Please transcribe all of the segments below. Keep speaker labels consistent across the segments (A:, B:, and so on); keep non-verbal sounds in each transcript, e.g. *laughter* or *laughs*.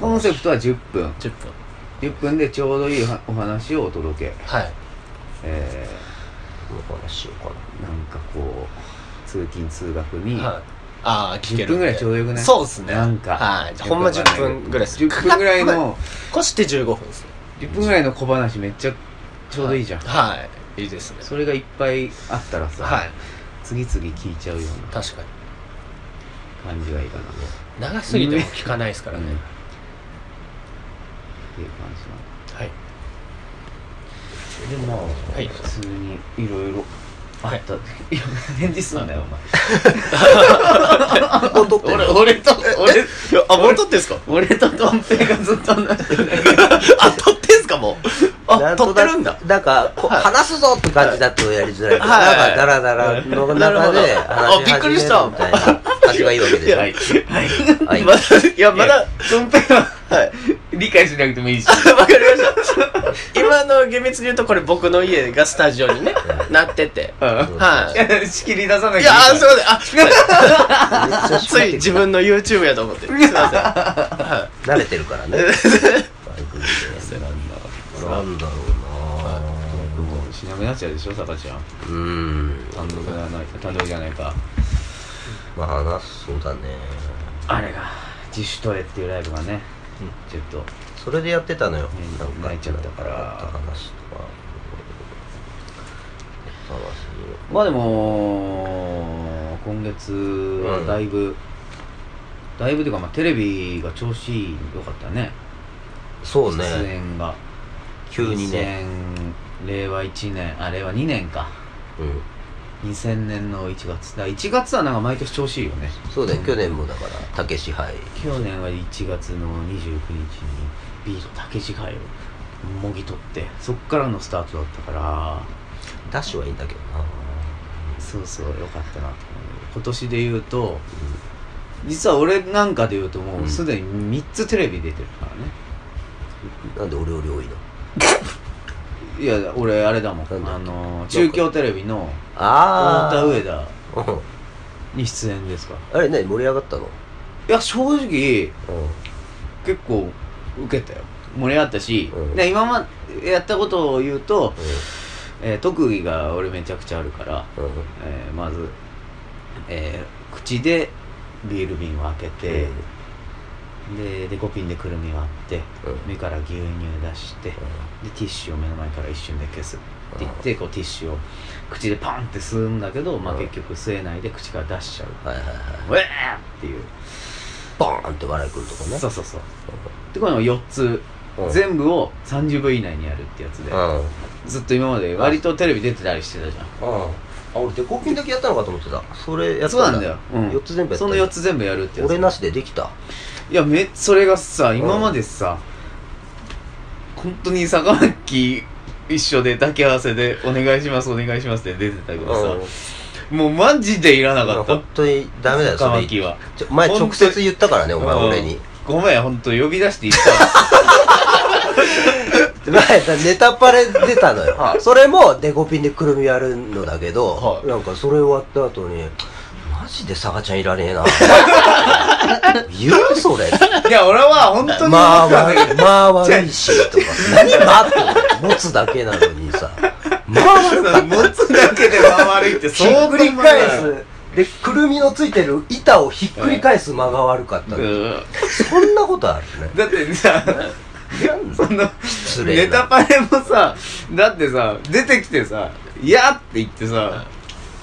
A: コンセプトは10分
B: 10分
A: 10分でちょうどいいはお話をお届け
B: はい
A: え
B: お話しようか
A: ー、なんかこう通勤通学に、
B: はいああ聞ける
A: 10分ぐらいちょうどよくない
B: そうですね
A: なんか
B: はいほんま10分ぐらいです
A: 10分ぐらい
B: *laughs*
A: の
B: こして15分ですね
A: 10分ぐらいの小話めっちゃちょうどいいじゃん、
B: はいいいですね
A: それがいっぱいあったらさ、
B: はい
A: 次々聞いちゃうような
B: 確かに
A: 感じがいいかなね
B: 長すぎても聞かないですからね、
A: うんっていう感じ
B: はい
A: なのでまあ、
B: はい
A: 普通にいろいろあった、、
B: はい
A: や返事すんなよお
B: 戻って
A: 前俺と俺
B: あ戻ってんすか
A: 俺とトンペイがずっとなってるだけ
B: あ取ってんすかもうあ取ってるんだ
C: なんか、こ
B: はい
C: 話すぞって感じだとやりづらい。
B: はい
C: なんか、ダラダラの
B: なるほど
C: 中で
B: あ
C: 話し
B: びっ
C: 始めるみたいな、
B: くりした
C: 味がいいわけでしょ。
A: はいはい
C: はい
B: まだいやまだ
A: トンペイは
B: はい
A: 理解しなくてもいい
B: *laughs*
A: し
B: わかりました今の厳密に言うとこれ僕の家がスタジオにねなってて
A: うん
B: はい
A: いや仕切り出さなきゃ
B: いやあすい
A: い
B: ません
A: *laughs*
C: めっちゃ
B: あつい自分の YouTube やと思ってすいませんは
C: 慣れてる
B: *laughs*
C: からね。
B: い
C: バイクでねなんだろ
A: 僕もしなくなっちゃうでしょさかちゃん
C: うなうーん。
A: 単独じゃない単独じゃないか
C: まあ、話すそうだね。
A: あれが自主トレっていうライブがね、
B: うん
A: ちょっと
C: それでやってたのよ。
A: うん
C: なんか、
A: 泣いちゃったから
C: 話とか。話す
A: まあでも今月はだいぶ、だいぶというか、まあ、テレビが調子良かったね
C: そう
A: 出
C: ね。
A: 演が
C: 急にね。
A: 2000令和1年あ令和2年か
C: うん。
A: 2000年の1月だから1月はなんか毎年調子いいよね
C: そうだよ。去年もだから、たけし杯。
A: 去年は1月の29日にビートたけし会をもぎ取ってそっからのスタートだったから
C: ダッシュはいいんだけどな。
A: そうそうよかったなと思う今年で言うと実は俺なんかで言うともうすでに3つテレビ出てるからね、
C: なんで俺より多いの
A: いや俺あれだもん
C: なんだ
A: あの中京テレビの
C: あ
A: 太田上
C: 田
A: 田に出演ですか
C: あれね盛り上がったの
A: いや正直
C: う
A: 結構受けたよ盛り上がったし、
C: うん
A: で今までやったことを言うと、えー特技が俺めちゃくちゃあるから、
C: んうん
A: えーまず、えー口でビール瓶を開けて、でデコピンでくるみ割って、
C: うん
A: 目から牛乳出して、でティッシュを目の前から一瞬で消すって言ってこうティッシュを口でパンって吸うんだけど、まあ、
C: うん
A: 結局吸えないで口から出しちゃう
C: はいはいはい
A: 「ウェー!」っていう
C: ボーンって笑いくるとこね
A: そうそうそうでこの4つ
C: うん
A: 全部を30分以内にやるってやつで
C: うんうん
A: ずっと今まで割とテレビ出てたりしてたじゃん
C: あ俺デコピンだけやったのかと思ってたそれやった
A: そうなんだよ、うん、
C: 4つ全部やった
A: そ
C: ん
A: の
C: だ
A: 4つ全部やるってやつ
C: 俺なしでできた
A: いやめそれがさ
C: ん
A: 今までさ、本当に坂巻一緒で抱き合わせで「お願いしますお願いします」って出てたけどさ、もうマジでいらなかった
C: 本当にダメだよそ
A: 坂
C: れ
A: 巻は
C: ちょお前直接言ったからねお前
A: うん
C: 俺に
A: ごめん本当呼び出して言った
C: お前さネタパレ出たのよそれもデコピンでくるみやるのだけど
B: はい
C: なんかそれ終わった後にマジでサガちゃんいらね
A: *laughs*
C: えな言うそれ
A: *laughs* いや俺は本当に
C: まあ
A: 思ったんだ
C: 悪
A: けど
C: い、まあ悪いし、とか。何まあって持つだけなのにさ。まあ悪かった。
A: 持つだけで間悪いって
C: ひ
A: 相
C: っ
A: 当
C: くり返す。で、くるみのついてる板をひっくり返す間が悪かった。そんなことあるね。
A: だってさ *laughs* その
C: 失礼
A: ネタ
C: な。
A: パレもさだってさ出てきてさ「いや!」って言ってさ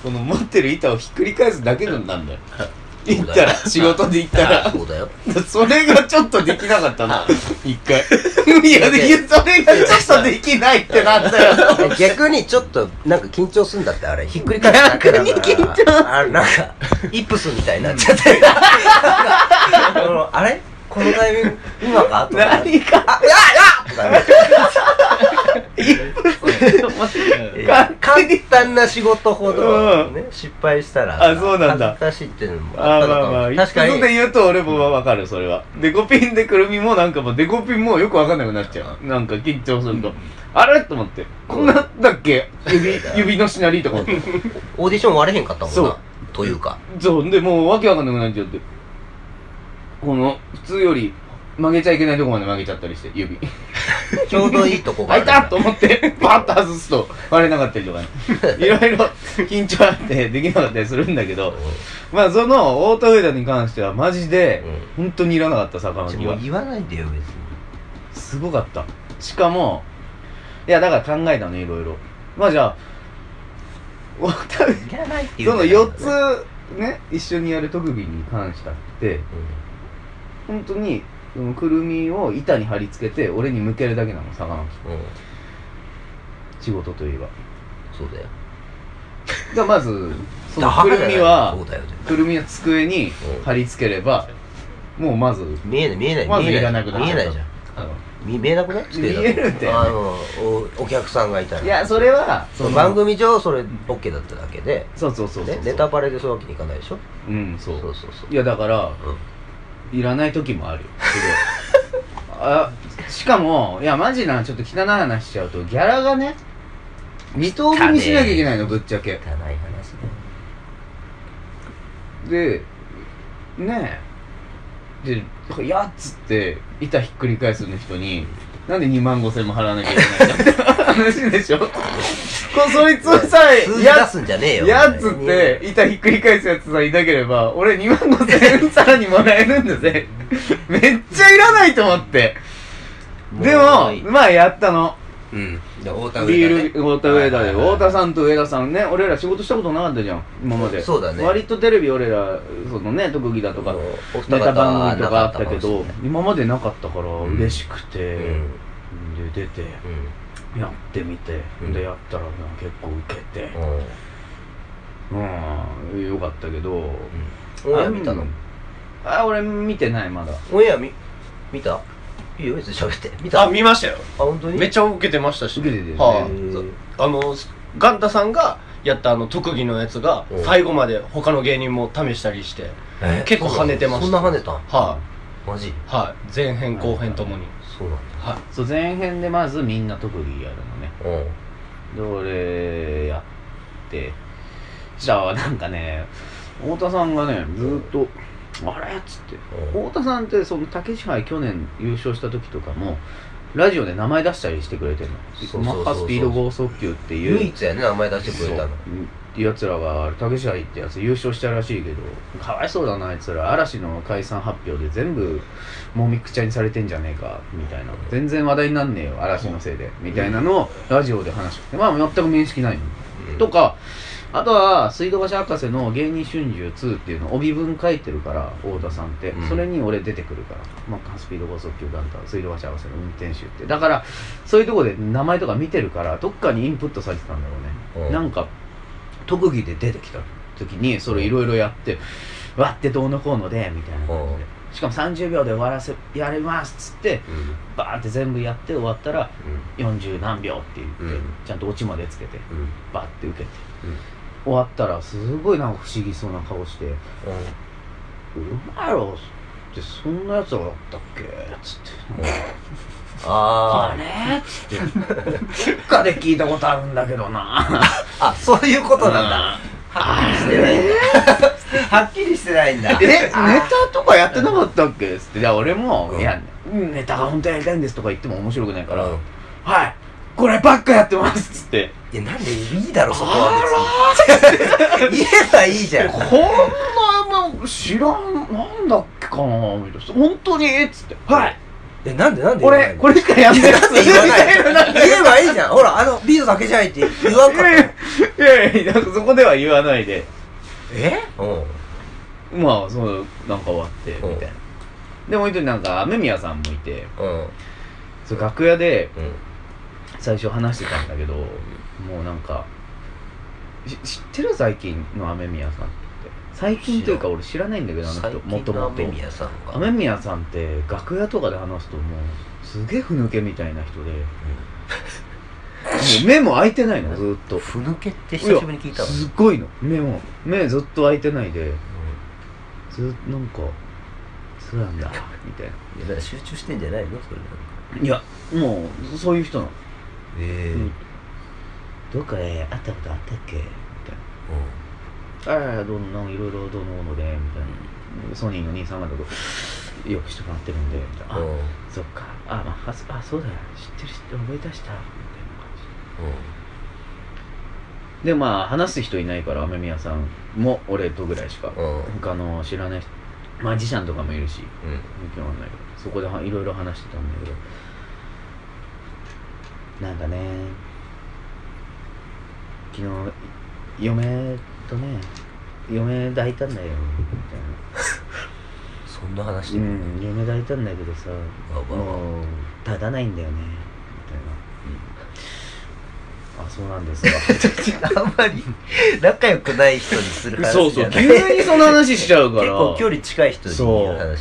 A: この持ってる板をひっくり返すだけなんだよ行ったら仕事で行ったら
C: そうだよ。
A: それがちょっとできなかったな一回いやでそれがちょっとできないってなった
C: *laughs*
A: よ
C: 逆にちょっと、なんか緊張すんだって、あれ。ひっくり返すだけだから。
A: 逆に緊
C: 張。あれ、なんか、イプスみたいになっちゃって。なんかあのあれこのタイミング、今かとか。
A: 何か
C: あ、うわあとかね簡単な仕事ほど、ね失敗したら
A: あそうなんだ
C: 恥ずかしいっていうのも
A: あ
C: あっ
A: あ
C: たの
A: ま
C: か
A: あまあ
C: も確か
A: 一
C: に
A: 言で言うと俺もわかるそれはデコピンでくるみもなんかもうデコピンもよくわかんなくなっちゃうなんか緊張するとあれと思ってこんなんだっけ指 *laughs* 指のしなりとか
C: *laughs*
A: 思って
C: オーディション割れへんかったもん
A: そ
C: な
A: う
C: というか
A: そう、で、もうわけわかんなくなっちゃって。この、普通より、曲げちゃいけないとこまで曲げちゃったりして、指。
C: ちょうどいいとこがあ
A: 開
C: る
A: いたと思って、 *laughs* パッと外すと割れなかったり
C: *laughs*
A: とかね。いろいろ緊張あってできなかったりするんだけど、まあそのオートウェイダに関してはマジで、本当にいらなかった、坂
C: うん
A: 巻
C: も
A: は
C: う。言わないでよ別に
A: すごかった。しかも、いやだから考えたね、いろいろ。まあじゃあ、オートウェイ
C: いらないっていう
A: その
C: 四
A: 4つね、一緒にやる特技に関してって、本当に、そのくるみを板に貼り付けて、俺に向けるだけなの、坂巻。
C: うん、うん、
A: 仕事といえば。
C: そうだよ
A: がまず、その
C: だか
A: く
C: ら
A: るみは
C: そ、うだよね
A: くるみは机に
C: うん
A: 貼り付ければ、もうまず、
C: 見えない見えない
A: まず
C: 見え
A: いらなくなっ
C: 見
A: ちゃ
C: え
A: った
C: ないじゃん
A: あの
C: 見見えなくない
A: 見えるって
C: あのおお客さんがいたら
A: いや、それは、
C: そ
A: そ
C: の
A: の
C: 番組上それ OK だっただけで
A: そうそうそうそう。
C: ねネタバレでそういうわけにいかないでしょ
A: うん、そう。
C: そうそうそう
A: いや、だから、いらない時もあるよ。すごいあしかも、いや、マジな、ちょっと汚い話しちゃうと、ギャラがね、二等分にしなきゃいけないの、ぶっちゃけ。
C: 汚い話だよ
A: で、ねえ。で、だからやっつって、板ひっくり返すの人に、なんで2万5千も払わなきゃいけないんだみたいな話でしょこそいつをさ、
C: 数字出
A: やっ
C: すんじゃねえよ
A: やっつって、板ひっくり返すやつさ、いなければ、俺2万5千円さらにもらえるんだぜ。めっちゃいらないと思って。でも、まあやったの。
C: うんで太田
A: ビ
C: 上
A: ール、ウォーターウェイダーで。太田さんと上田さんね、俺ら仕事したことなかったじゃん、今まで。
C: そうだね
A: 割とテレビ俺ら、そのね、特技だと
C: とか
A: か、
C: ねお二
A: ネ
C: 方
A: タ
C: は
A: 番組とかあったけど、今までなかったから
C: ん
A: 嬉しく
C: う
A: て、
C: ん
A: で、出て、
C: うん
A: やってみて、
C: うん
A: で、やったらな結構ウケて、
C: う
A: う
C: ん
A: ん、よかったけど、
C: オンエア見たの
A: うんあ、俺見てない、まだ。
C: オンエア見見たいいよ別に喋って見た
B: あ、見ましたよ。
C: あ本当に
B: めっちゃ受けてましたし。
A: 受けてたよね
B: は
C: へー
B: あ、あの、ガンタさんがやったあの特技のやつが
C: うん、
B: 最後まで他の芸人も試したりして、
C: え
B: 結構跳ねてました
C: そんな跳ねたん
B: は
C: マジ
B: い、はい、前編後編ともに。
C: そうなんだ
B: はい。
A: そう、前編でまずみんな特技やるのね。
C: うん
A: で俺やってそしたらなんかね太田さんがねずーっと「あれ?」っつって
C: うん
A: 太田さんってその竹支配去年優勝した時とかもラジオで名前出したりしてくれてる
C: そうそうそうそう
A: のマッハスピード剛速球っていう
C: 唯一やね名前出してくれたの
A: そうやつらが竹下行ってやつ優勝したらしいけどかわいそうだなあいつら嵐の解散発表で全部もみくちゃにされてんじゃねえかみたいな全然話題になんねえよ嵐のせいでみたいなのをラジオで話してまあ全く面識ないの、
C: うん
A: とかあとは水道橋博士の「芸人春秋2」っていうの帯文書いてるから太田さんって、
C: うん
A: それに俺出てくるからマッカースピード高速球団体水道橋博士の運転手ってだからそういうとこで名前とか見てるからどっかにインプットされてたんだろうね
C: うん
A: なんか特技で出てきた時にそれいろいろやって割ってどうのこうのでみたいな感じでしかも30秒で終わらせやりますっつって
C: うん
A: バーンって全部やって終わったら40何秒って言って、
C: うん
A: ちゃんとオチまでつけて
C: うんうん
A: バーって受けて、
C: うん
A: 終わったらすごいなんか不思議そうな顔して「お前らってそんなやつらだったっけ?」っつって「あ
C: あー
A: れ?」っつって「 *laughs* どっかで聞いたことあるんだけどな」
C: あそういうことな
A: *laughs*
C: んだはっきりしてないんだはっきりし
A: えネ
C: てないんだ
A: タとかやってなかったっけ?」っつって「いや俺も、
C: うん
A: いやネタが本当やりたいんです」とか言っても面白くないから「
C: うん
A: はいこればっかやってます」っつって
C: いやなんでいいだろそこは別に言えばいいじゃ
A: 「
C: ん
A: こんなもん知らんなんだっけかな」みたいな「本当に?」っつって「はい
C: えなんでなんで言わな
A: 俺
C: いの
A: これしかやんない」
C: なんで言わない
A: みたい
C: の言えばいいじゃんほらあのビートだけじゃないって言わんかっ
A: い
C: た
A: やいやいやなんかそこでは言わないで
C: えうん
A: まあそのなんか終わってみたいなでもう一人なんか雨宮さんもいて
C: うん
A: そう楽屋で
C: うん
A: 最初話してたんだけどもうなんかし知ってる最近の雨宮さんって最近というか俺知らないんだけどあの人もともと
C: 最近の雨宮さんが
A: 雨宮さんって楽屋とかで話すともうすげえふぬけみたいな人で、もう目も開いてない *laughs* のずーっと
C: ふぬけって久しぶりに聞いたわ
A: すごいの目も目ずっと開いてないでずなんかそうなんだみたいない
C: やだから集中してんじゃないのそれなんか
A: いやもうそういう人なの、
C: え
A: うんどっかで会ったことあったっけみたいなあらどんなんいろいろどうのこうのでみたいなソニーの兄さんだとよくしてもらってるんでみたいな
D: うん
A: あそっかあ,、まあ、あそあそうだよ知ってる知ってる思い出したみたいな感じでまあ話す人いないから雨宮さんも俺とぐらいしか
D: うんうん
A: 他の知らない人マジシャンとかもいるし興味ないけどそこではいろいろ話してたんだけどなんかね昨日い嫁とね嫁抱いたんだよみたいな
D: そんな話で
A: う
D: も
A: ん嫁抱いたんだけどさ
D: まあまあ
A: もう立たないんだよねみたいな、あそうなんですか
D: *laughs* あんまり仲良くない人にする話
A: *laughs* そう
D: じ
A: そ
D: ゃ
A: *laughs* う
D: ない
A: 急にその話しちゃうから
D: 結構距離近い人に言
A: そう
D: う話だからね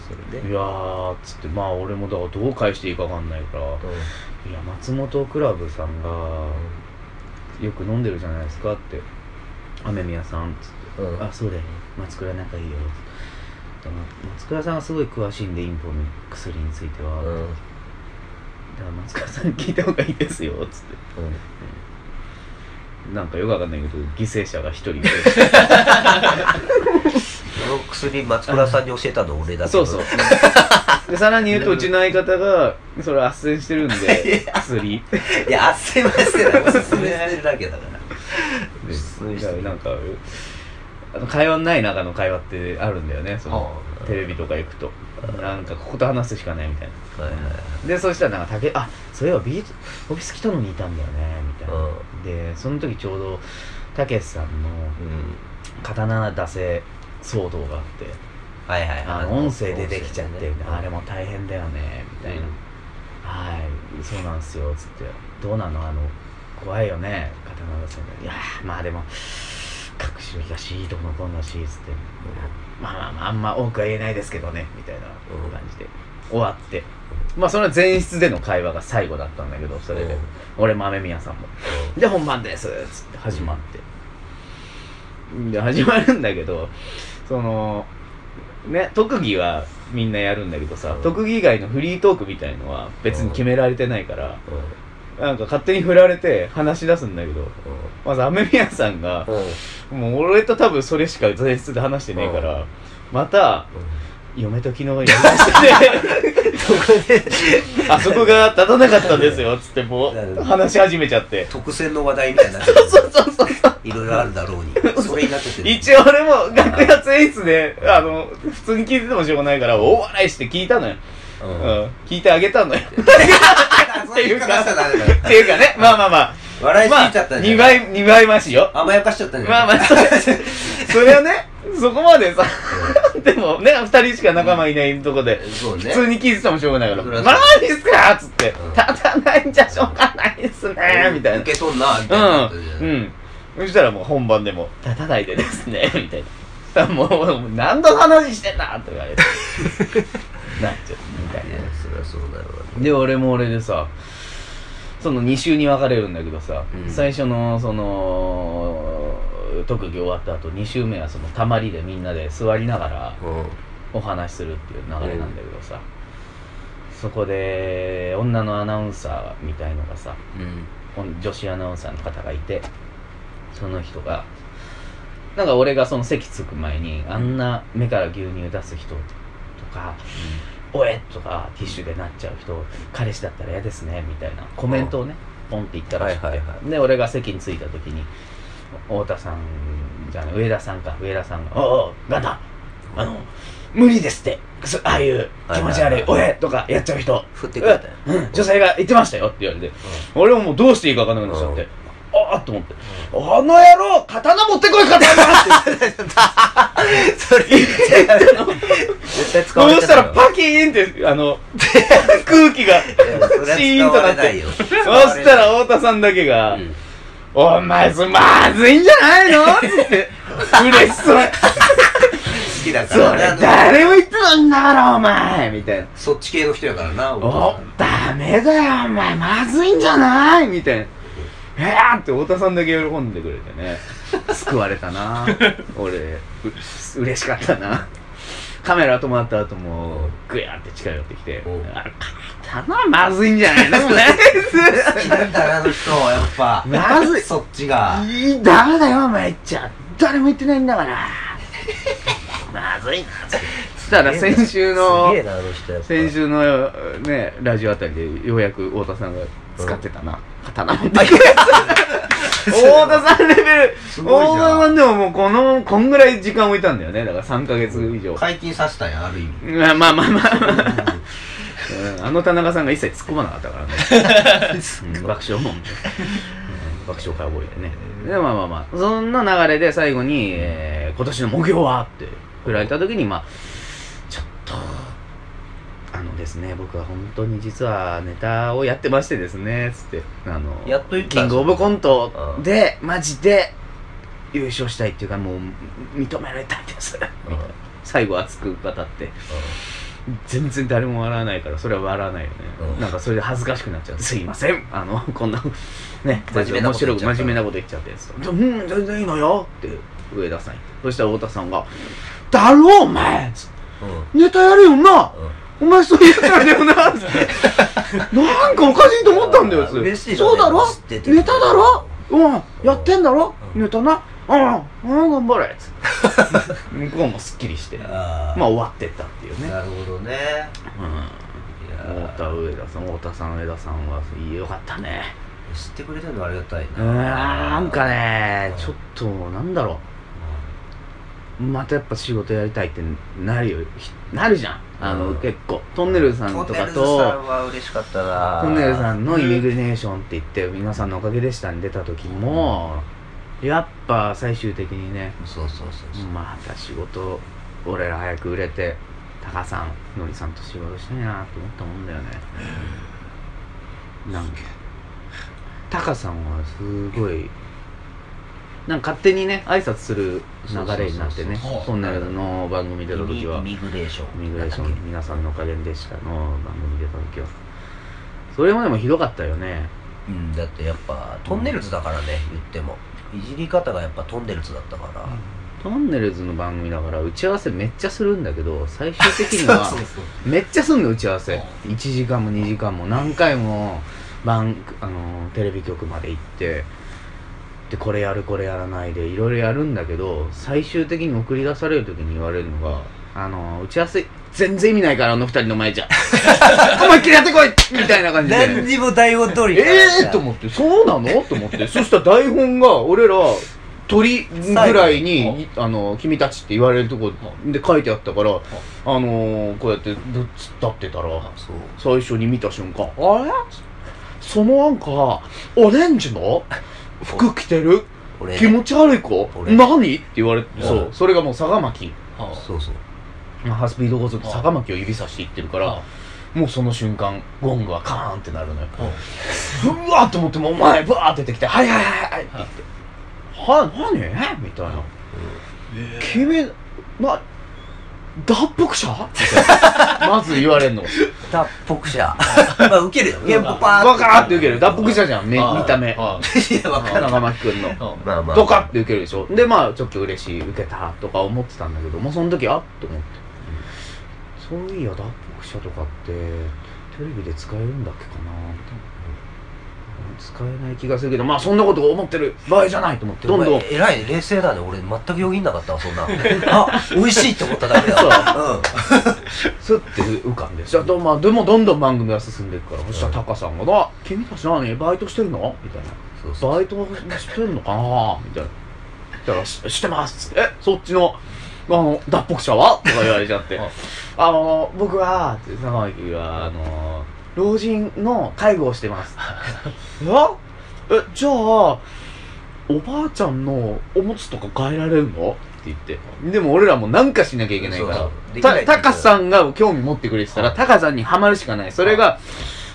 D: それ
A: い
D: ね
A: やーっつってまあ俺もだからどう返していいかわかんないからいや松本クラブさんがよく飲んでるじゃないですかって雨宮さんっつって
D: うんうん
A: あそうだよね松倉仲いいよだから松倉さんはすごい詳しいんでインフォの薬については、
D: うんうん
A: だから松倉さんに聞いた方がいいですよっつってなんかよくわかんないけど犠牲者が一人いて
D: その薬松倉さんに教えたの俺だけ
A: *laughs* そ
D: ど
A: うそうでさらに言うとうちの相方がそれ斡旋してるん *laughs* で薬
D: いやあっすいませんおすすめしてるだけだから
A: でだからなんかあの会話のない中の会話ってあるんだよねその
D: ああ
A: テレビとか行くとなんかここと話すしかないみたいな
D: はいはい
A: でそしたらなんか竹あそういえばビートオフィス来たのにいたんだよねみたいな
D: は
A: でその時ちょうどたけしさんの
D: いうん
A: 刀出せ騒動があって
D: はいはい
A: あの音声出てきちゃってみたいなあれ
D: も
A: も大変だよねみたいな
D: うん
A: はいそうなんすよつってどうなのあの怖いよね刀出せいやーまあでも隠し撮りだしどうのこうのだしつってまあまあまああんま多くは言えないですけどねみたいな
D: うん
A: 感じで終わってまあそれは前室での会話が最後だったんだけどそれで
D: うん
A: 俺も雨宮さんもで本番ですつって始まってで始まるんだけどそのね特技はみんなやるんだけどさ
D: うん
A: 特技以外のフリートークみたいのは別に決められてないから
D: うんうん
A: なんか勝手に振られて話し出すんだけどまず雨宮さんが
D: うんうん
A: もう俺と多分それしか前室で話してねえからまた嫁と昨日やりまして
D: *laughs*
A: あそこが立たなかったんですよつっても
D: なるほ
A: う
D: ど
A: 話し始めちゃって
D: 特選の話題みたいになっちゃういろいろあるだろうにそれになってて
A: *laughs* 一応俺も楽屋全室で、あの、普通に聞いててもしょうがないから、大笑いして聞いたのよ。
D: う
A: うんん。聞いてあげたのよ。
D: そういう方はダメだよ
A: っていうかね、 *laughs* まあまあまあ。
D: 笑いす
A: ま
D: ぎちゃった
A: あ、
D: んじゃ
A: 二
D: ない
A: 倍、二倍増しよ。
D: 甘やかしちゃったんじゃ
A: まあま
D: ない
A: あ、それ、
D: *laughs*
A: それはね、そこまでさ、でもね、二人しか仲間いないとこで、
D: そう
A: 普
D: ね
A: 通に聞いててもしょうがないから、
D: そりゃそう
A: マジっすかっつって
D: うん、
A: 立たないんじゃしょうがないっすね、みたいな
D: 受。け取んなみたいなことじゃない
A: うん。うん。そしたらもう本番でも、立たないでです *laughs* ね、みたいな。もう、もう何度話してんだとか言 *laughs* われて。なっちゃう、みたい
D: いや
A: な。
D: そりゃそうだよ
A: で、俺も俺でさ、その2週に分かれるんだけどさ、
D: うん
A: 最初の、その、特技終わった後、2週目はその、たまりでみんなで座りながら、
D: うん
A: お話しするっていう流れなんだけどさ、そこで、女のアナウンサーみたいのがさ、
D: うん
A: 女子アナウンサーの方がいてその人がなんか俺がその席着く前にあんな目から牛乳出す人とか「おえ!」とかティッシュでなっちゃう人彼氏だったら嫌ですねみたいなコメントをねポンって言ったらしくて、
D: はいはいは
A: で俺が席に着いた時に太田さんじゃない上田さんか上田さんが「おうおうガンタンあの無理ですってそああいう気持ち悪い「おえ!」とかやっちゃう人
D: 振ってくれたよ
A: うん女性が言ってましたよって言われて、俺はもうどうしていいか分からなくなっちゃって、ああっと思って、あの野郎刀持ってこい刀 *laughs* って
D: それ言っちゃう絶対使
A: こ
D: わ
A: う
D: れ
A: したらパキーンってあ *laughs* の空気がシーンとなってそしたら太田さんだけが「
D: うん
A: お前それまずいんじゃないの?」 *laughs* って嬉しそうに
D: 好きだ
A: 「それ誰も言ってたんだからお前」みたいな
D: そっち系の人やからな
A: 「おダメだよお前まずいんじゃない?」みたいな「えー!」って太田さんだけ喜んでくれてね救われ
D: *laughs*
A: たな俺う嬉しかったなカメラ止まった後もグヤーって近寄ってきて
D: お
A: 「あ刀はまずいんじゃないの?」
C: *laughs*
D: 好きなんだなあの人やっぱ
A: まずい
D: そっちが
A: いい *laughs* ダメだよお前言っちゃ誰も言ってないんだからまずいなしたら先週の
D: すげえなあの人やっぱ
A: 先週のねラジオあたりでようやく太田さんが使ってたな、刀みたいな
C: *laughs*
A: 太田さんレベル
C: す
A: 太
C: ごいじゃん
A: 田さんでももうこのこんぐらい時間置いたんだよねだから3ヶ月以上
C: 解禁させたんやある意
A: ま
C: 味
A: あまあまあまあ、うんあの田中さんが一切突っ込まなかったからね、うん爆笑も、うん爆笑カーボーイでねでまあまあまあそんな流れで最後に、えー今年の目標は?」って振られた時にまあちょっとあのですね僕は本当に実はネタをやってましてですねつってあの
D: やっと言った
A: キングオブコント
D: うん
A: でマジで優勝したいっていうかもう認められたんです、
D: うん
A: *laughs* 最後熱く語って全然誰も笑わないからそれは笑わないよね、
D: うん
A: なんかそれで恥ずかしくなっちゃうすいませんあのこんなね
D: 真面目なこと言っちゃった
A: 面白く真面目なこと言っちゃってやつとうん全然いいのよ」って上田さん言ってそしたら太田さんが「だろお前
D: うんうん
A: ネタやるよな
D: うん
A: お前そう言ったらだよな」ってなんかおかしいと思ったんだよ
D: あー嬉しいよね
A: そうだろ
D: 知ってて
A: ネタだろうんやってんだろ、
D: うん
A: ネタなうんうん頑張れつって向こうもすっきりしてま
C: あ
A: あ
C: ー
A: 終わってったっていうね
C: なるほどねいや
A: 太田上田さん太田さん上田さんはいいよかったね
C: ー知ってくれてるのありがたいう
A: ーん
C: な
A: なんかね
C: うん
A: ちょっとなんだろうまたやっぱ仕事やりたいってなるよひなるじゃんあの、
D: うん
A: 結構トンネルズさんとか
D: さ
A: と
D: んは嬉しかったな
A: トンネルズさ
D: ん
A: んの「イミグネーション」って言って「皆さんのおかげでした」に出た時もやっぱ最終的にね
C: そうそうそうそう
A: また仕事俺ら早く売れてタカさんノリさんと仕事したいなと思ったもんだよねなんかタカさんはすごいなんか勝手にね挨拶する流れになってね
C: そうそうそうそう
A: トンネルの番組出た時は
C: イミイミグレーショ
A: 「イミ
C: ン
A: グレーション皆さんのおかげでした」の番組出た時はそれもでもひどかったよね
D: うんだってやっぱトンネルズだからね言ってもいじり方がやっぱトンネルズだったから、
A: トンネルズの番組だから打ち合わせめっちゃするんだけど最終的に
C: *laughs*
A: はめっちゃすんの打ち合わせ1時間も2時間も何回も番あのテレビ局まで行ってでこれやるこれやらないでいろいろやるんだけど最終的に送り出される時に言われるのがあの打ち合わせ全然意味ないからあの二人の前じ *laughs* ゃ思いっきりやってこいみたいな感じで
D: 何にも台本通りに
A: ええー、と思ってそうなのと思ってそしたら台本が俺ら鳥ぐらいに「あの君たち」って言われるとこで書いてあったからあのー、こうやってぶっつ立ってたら
C: そ
A: 最
C: う
A: 初に見た瞬間「あれ?」そのなんかオレンジの服着てる
D: 俺
A: 気持ち悪い子
D: 俺
A: 何って言われて
D: うん
A: そうそれがもう坂巻
D: そうそう
A: ハスピード高速坂巻を指さしていってるからもうその瞬間ゴングはカーンってなるのようわーって思ってもうお前バーって出てきて「はいはいはいはい」って言って「は何?」みたいな「君ま脱北者?」みたいなまず言われるの
D: 脱北者 *laughs* まあウケるよテンポパー
A: バカーって受ける脱北者じゃんね
C: あー
A: 見た目
C: あ
D: ッていやわかんない
A: 長巻くんの
D: まあまあ
A: ドカッて受けるでしょでまあちょっと嬉しい受けたとか思ってたんだけどもうその時あっと思ってそういや脱北者とかってテレビで使えるんだっけかなみたいな使えない気がするけどまあそんなこと思ってる場合じゃないと思ってどんどん
D: えらいね冷静だね俺全くよぎんなかったわそん
A: *laughs*
D: なあ美味しいって思っただけだわ
A: スッて浮かんでじゃあど,、まあ、でもどんどん番組が進んでいくからそしたらタカさんがな「君たち何バイトしてるの?」みたいな
D: そう
A: 「バイトしてるのかな?」みたいな「したらししてます」つって「えそっちのあの脱北者は?」とか言われちゃって「あの僕は」って佐川明はあの老人の介護をして *laughs* ます」ええじゃあおばあちゃんのおむつとか変えられるのって言ってでも俺らもなんかしなきゃいけないから
D: そうそうできない
A: たタカさんが興味持ってくれてたらタカさんにはまるしかないそれが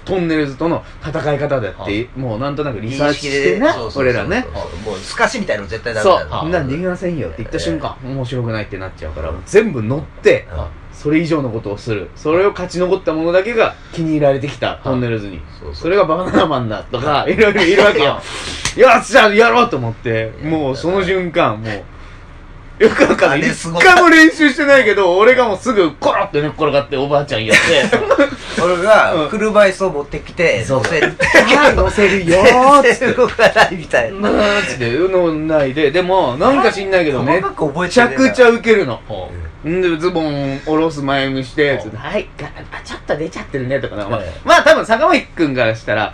A: トンネルズとの戦い方だっ
C: は
A: てもうなんとなく
D: うん
A: リサーチしてね
D: そうそうそう
A: 俺らね
D: もうすかしみたいなの絶対ダメ
A: そ
D: だ
A: う
D: よ
A: そんなんできませんよって言った瞬間面白くないってなっちゃうから全部乗ってそれ以上のことをするそれを勝ち残ったものだけが気に入られてきたトンネルズに
D: そう
A: それがバナナマンだとかいろいろいるわけ *laughs* よよっしゃやろうと思ってもうその瞬間もうよくわかんない
D: あれす
A: 一
D: ごい
A: 回も練習してないけど俺がもうすぐコロって寝っ転がっておばあちゃんやって
D: 俺が車椅子を持ってきて乗せる
A: あ乗せるよーっつっ *laughs*
D: 全然動かないみたい
A: て
D: な
A: なーっつって飲んないででもなんか知んないけどめっ
D: 細かく覚え
A: ち
D: て
A: ゃ
D: ねえな
A: くちゃウケるの
C: あ
A: んでズボン下ろす前にして
C: あ
A: つって「はいがあちょっと出ちゃってるね」とかなんかまあ
C: ええ
A: まあ多分坂巻君からしたら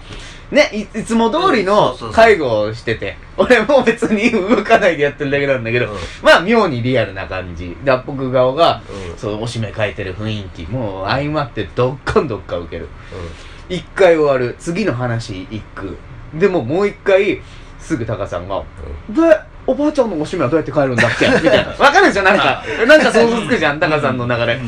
A: ねいいつも通り
C: う
A: の
C: んそうそうそう
A: 介護をしてて俺も別に動かないでやってるだけなんだけど
C: うん
A: まあ妙にリアルな感じ脱北顔が
C: うん
A: そうおしめ書いてる雰囲気もう相まってどっかんどっか受ける一回終わる次の話行くでももう一回すぐタカさんが「でおばあちゃんのおしめはどうやって帰るんだっけ?」みたいなわかるじゃんなんかなんか想像つくじゃんタカさんの流れ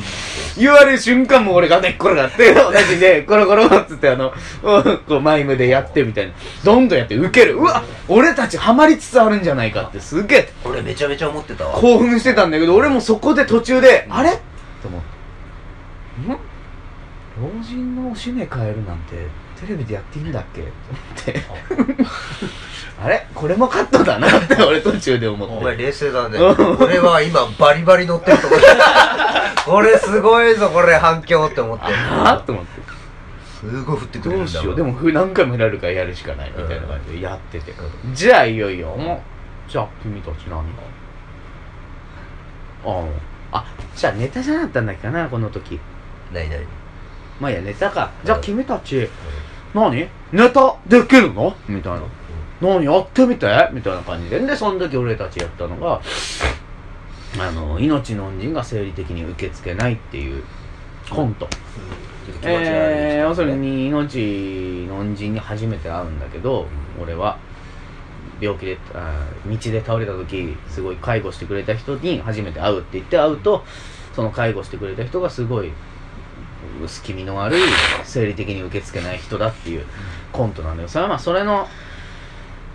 A: 言われる瞬間も俺が寝っ転がって同じでコロコロっつってあのうんこうマイムでやってみたいなどんどんやってウケるうわ俺たちハマりつつあるんじゃないかってすげえ
C: 俺めちゃめちゃ思ってたわ
A: 興奮してたんだけど俺もそこで途中で「あれ?」と思って「ん老人のおしめ変えるなんてテレビでやっていいんだっけ?」って思って「あれこれもカットだな」って俺途中で思
C: お
A: っ
C: 前
A: て
C: 冷静だね
A: うん
C: 俺は今バリバリ乗って *laughs* ると思ってこれすごいぞこれ反響って思って
A: ああと思って
C: すごい降ってくれ
A: ど
C: るん
A: う
C: だ
A: しようでもふ何回もやるからやるしかないみたいな感じでやっててじゃあいよいよもうじゃあ君たち何あああじゃあネタじゃなかったんだっけかなこの時
C: ないない
A: まあいいやネタかじゃあ君たち何ネタできるのみたいな何やってみてみたいな感じででその時俺たちやったのがあの命の恩人が生理的に受け付けないっていうコント
C: ちょっと気持ち悪い
A: えー、要するに命の恩人に初めて会うんだけど、俺は病気であー道で倒れた時すごい介護してくれた人に初めて会うって言って会うとその介護してくれた人がすごい薄気味の悪い生理的に受け付けない人だっていうコントなんだよそれはまあそれの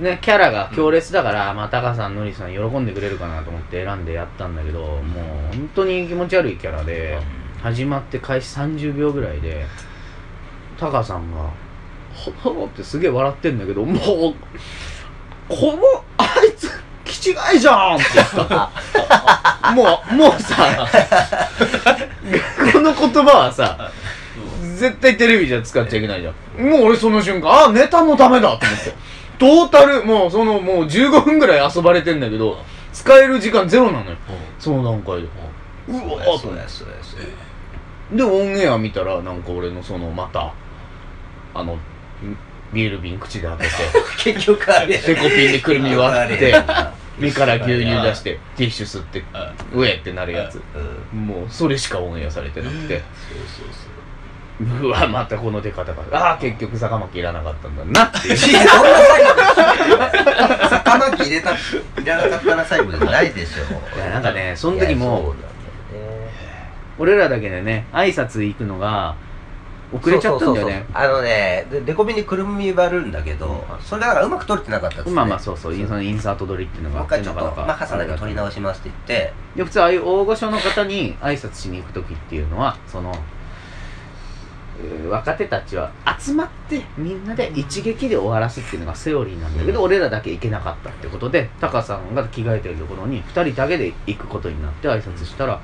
A: ねキャラが強烈だから、まあタカさんのりさん喜んでくれるかなと思って選んでやったんだけどもう本当に気持ち悪いキャラで始まって開始30秒ぐらいでタカさんが「ほほ」ってすげえ笑ってんだけどもうこのあいつ気違いじゃんって言った *laughs* もうもうさ *laughs* この言葉はさ絶対テレビじゃ使っちゃいけないじゃんもう俺その瞬間あネタのためだと思ってトータルもうそのもう15分ぐらい遊ばれてんだけど使える時間ゼロなのよその段階でう
C: う
A: わ
C: わ
A: ーと
C: そ
A: 思っ
C: う
A: て
C: やそうやそうや
A: でオンエア見たらなんか俺のそのまたあのビール瓶口で開け
C: *laughs* 結局あれ
A: てデコピンでくるみ割っ
C: あれ
A: て
C: やな
A: 目から牛乳出してティッシュ吸ってうえってなるやつ
C: うんそう
A: もうそれしかオンエアされてなくて
C: そうそう
A: うわまたこの出方がああ結局坂巻いらなかったんだなっていう
C: *laughs* いや、そんな最後坂巻入れた、いらなかったら最後じゃないでしょ。
A: いやなんかねその時も
C: いやそうなんだよね
A: 俺らだけでね挨拶行くのが遅れちゃったんだよね
C: そうそうそうそうあのね、でデコビにくるみ割るんだけど、それだからうまく取れてなかったですね。
A: まあまあそうそうそのインサート撮りっていうのが
C: もう
A: あっ
C: 一
A: て
C: 回ちょっと、マハさんだけ取り直しますって言って、
A: で普通ああいう大御所の方に挨拶しに行く時っていうのはそのえー若手たちは集まってみんなで一撃で終わらすっていうのがセオリーなんだけど、
C: うん
A: 俺らだけ行けなかったってことでタカさんが着替えてるところに2人だけで行くことになって挨拶したら、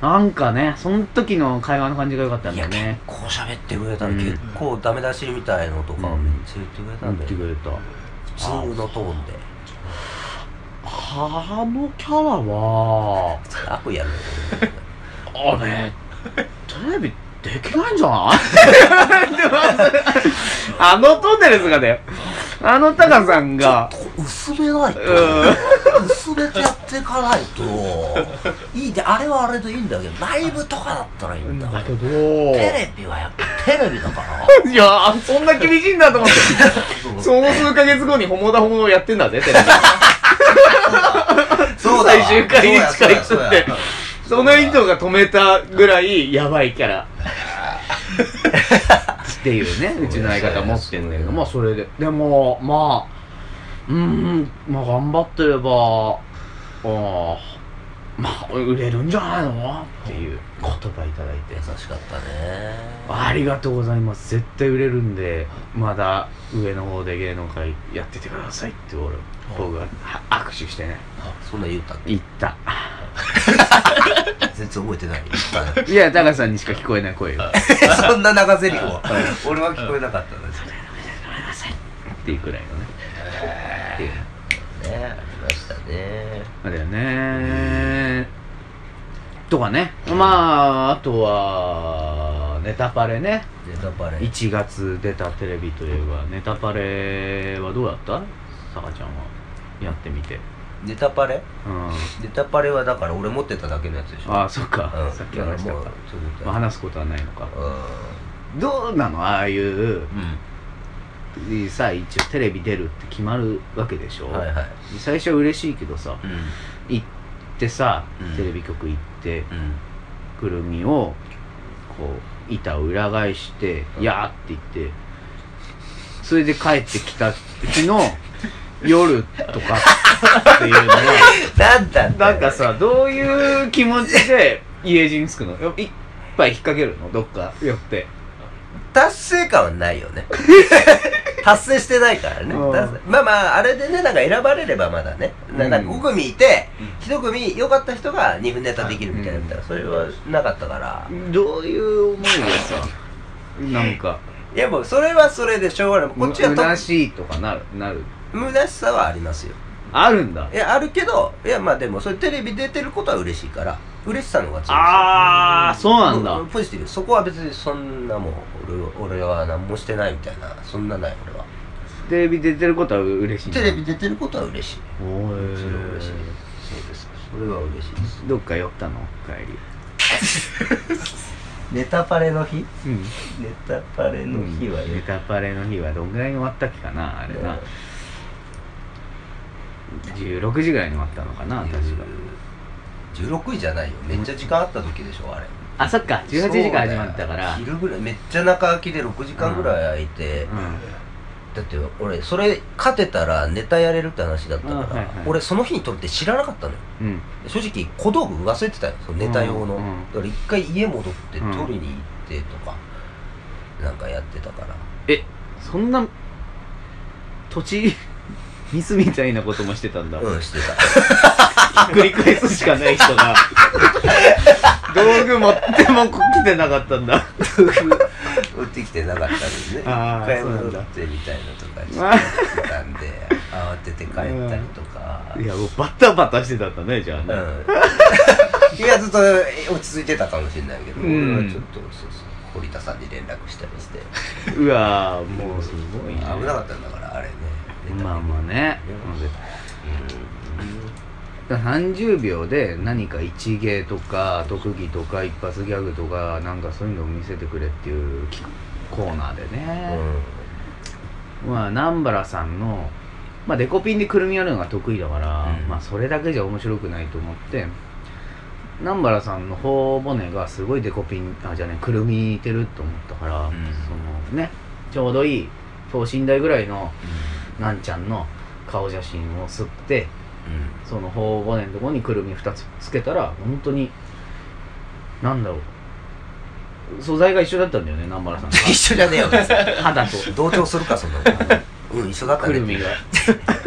A: なんかねその時の会話の感じが良かったん
C: い
A: だ
C: や、
A: よ
C: 結
A: ね
C: 構喋ってくれたの、結構ダメ出しみたいのとか、めっちゃ言ってくれた
A: 言っ
C: んだよ
A: て。くれた
C: 普通のトーンで。
A: あのキャラは
C: 悪やる
A: あれ、テレビできないんじゃない *laughs* あのトンネルズがだよ。あのタカさんが、
C: 薄めないと、薄めてやっていかないといいであれはあれでいいんだけどライブとかだったらいいんだ
A: だ
C: け
A: け
C: ど
A: ど、
C: テレビはやっぱテレビだから
A: いやー、そんな厳しいんだと思って。
C: *laughs*
A: その数ヶ月後にホモダホモをやってんだぜ、テレビ。
C: そう
A: 最終回に近い人って。その人が止めたぐらいやばいキャ
C: *laughs*
A: ラ。っていうね、うちの相方持ってんだけど、まあそれで。でも、まあ、うーん、まあ頑張ってれば、ああ、まあ売れるんじゃないのっていう言葉いただいて
C: 優。しかったね
A: ありがとうございます。絶対売れるんで、まだ上の方で芸能界やっててくださいって俺、僕が握手してね、
C: そんな言うたっけ
A: 言った。
C: 全然覚え
A: *laughs*
C: てない
A: いや、高さんにしか聞こえない声よ。
C: そんな長ゼリフは俺は聞こえなかったですね
A: っていうくらいのね。っていう
C: ありましたね
A: あれだよねとかねまああとはネタパレね
C: ネタバレ
A: 1月出たテレビといえばネタパレはどうだったさかちゃんはやってみて
C: ネタパレ
A: うん
C: ネタパレはだから俺持ってただけのやつでしょ
A: ああそっか、
C: うん
A: さっき話したから
C: だもうそういうこ
A: ま
C: と
A: あ、
C: だよ
A: 話すことはないのか
C: う
A: どうなのああいうんさ一応テレビ出るって決まるわけでしょ、
C: はいはい
A: 最初は嬉しいけどさ
C: うん
A: 行ってさ、
C: うん
A: テレビ局行って
C: うん
A: くるみをこう板を裏返して「
C: うん
A: やー」って言ってそれで帰ってきた時の夜とかっていうのは
C: *laughs* なんだって
A: なんかさどういう気持ちで家路につくのいっぱい引っ掛けるのどっか寄って
C: 達成感はないよね
A: *laughs*
C: 達成してないからね
A: うん
C: 達成まあまああれでねなんか選ばれればまだねななんか
A: うん
C: 5組いて1組良かった人が2分ネタできるみたいなみたいなそれはなかったから
A: どういう思いでさなんか
C: いやもうそれはそれでしょうがないこっちは
A: む
C: と
A: 虚しいとかなるなる
C: 虚しさはありますよ
A: あるんだ
C: いやあるけどいやまあでもそれテレビ出てることは嬉しいから嬉しさの方が強いですよ
A: あーそうなんだ
C: もポジティブそこは別にそんなもう俺俺は何もしてないみたいなそんなない俺は
A: テレビ出てることは嬉しいな
C: テレビ出てることは嬉しい
A: お
C: それは
A: ー
C: 嬉しいそうですそれは嬉しいです
A: どっか寄ったの帰り
C: ネタパレの日
A: う
C: ネ
A: ん
C: タパレの日は
A: ネ
C: ね
A: タパレの日はどんぐらいに終わったっけかなあれな16時ぐらいに終わったのかな確か
C: 16位じゃないよめっちゃ時間あった時でしょあれ
A: あそっか18時から始まったから
C: そうだよ昼ぐらいめっちゃ中空きで6時間ぐらい空いて、
A: う
C: だって俺それ勝てたらネタやれるって話だったから、
A: あはいはい
C: 俺その日に撮って知らなかったのよ
A: んうん
C: 正直小道具忘れてたよそのネタ用の、
A: うんうん
C: だから一回家戻って
A: うん
C: 取りに行ってとか、なんかやってたから
A: えそんな土地 *laughs* ミスみたいなこともしてたんだ
C: うんして
A: *laughs*
C: た
A: 繰り返すしかない人
C: *laughs*
A: が道具持っても来てなかったんだ
C: 売ってきてなかったんですね一
A: あー
C: 回
A: そう
C: 戻
A: な
C: っ
A: ん
C: てみたいなとか
A: まあ
C: してたんで慌てて帰ったりとか、
A: *laughs*
C: うん
A: いやもうバタバタしてたんだねじゃあね、
C: *laughs* いやずっと落ち着いてたかもしれないけど、
A: うん
C: 俺はちょっとそうそう堀田さんに連絡したりして
A: うわーもうすごい、ね、
C: 危なかったんだからあれね
A: まあまあね30秒で何か一芸とか特技とか一発ギャグとかなんかそういうのを見せてくれっていう企画コーナーで
C: う
A: ね、
C: ん
A: まあ南原さんの、まあ、デコピンでくるみやるのが得意だから、
C: うん
A: まあそれだけじゃ面白くないと思って南原さんの頬骨がすごいデコピンあじゃねくるみ似てると思ったから、
C: ん
A: そのねちょうどいい等身大ぐらいのなんちゃんの顔写真を吸ってその頬骨のとこにくるみ2つつけたら本当になんだろう素材が一緒だったんだよね南原
C: *laughs*
A: さん
C: 一緒じゃねえよ別に
A: が肌と
C: 同調するかそん *laughs* なもんうん一緒だった
A: くる
C: ね
A: みが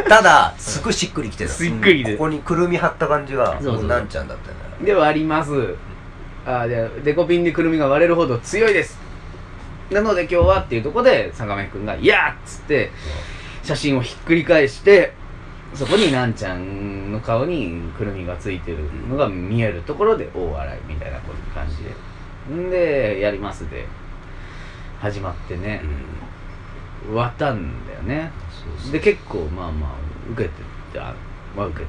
C: ただすごいしっくりきてた
A: しっくりきてる
C: うんここにくるみ貼った感じが
A: そうそう
C: もうなんちゃんだったね
A: ではありますあーでデコピンでくるみが割れるほど強いですなので今日はっていうとこで坂上くんが「いやー!」っつって写真をひっくり返してそこになんちゃんの顔にくるみがついてるのが見えるところで大笑いみたいな感じでんで「やります」で始まってね終わったんだよねで結構まあまあ受けてたは受けたんだけ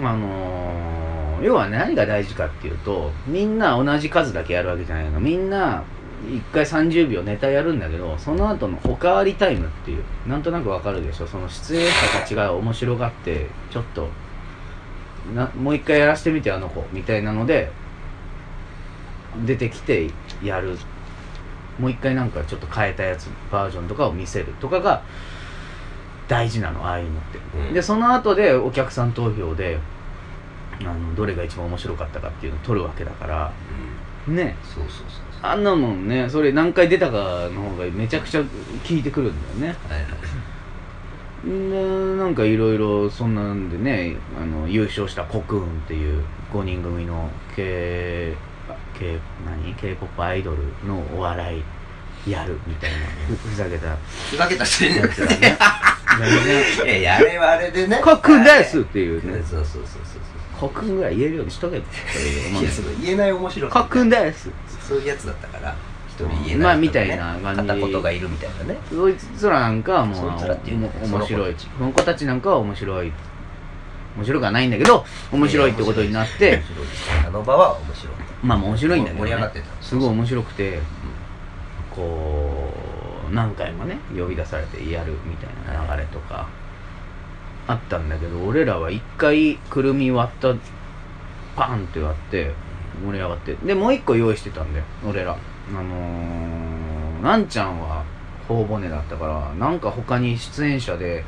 A: どあのー要は何が大事かっていうとみんな同じ数だけやるわけじゃないのみんな1回30秒ネタやるんだけどその後のおかわりタイムっていうなんとなくわかるでしょその出演者たちが面白がってちょっとなもう一回やらせてみてあの子みたいなので出てきてやるもう一回なんかちょっと変えたやつバージョンとかを見せるとかが大事なのああいうのって
C: うん
A: でその後でお客さん投票であのどれが一番面白かったかっていうのを取るわけだから
C: うん
A: ね
C: そうそうそう
A: あんなもんねそれ何回出たかの方がめちゃくちゃ効いてくるんだよね
C: はいはい
A: でなんかいろいろそんなんでねあの優勝したコクーンっていう5人組の K, K 何 k p o p アイドルのお笑いやるみたいなふふざけたや
C: ふざけたしてる
A: つらね *laughs* 全然
C: いやいやあれはあれでね
A: 「コクーンです!」っていう
C: ね
A: ね
C: そうそうそうそうそう
A: 国分ぐらい言えるようにしとけば
C: いやその言えない面白
A: 国
C: さ
A: 分です
C: そういうやつだったから一人言えない人がね、
A: まあみたいな感じ
C: 片言がいるみたいなね
A: そいつらなんかはもう
C: そいつらっていうの
A: おも面白い
C: そ
A: この子たちなんかは面白い面白くはないんだけど面白いってことになって
C: *laughs* 面白いですあの場は面白い
A: まあ面白いんだけど、
C: 盛り
A: ね
C: 上がってた、
A: すごい面白くて、こう何回もね呼び出されてやるみたいな流れとかあったんだけど俺らは一回くるみ割ったパンって割って盛り上がってでもう一個用意してたんだよ俺らあのー、なんちゃんは頬骨だったからなんか他に出演者で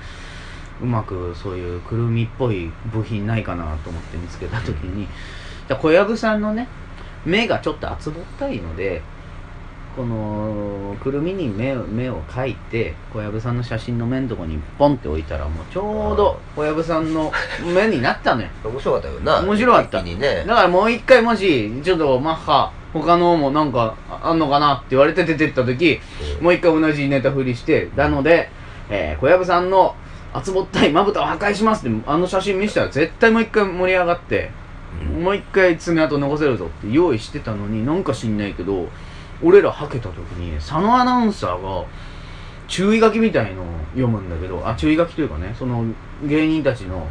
A: うまくそういうくるみっぽい部品ないかなと思って見つけた時にだ小籔さんのね目がちょっと厚ぼったいのでこのくるみに目を目を描いて小籔さんの写真の目のとこにポンって置いたらもうちょうど小籔さんの目になったのよ
C: 面白かったよな
A: 面白かった
C: 一気にね
A: だからもう一回もしちょっとマッハ他のもなんかあんのかなって言われて出てった時もう一回同じネタ振りしてなので、えー小籔さんの厚ぼったいまぶたを破壊しますってあの写真見せたら絶対もう一回盛り上がって、もう一回爪痕残せるぞって用意してたのになんか知んないけど俺らはけた時に佐野アナウンサーが注意書きみたいのを読むんだけどあ注意書きというかねその芸人たちの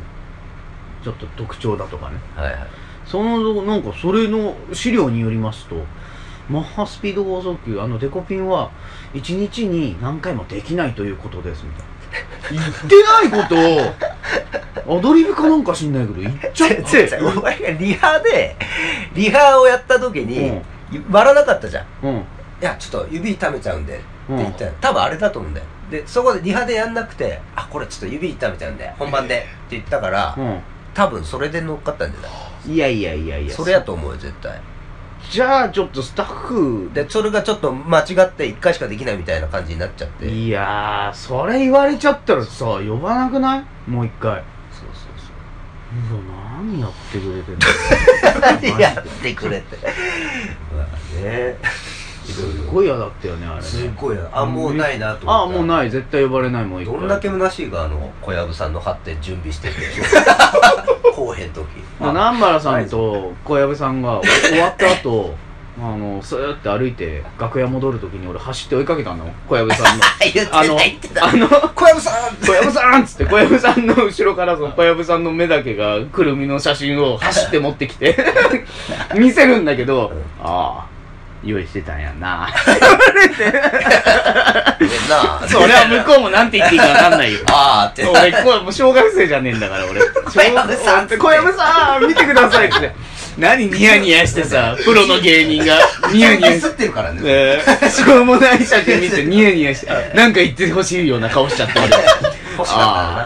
A: ちょっと特徴だとかね
C: はいはい
A: そのなんかそれの資料によりますとマッハスピード剛速球あのデコピンは1日に何回もできないということですみたいな言ってない *laughs* ことをアドリブかなんか知んないけど言っ *laughs* ちゃっ
C: 違う違
A: て
C: うお前がリハでリハをやった時に割らなかったじゃん
A: うん
C: いやちょっと指痛めちゃうんでって
A: うん
C: 言ったよ多分あれだと思うんだよでそこでリハでやんなくてあこれちょっと指痛めちゃうんで本番でって言ったから多分それで乗っかったんじゃない
A: うんいやいやいやいや
C: それやと思うよ絶対
A: じゃあちょっとスタッフ
C: でそれがちょっと間違って1回しかできないみたいな感じになっちゃって
A: いやーそれ言われちゃったらさ呼ばなくないもう一回
C: そうそうそ
A: う
C: う
A: わ何やってくれ *laughs* てんの
C: 何やってくれ
A: *laughs*
C: てまあね
A: すごい嫌だったよねあれね
C: すっごいなあもうないなと思った
A: あもうない絶対呼ばれないもう一回
C: どんだけ虚しいかあの小籔さんの貼って準備してて
A: *laughs*
C: 後編時
A: まあ南原さんと小籔さんがお終わった後 *laughs* あのスーって歩いて楽屋戻る時に俺走って追いかけたの小籔さん
C: *laughs*
A: の
C: 言ってた
A: あの
C: 言ってた
A: あの
C: 小籔さん
A: 小籔さんっつって小籔さんの後ろからその小籔さんの目だけがくるみの写真を走って持ってき
C: *laughs*
A: て見せるんだけどああ用意してたんや
C: *laughs*
A: な
C: ごめんな
A: それは向こうもなんて言っていいかわかんないよ
C: *laughs* ああって
A: 俺こうもう小学生じゃねえんだから俺小
C: 籔さん
A: 小籔さん見てくださいって何ニヤニヤして
C: *laughs*
A: さプロの芸人がニヤニヤ
C: ミ
A: し
C: ス
A: て
C: *laughs* ってるからね
A: えー、しょうもない写真見てニヤニ
C: *laughs*
A: ヤしてなんか言ってほしいような顔しちゃって俺
C: 欲し
A: あ
C: か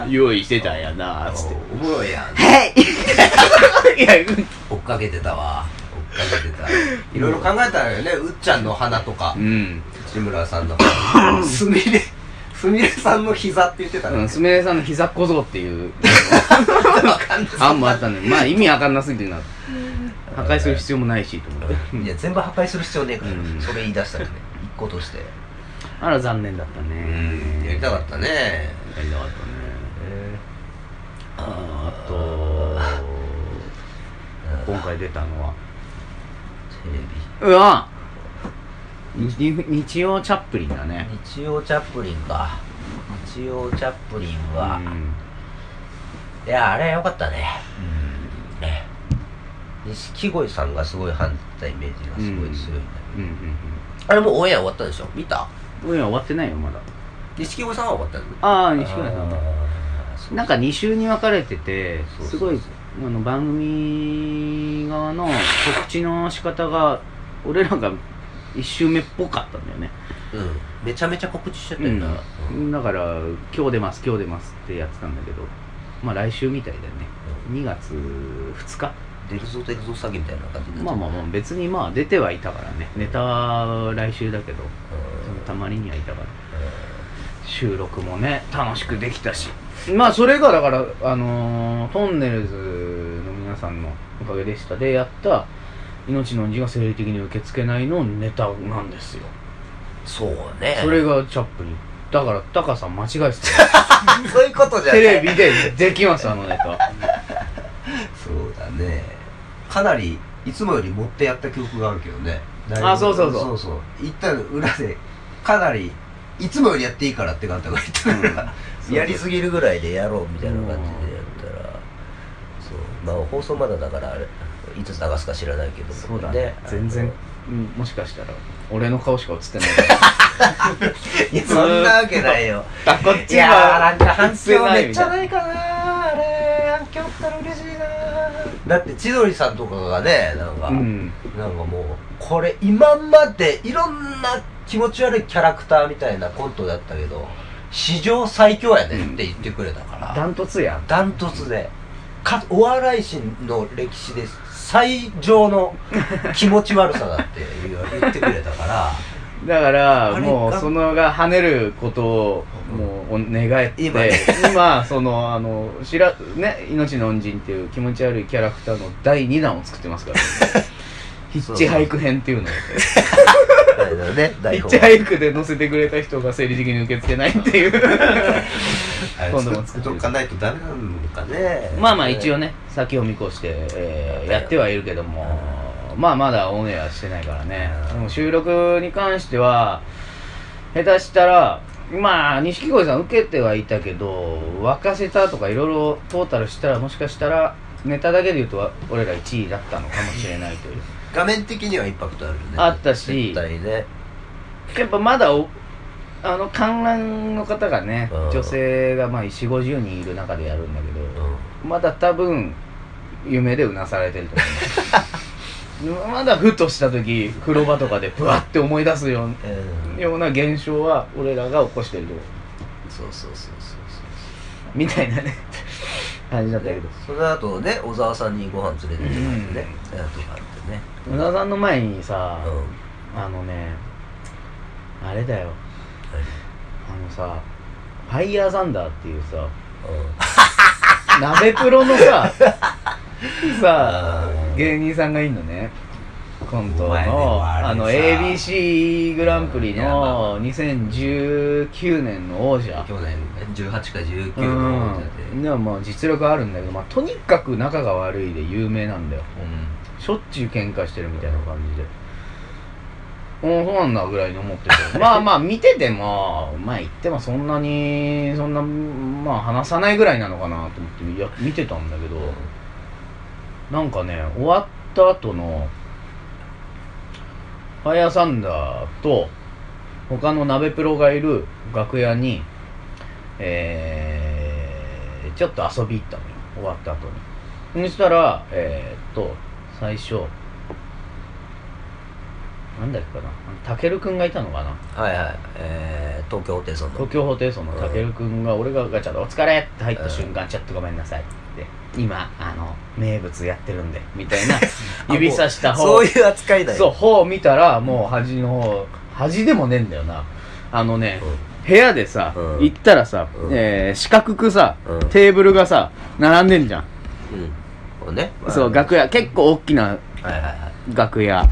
A: あ
C: った
A: 用意してたんやな
C: な
A: つっ
C: おもろいやん
A: *laughs* ていや
C: 追っかけてたわ追っかけてたいろいろ考えたのよねうっちゃんの鼻とか
A: うん
C: 志村さんの鼻 *laughs* すみれすみれさんの膝って言ってた
A: う
C: ね
A: んすみれさんの膝小僧っていう
C: わかんない
A: 案もあったんで
C: *laughs*
A: まあ意味わかんなすぎてな破壊する必要もないしと思って
C: いや全部破壊する必要ねえから、
A: うん
C: それ言い出したらね一個として
A: あら残念だったね
C: やりたかったね
A: やりたかったねあと今回出たのは
C: テ
A: う
C: レ
A: わ日日曜チャップリンだね
C: ビ日曜チャップリンか日曜チャップリン
A: う
C: は、
A: ん
C: いやあれはよかったねね錦鯉さんがすごい反対イメージがすごい強いね、
A: うんうん
C: あれもうオンエア終わったでしょ見た
A: うんうん終わってないよまだ
C: 錦鯉さんは終わったの
A: ああ西村さん
C: あーそう
A: なんか2週に分かれてて
C: そう
A: す
C: そう
A: ごいあの番組側の告知の仕方が俺らが1週目っぽかったんだよね
C: うんめちゃめちゃ告知しちゃったよな、
A: うん、だから今日出ます今日出ますってやってたんだけどまあ来週みたいだよね2月2日
C: 出るぞ出るぞ詐欺みたいな感じに
A: ま
C: な
A: あ
C: っちゃ
A: まあまあ別にまあ出てはいたからねネタは来週だけど
C: った
A: たまにはいたから収録もね楽しくできたしまあそれがだからあのートンネルズの皆さんのおかげでしたでやった「命の恩人が生理的に受け付けない」のネタなんですよ
C: そうね
A: それがチャップリンだからタカさん間違えてた
C: そういうことじゃな
A: テ
C: い
A: レビでできますあのネタ
C: そうだねかなりいつもより持ってやった記憶があるけどねだいぶ
A: あそうそうそう
C: そうそう一旦裏でかなりいつもよりやっていいからって監督が言ってたから
A: うん
C: やりすぎるぐらいでやろうみたいな感じでやったらそうまあ放送まだだからあれいつ流すか知らないけど
A: そうだね全然うんもしかしたら俺の顔しか映ってない
C: *laughs* いやそんなわけないよ
A: *laughs* あこっ
C: い
A: ち
C: やーな
A: は
C: んか反響めっちゃ
A: 映ってない
C: ないかなあれ反響あったら嬉しいなだって千鳥さんとかがねなんか、
A: うん
C: なんかもうこれ今までいろんな気持ち悪いキャラクターみたいなコントだったけど史上最強やねって言ってくれたから、
A: ダントツやん
C: ダントツでかお笑い史の歴史で最上の気持ち悪さだって言わ言ってくれた *laughs* から
A: だから
C: あれ
A: もう
C: あ
A: そのが跳ねることをもうお願えて
C: 今
A: 今,、
C: ね
A: そのあの知らね命の恩人っていう気持ち悪いキャラクターの第2弾を作ってますから、 *laughs* ヒッチハイク編っていうのを
C: あれだよね
A: ヒ
C: 台
A: ッ
C: 本
A: チハイクで載せてくれた人が生理的に受け付けないっていう
C: あれ
A: 今度も作ってる
C: っとかないとダメなのかね
A: まあまあ一
C: 応
A: 応ね先を見越して、えーやってはいるけどもまあまだオンエアしてないからね
C: うん
A: でも収録に関しては下手したらまあ錦鯉さん受けてはいたけど沸かせたとかいろいろトータルしたらもしかしたらネタだけで言うと俺ら1位だったのかもしれないという
C: 画面的にはインパクトあるよね
A: あったし
C: 絶対ね
A: やっぱまだおあの観覧の方がね
C: うん
A: 女性がまあ4 5 0人いる中でやるんだけど、
C: うん
A: まだ多分夢でうなされてると思いますまだふとした時風呂場とかでブワッて思い出すよう
C: うん
A: ような現象は俺らが起こしてると思う
C: そうそうそうそうそう
A: みたいなね *laughs* 感じだったけど
C: その後ね小沢さんにご飯連れてってもらってね、うん、とかあってね
A: *laughs* 宇田さんの前にさ、
C: うん
A: あのねあれだよあのさファイヤーサンダーっていうさ鍋プロの
C: *laughs*
A: ささ
C: うん
A: 芸人さんがいんのねコント
C: お
A: の、
C: 前ね
A: あの
C: あれさ
A: ABC グランプリ
C: いやま
A: の2019年の王者
C: 去年18か19
A: う
C: の
A: んでもまあ実力あるんだけど、まあ、とにかく仲が悪いで有名なんだよしょっちゅう喧嘩してるみたいな感じでうんそうなんだぐらいに思って
C: *laughs*
A: てまあまあ見ててもまあ言ってもそんなにそんなまあ話さないぐらいなのかなと思っていや見てたんだけど、なんかね終わった後のファイヤーサンダーと他の鍋プロがいる楽屋にえー、ちょっと遊び行ったのよ終わった後にそしたらえー、っと最初なんだっけかなたけるくんがいたのかな
C: はいはいえー、東京ホテイソンの
A: 東京ホテイソンのたけるくんが俺がガチャで「お疲れ!」って入った瞬間「ちょっとごめんなさい」って「今あの名物やってるんで」みたい
C: *laughs*
A: な指さした方
C: そういう扱いだよ
A: そう方を見たらもう端の方端でもねえんだよなあのね部屋でさ、
C: うん
A: 行ったらさ、
C: うん
A: えー四角くさ、
C: うん
A: テーブルがさ並んでんじゃん、
C: うん、うん、こうね
A: そう楽屋結構大きな
C: はいはいはい
A: 楽屋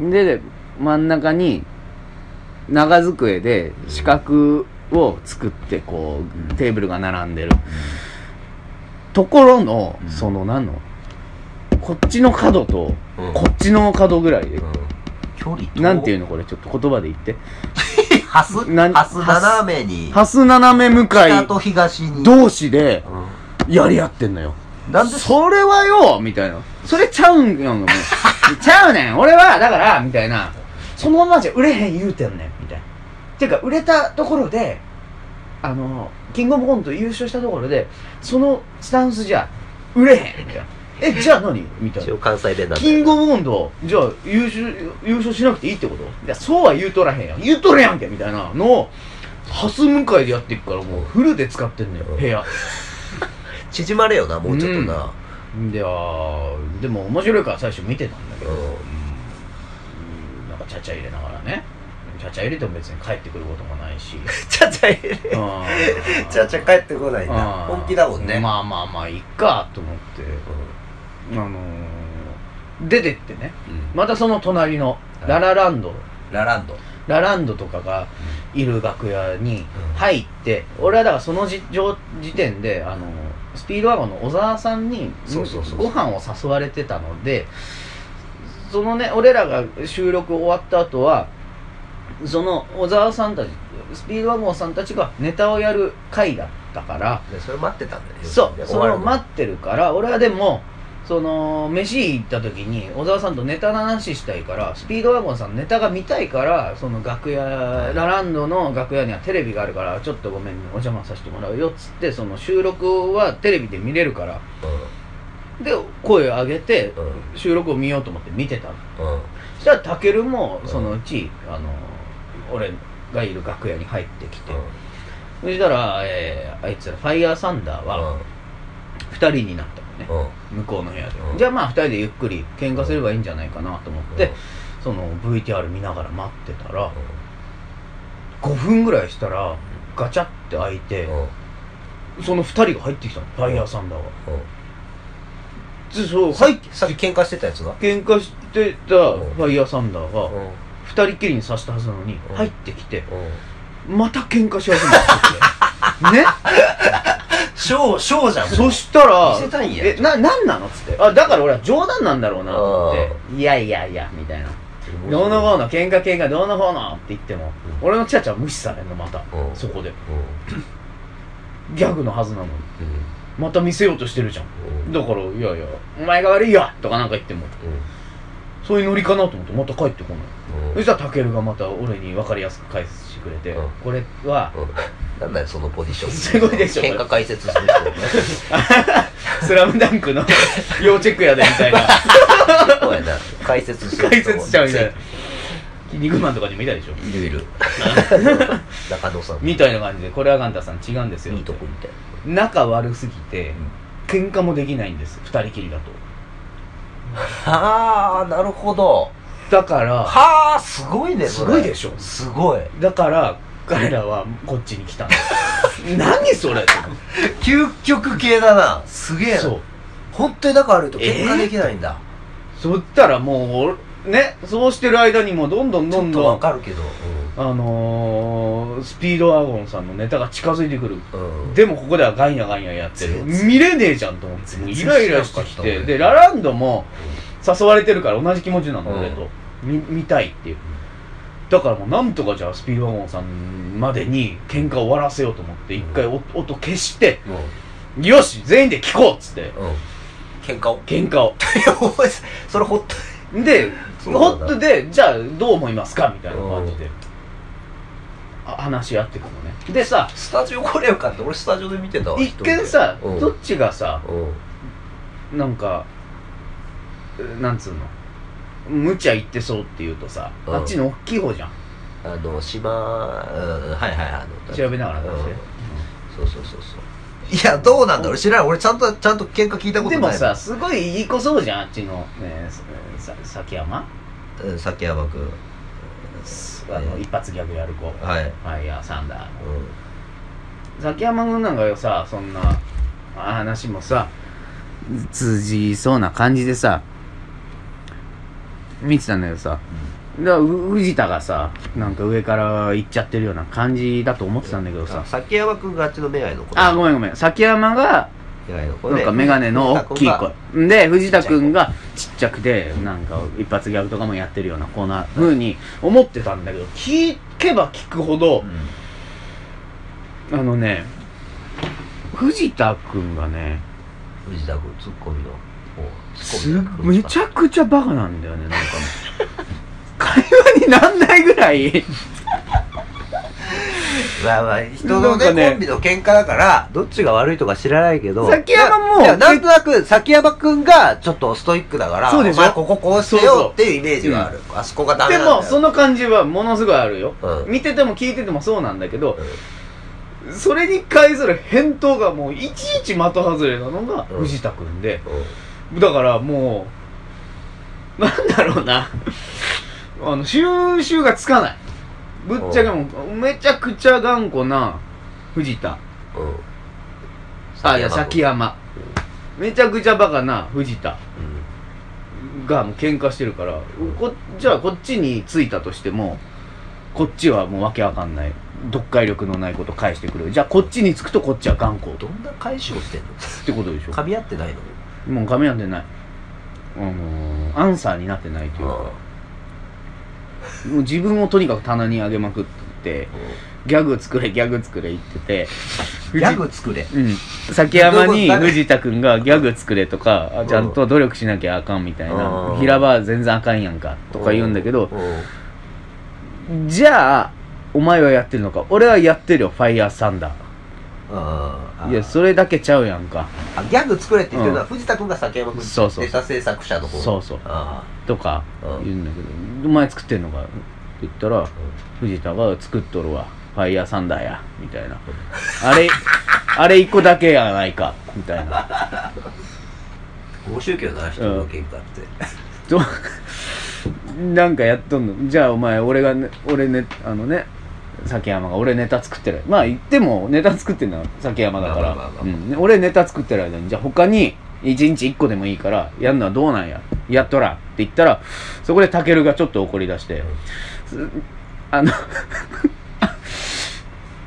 A: でで真ん中に長机で四角を作ってこうテーブルが並んでるところの
C: うん
A: その何のこっちの角と
C: うん
A: こっちの角ぐらいで
C: うん、距離
A: なんていう
C: の
A: のこれちょっと言葉で言って
C: ハス
A: なん
C: ハス斜めに
A: ハス斜め向か
C: 北
A: い
C: と東に
A: 同士で
C: う
A: やり合ってんのよ
C: ん、なんで
A: それはよみたいな。それちゃうんやん *laughs* もうちゃうねん俺は、だから、みたいな。そのままじゃ売れへん言うてんねん、みたいな。てか、売れたところで、あの、キングオブコント優勝したところで、そのスタンスじゃ売れへん、みたいな。え、じゃあ何みたい
C: 一
A: な
C: 応。関西弁なんだ
A: キン
C: よ
A: グオブコント、じゃあ優勝、優勝しなくていいってこといや、そうは言うとらへんやん。言うとるやんけみたいなのを、ハス向かいでやっていくから、もうフルで使ってんのよ、部屋。
C: 縮まれよなもうちょっとな、
A: いやーでも面白いから最初見てたんだけど、
C: う
A: うんんなんかちゃちゃ入れながらねちゃちゃ入れても別に帰ってくることもない
C: *laughs*
A: し
C: ちゃちゃ入れちゃちゃ帰ってこないんだ
A: あー
C: 本気だもんね、
A: まあまあまあいっかと思ってあのー出てってね
C: うん
A: またその隣の
C: はい
A: ララランド
C: ラランド
A: ラランドとかがいる楽屋に入って、俺はだからその時状時点であのスピードワゴンの小沢さんに
D: そうそうそう
A: ご飯を誘われてたのでそのね俺らが収録終わった後はその小沢さんたちスピードワゴンさんたちがネタをやる回だったから
C: でそれ待ってたんだよ
A: そうそれを
C: 待
A: 待ってるから俺はでもその飯行った時に小沢さんとネタの話したいからスピードワゴンさんネタが見たいからその楽屋ラランドの楽屋にはテレビがあるからちょっとごめんお邪魔させてもらうよっつってその収録はテレビで見れるからで声を上げて
C: うん
A: 収録を見ようと思って見てたの
C: うん
A: そしたらたけるもそのうちあの俺がいる楽屋に入ってきてそしたら、えーあいつらファイヤーサンダーは2人になったのね
C: うんうん
A: 向こうの部屋で、
C: うん
A: じゃあまあ2人でゆっくり喧嘩すればいいんじゃないかなと思って、
C: うん
A: その VTR 見ながら待ってたら、5分ぐらいしたらガチャって開いて、
C: うん
A: その2人が入ってきたのファイヤーサンダーが、
C: うん
A: でそう入っ
C: さっき喧嘩してたやつが
A: 喧嘩してた
C: ん
A: ファイヤーサンダーが
C: う
A: 2
C: ん
A: 人きりにさしたはずなのに、
C: うん
A: 入ってきて
C: うん
A: また喧嘩し始めて *laughs* ね
C: ショーショーじゃん
A: そしたら
C: 見せたいんや
A: えななんなの?」っつってあだから俺は冗談なんだろうなと思って「いやいやいや」みたいなどうのこうの喧嘩喧嘩どうのこうのって言っても、
C: う
A: 俺のチャチャ無視されんのまた、
C: うん
A: そこで
C: うん
A: ギャグのはずなのに
C: うん
A: また見せようとしてるじゃん
C: うん
A: だからいやいやお前が悪いよとかなんか言ってもそういうノリかなと思ってまた帰ってこない、
C: うん
A: そしたらタケルがまた俺に分かりやすく返してくれて、
C: うん
A: これは
C: うんなんだよそのポジション
A: すごいでしょ
C: 喧嘩解説する人
A: 「スラムダンクの *laughs* 要チェックやでみ
C: *laughs*
A: たいな
C: そうやな解説する人
A: 解説者みたいな「キン肉マン」とかにもいたでしょ
C: いるいる中野さん
A: みたいな感じでこれはガンダさん違うんですよ
C: いいとこみたい
A: 仲悪すぎて喧嘩もできないんです二人きりだと
C: はあなるほど
A: だから
C: はあすごいね
A: す
C: それ
A: ごいでしょ
C: すごい
A: だから彼らはこっちに来たんです *laughs* 何それ
C: 究極系だなすげえ
A: そ
C: な
A: う
C: 本当に仲悪いと喧嘩できないんだ、
A: そったらもうねそうしてる間にもうどんどん
C: ち
A: ど
C: ょ
A: ん
C: っと
A: ど
C: わ
A: ん
C: かるけど
A: あのー、スピードワゴンさんのネタが近づいてくる
C: うん、うん、
A: でもここではガンヤガンヤやってる
C: 全然
A: 見れねえじゃんと思ってもうイライラしてき
C: 全然知らなかった
A: て
C: 俺
A: でラランドも誘われてるから同じ気持ちなの
C: うん
A: 俺と見見たいっていうだからもうなんとかじゃあスピードワゴンさんまでに喧嘩終わらせようと思って一回お音消して
C: うん
A: よし全員で聞こうっつって
C: うん喧嘩を
A: 喧嘩を
C: お前それほっと
A: で
C: そうな
A: ホ
C: んだ
A: ットでじゃあどう思いますかみたいな感じで
C: う
A: あ話し合ってくのねでさ
C: スタジオ来れよかった俺スタジオで見てたわ
A: 一見さ
C: うん
A: どっちがさ
C: 人でうん
A: なんかえなんつうの無茶言ってそうっていうとさ、
C: うん
A: あっちの大きい方じゃん
C: あの島うんはいはいはいあの
A: 調べながら話して
C: うんそうそうそうそういやどうなんだ俺知らない俺ちゃんとちゃんと喧嘩聞いたことな
A: で
C: い
A: もさすごいいい子そうじゃんあっちの、えーささ崎山
C: うん崎山君
A: あの、
C: うん
A: 一発ギャグやる子フ
C: はい
A: ァイヤーサンダーの
C: うん
A: 崎山君なんかよさそんな話もさ通じそうな感じでさ見てたんだけどさ、だからう藤田がさなんか上から行っちゃってるような感じだと思ってたんだけどさ
C: あ崎山君があっちの目合いの子
A: あ、ご
C: ん
A: めんごめん。崎山が、
C: 目合いの子
A: な
C: で
A: んかメガネの大きい
C: 藤田君が
A: 子。で、藤田くんがちっちゃくて、なんか一発ギャグとかもやってるような子な風に思ってたんだけど、聞けば聞くほど
C: う、ん
A: あのね、藤田くんがね、
C: 藤田君ツッコミの
A: すめちゃくちゃバカなんだよね、なんか。会話になんないぐらい、
C: まあまあ人の
A: なんかね
C: ねコンビの喧嘩だからどっちが悪いとか知らないけど
A: 崎山も
C: ななんとなく崎山君がちょっとストイックだから
A: そうでしょ
C: お前こここうしてよっていうイメージがあるあそこがダメ
A: で
C: なんだ
A: も
C: よ
A: その感じはものすごいあるよ。
C: うん
A: 見てても聞いててもそうなんだけど、それに対する返答がもういちいち的外れなのが
C: うん
A: 藤田くんで、
C: うん
A: だからもうなんだろうなあの収集がつかないぶっちゃけもうめちゃくちゃ頑固な藤田
C: うん
A: あいや崎山めちゃくちゃバカな藤田
C: うん
A: がもう喧嘩してるからこじゃあこっちに着いたとしてもこっちはもうわけわかんない読解力のないこと返してくるじゃあこっちにつくとこっちは頑固と
C: どんな返しをしてんの
A: ってことでしょ
C: 噛み合ってないの
A: もう噛み合ってないあのーアンサーになってないというかもう自分をとにかく棚に上げまくってギャグ作れギャグ作れ言ってて
C: ギャグ作れ
A: うん、崎山に
C: どこ
A: 藤田君がギャグ作れとかあちゃんと努力しなきゃあかんみたいな
C: うん
A: 平場は全然あかんやんかとか言うんだけど
C: うん
A: じゃあお前はやってるのか俺はやってるよファイヤーサンダ
C: あ
A: ーいやそれだけちゃうやんか
C: あギャグ作れって言ってるのは藤田君が崎山君
A: そうそう
C: ネタ制作者の方
A: そうそう
C: あ
A: とか
C: うん
A: 言うんだけど「お前作ってんのか?」って言ったら藤田が「作っとるわファイヤーサンダーや」みたいな「あれあれ一個だけやないか」みたいな
C: あご宗教の話との喧嘩って
A: どなんかやっとんのじゃあお前俺がね俺ねあのね崎山が俺ネタ作ってるまあ言ってもネタ作ってんのは崎山だか
C: まあまあま
A: ら
C: あ
A: う
C: まあ
A: ん俺ネタ作ってる間にじゃあ他に1日1個でもいいからやるのはどうなんややっとらんって言ったらそこでたけるがちょっと怒り出してすあの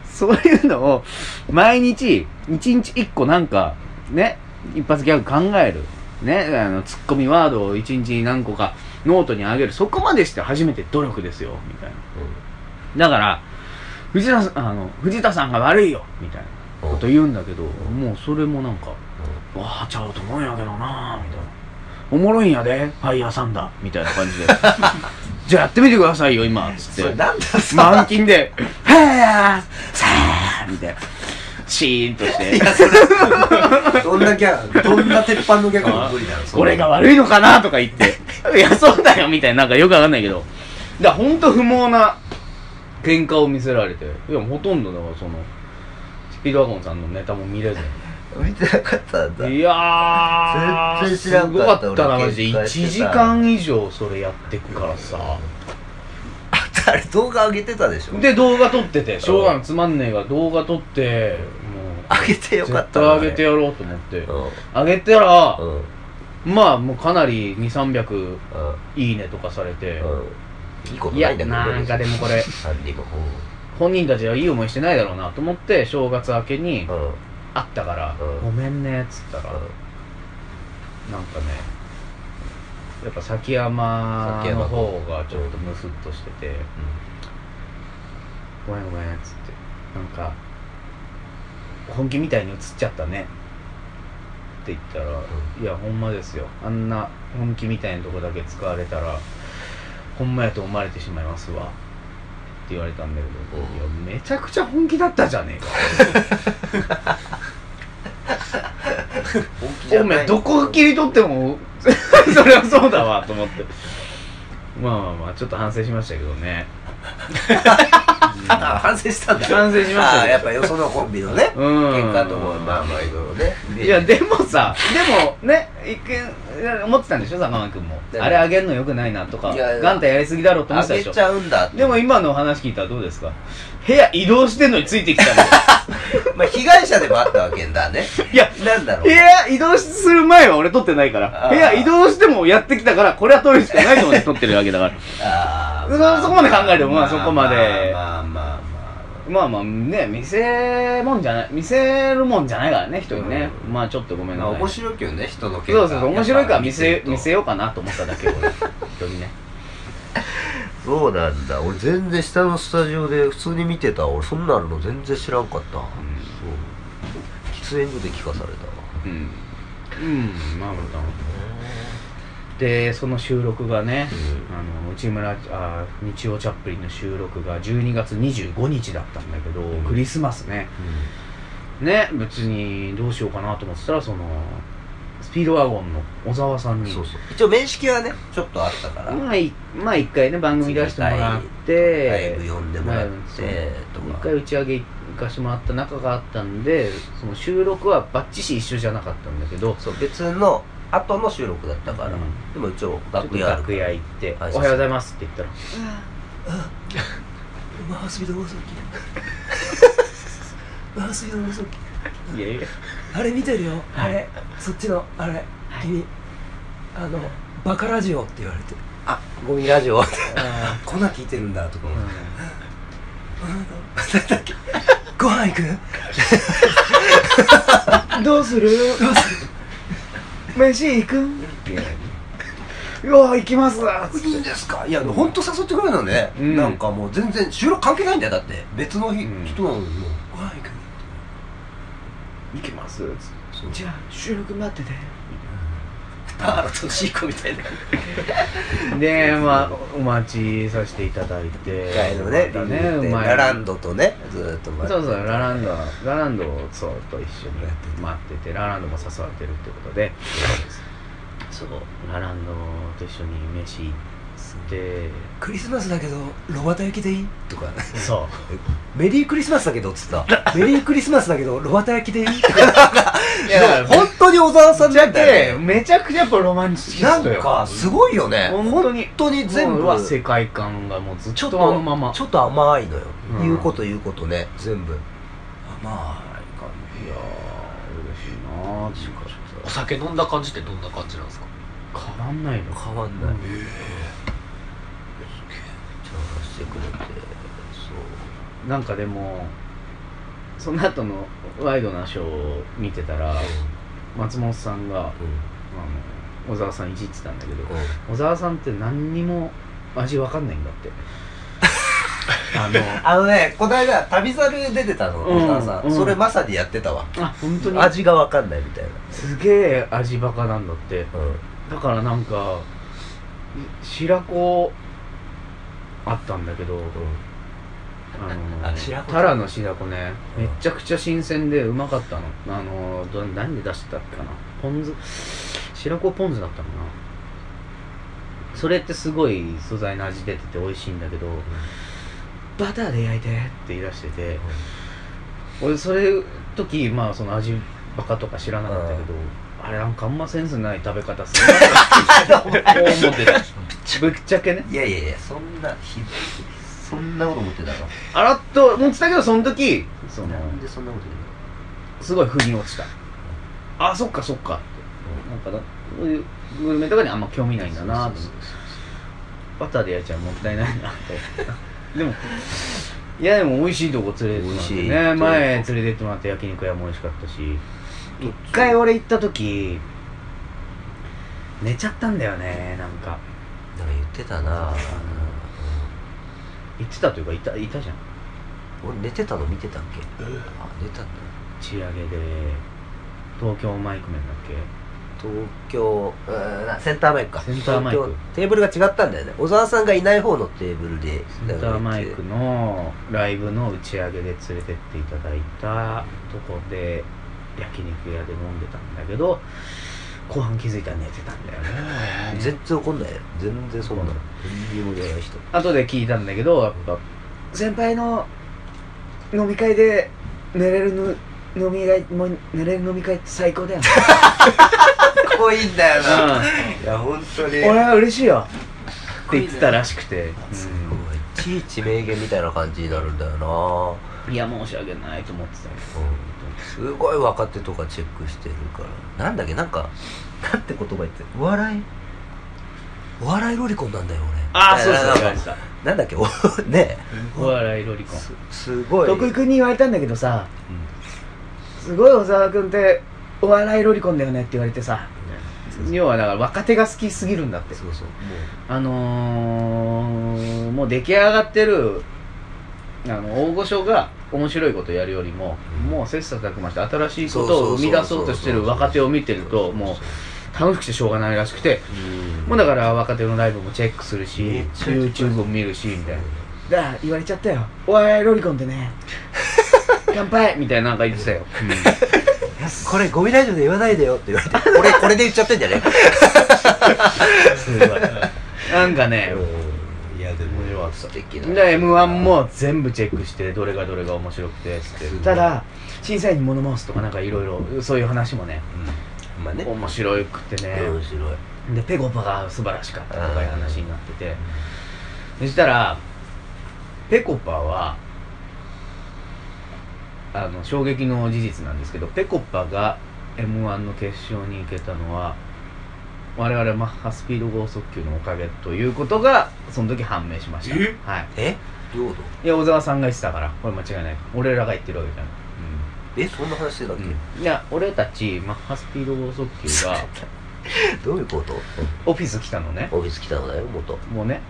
A: そういうのを毎日1日1個なんかね一発ギャグ考えるねあのツッコミワードを1日に何個かノートに上げるそこまでして初めて努力ですよみたいなだから藤田さんあの藤田さんが悪いよみたいなこと言うんだけどもうそれもなんか「わあちゃうと思うんやけどな」みたいな「おもろいんやでファイヤーサンダー」みたいな感じで *laughs* 「じゃあやってみてくださいよ今」つ
C: そ
A: っ
C: れ
A: て
C: なんだそ
A: 満金で「はやさあ」みたいなシーンとして
C: どんなギャグどんな鉄板のギャグも無理だろそれ
A: 俺が悪いのかなとか言って、いや、そうだよみたいな、なんかよくわかんないけど、だから本当不毛な喧嘩を見せられて、いや、ほとんどだから、その、スピードワゴンさんのネタも見れず
C: 見てなかったんだ
A: に。いやー、
C: 全然知ら
A: す
C: ん
A: ご
C: か
A: か
C: った
A: ったな、
C: 俺
A: マジで。
C: 喧嘩してた
A: 1時間以上それやってくからさ。
C: あれ動画上げてたでしょ
A: で、動画撮ってて、しょうがないつまんねえが動画撮って、もう、
C: 上げてよかっ
A: 絶
C: た
A: 対
C: な
A: 上げてやろうと思って
C: う、ん
A: 上げたら、
C: うん
A: まあ、もうかなり2、300
C: うん
A: いいねとかされて、
C: うんいいこと
A: い
C: な
A: や
C: いんだけど
A: なんかでもこ
C: *laughs*
A: れ
C: 三人も
A: 本人たちはいい思いしてないだろうなと思って正月明けに
C: うんうん
A: 会ったから
C: う
A: 「
C: ん
A: ごめんね」っつったらなんかねやっぱ崎山
C: 崎
A: の
C: 山
A: 方がちょっとムスッとしてて「ごめんごめん」っつってなんか「本気みたいに映っちゃったね」って言ったら「いやほんまですよあんな本気みたいなとこだけ使われたらほんまやと思われてしまいますわ」って言われたんだけど「いやめちゃくちゃ本気だったじゃねえか」
C: 本気じゃ
A: お
C: ない
A: めえどこ切り取っても *laughs* それはそうだわと思ってまあまあまあちょっと反省しましたけど
C: *laughs*
A: ね
C: あ反省したんだ
A: 反省しました
C: あ
A: ね
C: ーやっぱよそのコンビのね
A: うん
C: 喧嘩ともまあまあいろいろね
A: いやでもさでもね一見思ってたんでしょ坂間君も
C: でも
A: あれあげるのよくないなとか
C: いやいや
A: ガンタやりすぎだろうと思ってた
C: 上
A: で
C: げ
A: しょ
C: ちゃうんだって
A: でも今のお話聞いたらどうですか部屋移動してんのについてきた *laughs* の
C: まあ被害者でもあったわけだね
A: いや
C: なんだろ
A: 部
C: う
A: 屋移動する前は俺撮ってないから
C: あ
A: 部
C: ー
A: 屋移動してもやってきたからこれは撮るしかないと思って撮ってるわけだから
C: あ
A: そ
C: ー
A: そこまで考えてもまあそこまで
C: まあまあまあ
A: *laughs* まあまあね見せもんじゃない見せるもんじゃないからね人にね、
C: う
A: まあちょっとごめんな
C: まあ
A: さい、
C: 面白いけどね人の喧嘩
A: そうそうそう面白いから見
C: や
A: せ
C: っぱ
A: 見せようかなと思っただけ俺人にね
C: そうなんだ俺全然下のスタジオで普通に見てた俺そんなの全然知らんかった、そう喫煙所で聞かされたわ
A: うんうんまあまたでその収録がね、あの内村あー日曜チャップリンの収録が12月25日だったんだけど、
C: うん
A: クリスマスねね別にどうしようかなと思ってたらそのスピードワゴンの小沢さんに
C: そうそう一応面識はねちょっとあったから
A: まあ、いまあ一回ね番組出してもらって
C: ライブ呼んでもらってと
A: 一
C: か
A: 回打ち上げ行かしてもらった仲があったんでその収録はバッチシ一緒じゃなかったんだけど
C: そう別の後の収録だったから、
A: うん
C: でも一応
A: ちょっと
C: 楽屋ある
A: 楽屋行って「お
C: あ
A: は
C: そう
A: よ
C: そう
A: うございます」って言ったら
C: マハスビド大崎マハスビド大崎
A: 「いやいや
E: あれ見てるよあれそっちのあれ君あのバカラジオって言われて
C: ゴミラジオ
A: あ
C: *laughs* こんなん聞いてるんだとか
A: ー
C: 思っ
A: う
C: て
E: ご飯行くどうするどうする飯行くうわ行きますわ
C: いいんですかいや本当誘ってくれるのね、
A: うん
C: なんかもう全然収録関係ないんだよだって別の日、
A: うん
C: 人なのにもう
E: ご飯行く
A: 行きますっつって
C: そう
E: じゃあ収録待ってて
B: パーロとジーコみたいな
A: で、まあ、お待ちさせていただいて
C: 一
A: だ
C: 回
A: い
C: の
A: ぶ
C: ね
A: ねうまい
C: ラランドとねずーっと前
A: そうそうラランドラランドをそうと一緒に待っててラランドも誘われてるってことでそうラランドと一緒に飯行って
E: クリスマスだけどロバタ焼きでいい
C: とか
A: そう
C: メリークリスマスだけどっつった
E: メリークリスマスだけどロバタ焼きでいい
A: いやだから
C: *laughs* 本当に小沢さんなんだよね
A: めちゃくちゃやっぱロマンチス
C: な
A: ト
C: ん
A: よ
C: かすごいよね
A: 本当に
C: 本当に全
A: 全部
C: 部
A: は世界観がもうずっ
C: ちょっ
A: とあのまま
C: とちょっと甘いのよ
A: うん
C: 言うこと言うことね全部
A: まあいやー嬉しいなーっていうか
B: お酒飲んだ感じってどんな感じなんですか
A: 変わんないのか
C: 変わんないちゃんとしてくれてそう
A: なんかでもその後のワイドなショーを見てたら松本さんが
C: うん
A: あの小沢さんいじってたんだけど
C: うん
A: 小沢さんって何にも味わかんないんだって *laughs* あの
C: あのねこの間旅猿出てたの
A: うん
C: 小沢さん
A: うん
C: それまさにやってたわ
A: あ本当に
C: 味がわかんないみたいな
A: すげえ味バカなんだって
C: うん
A: だからなんか白子あったんだけど、あ
C: あ
A: の
C: 白子
A: タラの白子ね
C: うん
A: めちゃくちゃ新鮮でうまかったのあのど何で出してたっけかなポン酢白子ポン酢だったのかなそれってすごい素材の味出てて美味しいんだけど、バターで焼いてって言い出してて、俺それ時まあその味バカとか知らなかったけど、あれなんかあんまセンスない食べ方するなってこう思ってたぶっちゃけね
C: いやいやいやそんなひどいそんなこと思ってたの
A: あらっと思ってたけどその時その
C: なんでそんなこと言うの
A: すごい腑に落ちたあそっかそっかってなんかだそういうグルメとかにあんま興味ないんだなと思ってバターで焼いちゃもったいないなと思ってでもいやでも美味しいとこ連れてってもらって
C: 美味し
A: ね
C: い
A: 前連れてってもらった焼肉屋も美味しかったし一回俺行った時寝ちゃったんだよねなんか
C: なんか言ってたなぁ
A: 行ってたというかいたいたじゃん
C: 俺寝てたの見てたっけあ寝たんだ
A: 仕上げで東京マイクメンだっけ
C: 東京うーんセンターマイクか
A: センターマイク
C: 東京テーブルが違ったんだよね小沢さんがいない方のテーブルで
A: センターマイクのライブの打ち上げで連れてっていただいたとこで焼肉屋で飲んでたんだけど後半気づいたら寝てたんだよね
C: 全然怒んないよ全然そんなの何にも言わない人
A: 後で聞いたんだけどやっぱ先輩の飲み会で寝れるの飲み会もう寝れる飲み会って最高だよね、
C: 濃いんだよ
A: う
C: いや本当に
A: ん、 *laughs* 俺は嬉しいよって言ってたらしくて、
C: いちいち名言みたいな感じになるんだよなぁ
A: うんいや申し訳ないと思ってたよ
C: すごい若手とかチェックしてるからなんだっけなんかなんて言葉言ってお笑いお笑いロリコンなんだよ俺
A: ああそう
C: みたいな
A: そう言われ
C: なんか
A: てた
C: なんだっけおね
A: お笑いロリコン
C: すすごい
A: 徳井君に言われたんだけどさ、すごい小沢君ってお笑いロリコンだよねって言われてさ要はだから若手が好きすぎるんだって
C: そうそうも
A: あのー、もう出来上がってるあの大御所が面白いことやるよりも、
C: うん
A: もう切磋琢磨して新し
C: う
A: いことを生み出そうとしてる若手を見てるともう楽しくてしょうがないらしくて
C: うん
A: もうだから若手のライブもチェックするし
C: めっちゃいっぱい
A: YouTube も見るしみたいな
E: だから言われちゃったよ
A: お笑いロリコンでね乾杯みたいななんか言ってたよ、
C: これゴミラジオで言わないでよって言われて
A: *laughs*
C: これこれで言っちゃってんじゃね
A: すごい *laughs* なんかね
C: いやでも面白かった素敵だね
A: で m 1も全部チェックしてどれがどれが面白くてっつってただ審査員に物申すとかなんかいろいろそういう話もね
C: うんまあね面
A: 面白くてね
C: 白い
A: でペコパが素晴らしかったとかいう話になっててそしたらペコパはあの衝撃の事実なんですけどペコパが m 1の決勝に行けたのは我々マッハスピード剛速球のおかげということがその時判明しましたはい
C: え領土
A: いや小沢さんが言ってたからこれ間違いない俺らが言ってるわけじゃない
C: えそんな話してたっけ、
A: うん、いや俺たちマッハスピード剛速球が
C: *laughs* どういうこと
A: オフィス来たのね
C: オフィス来たのだよ元うん
A: もうね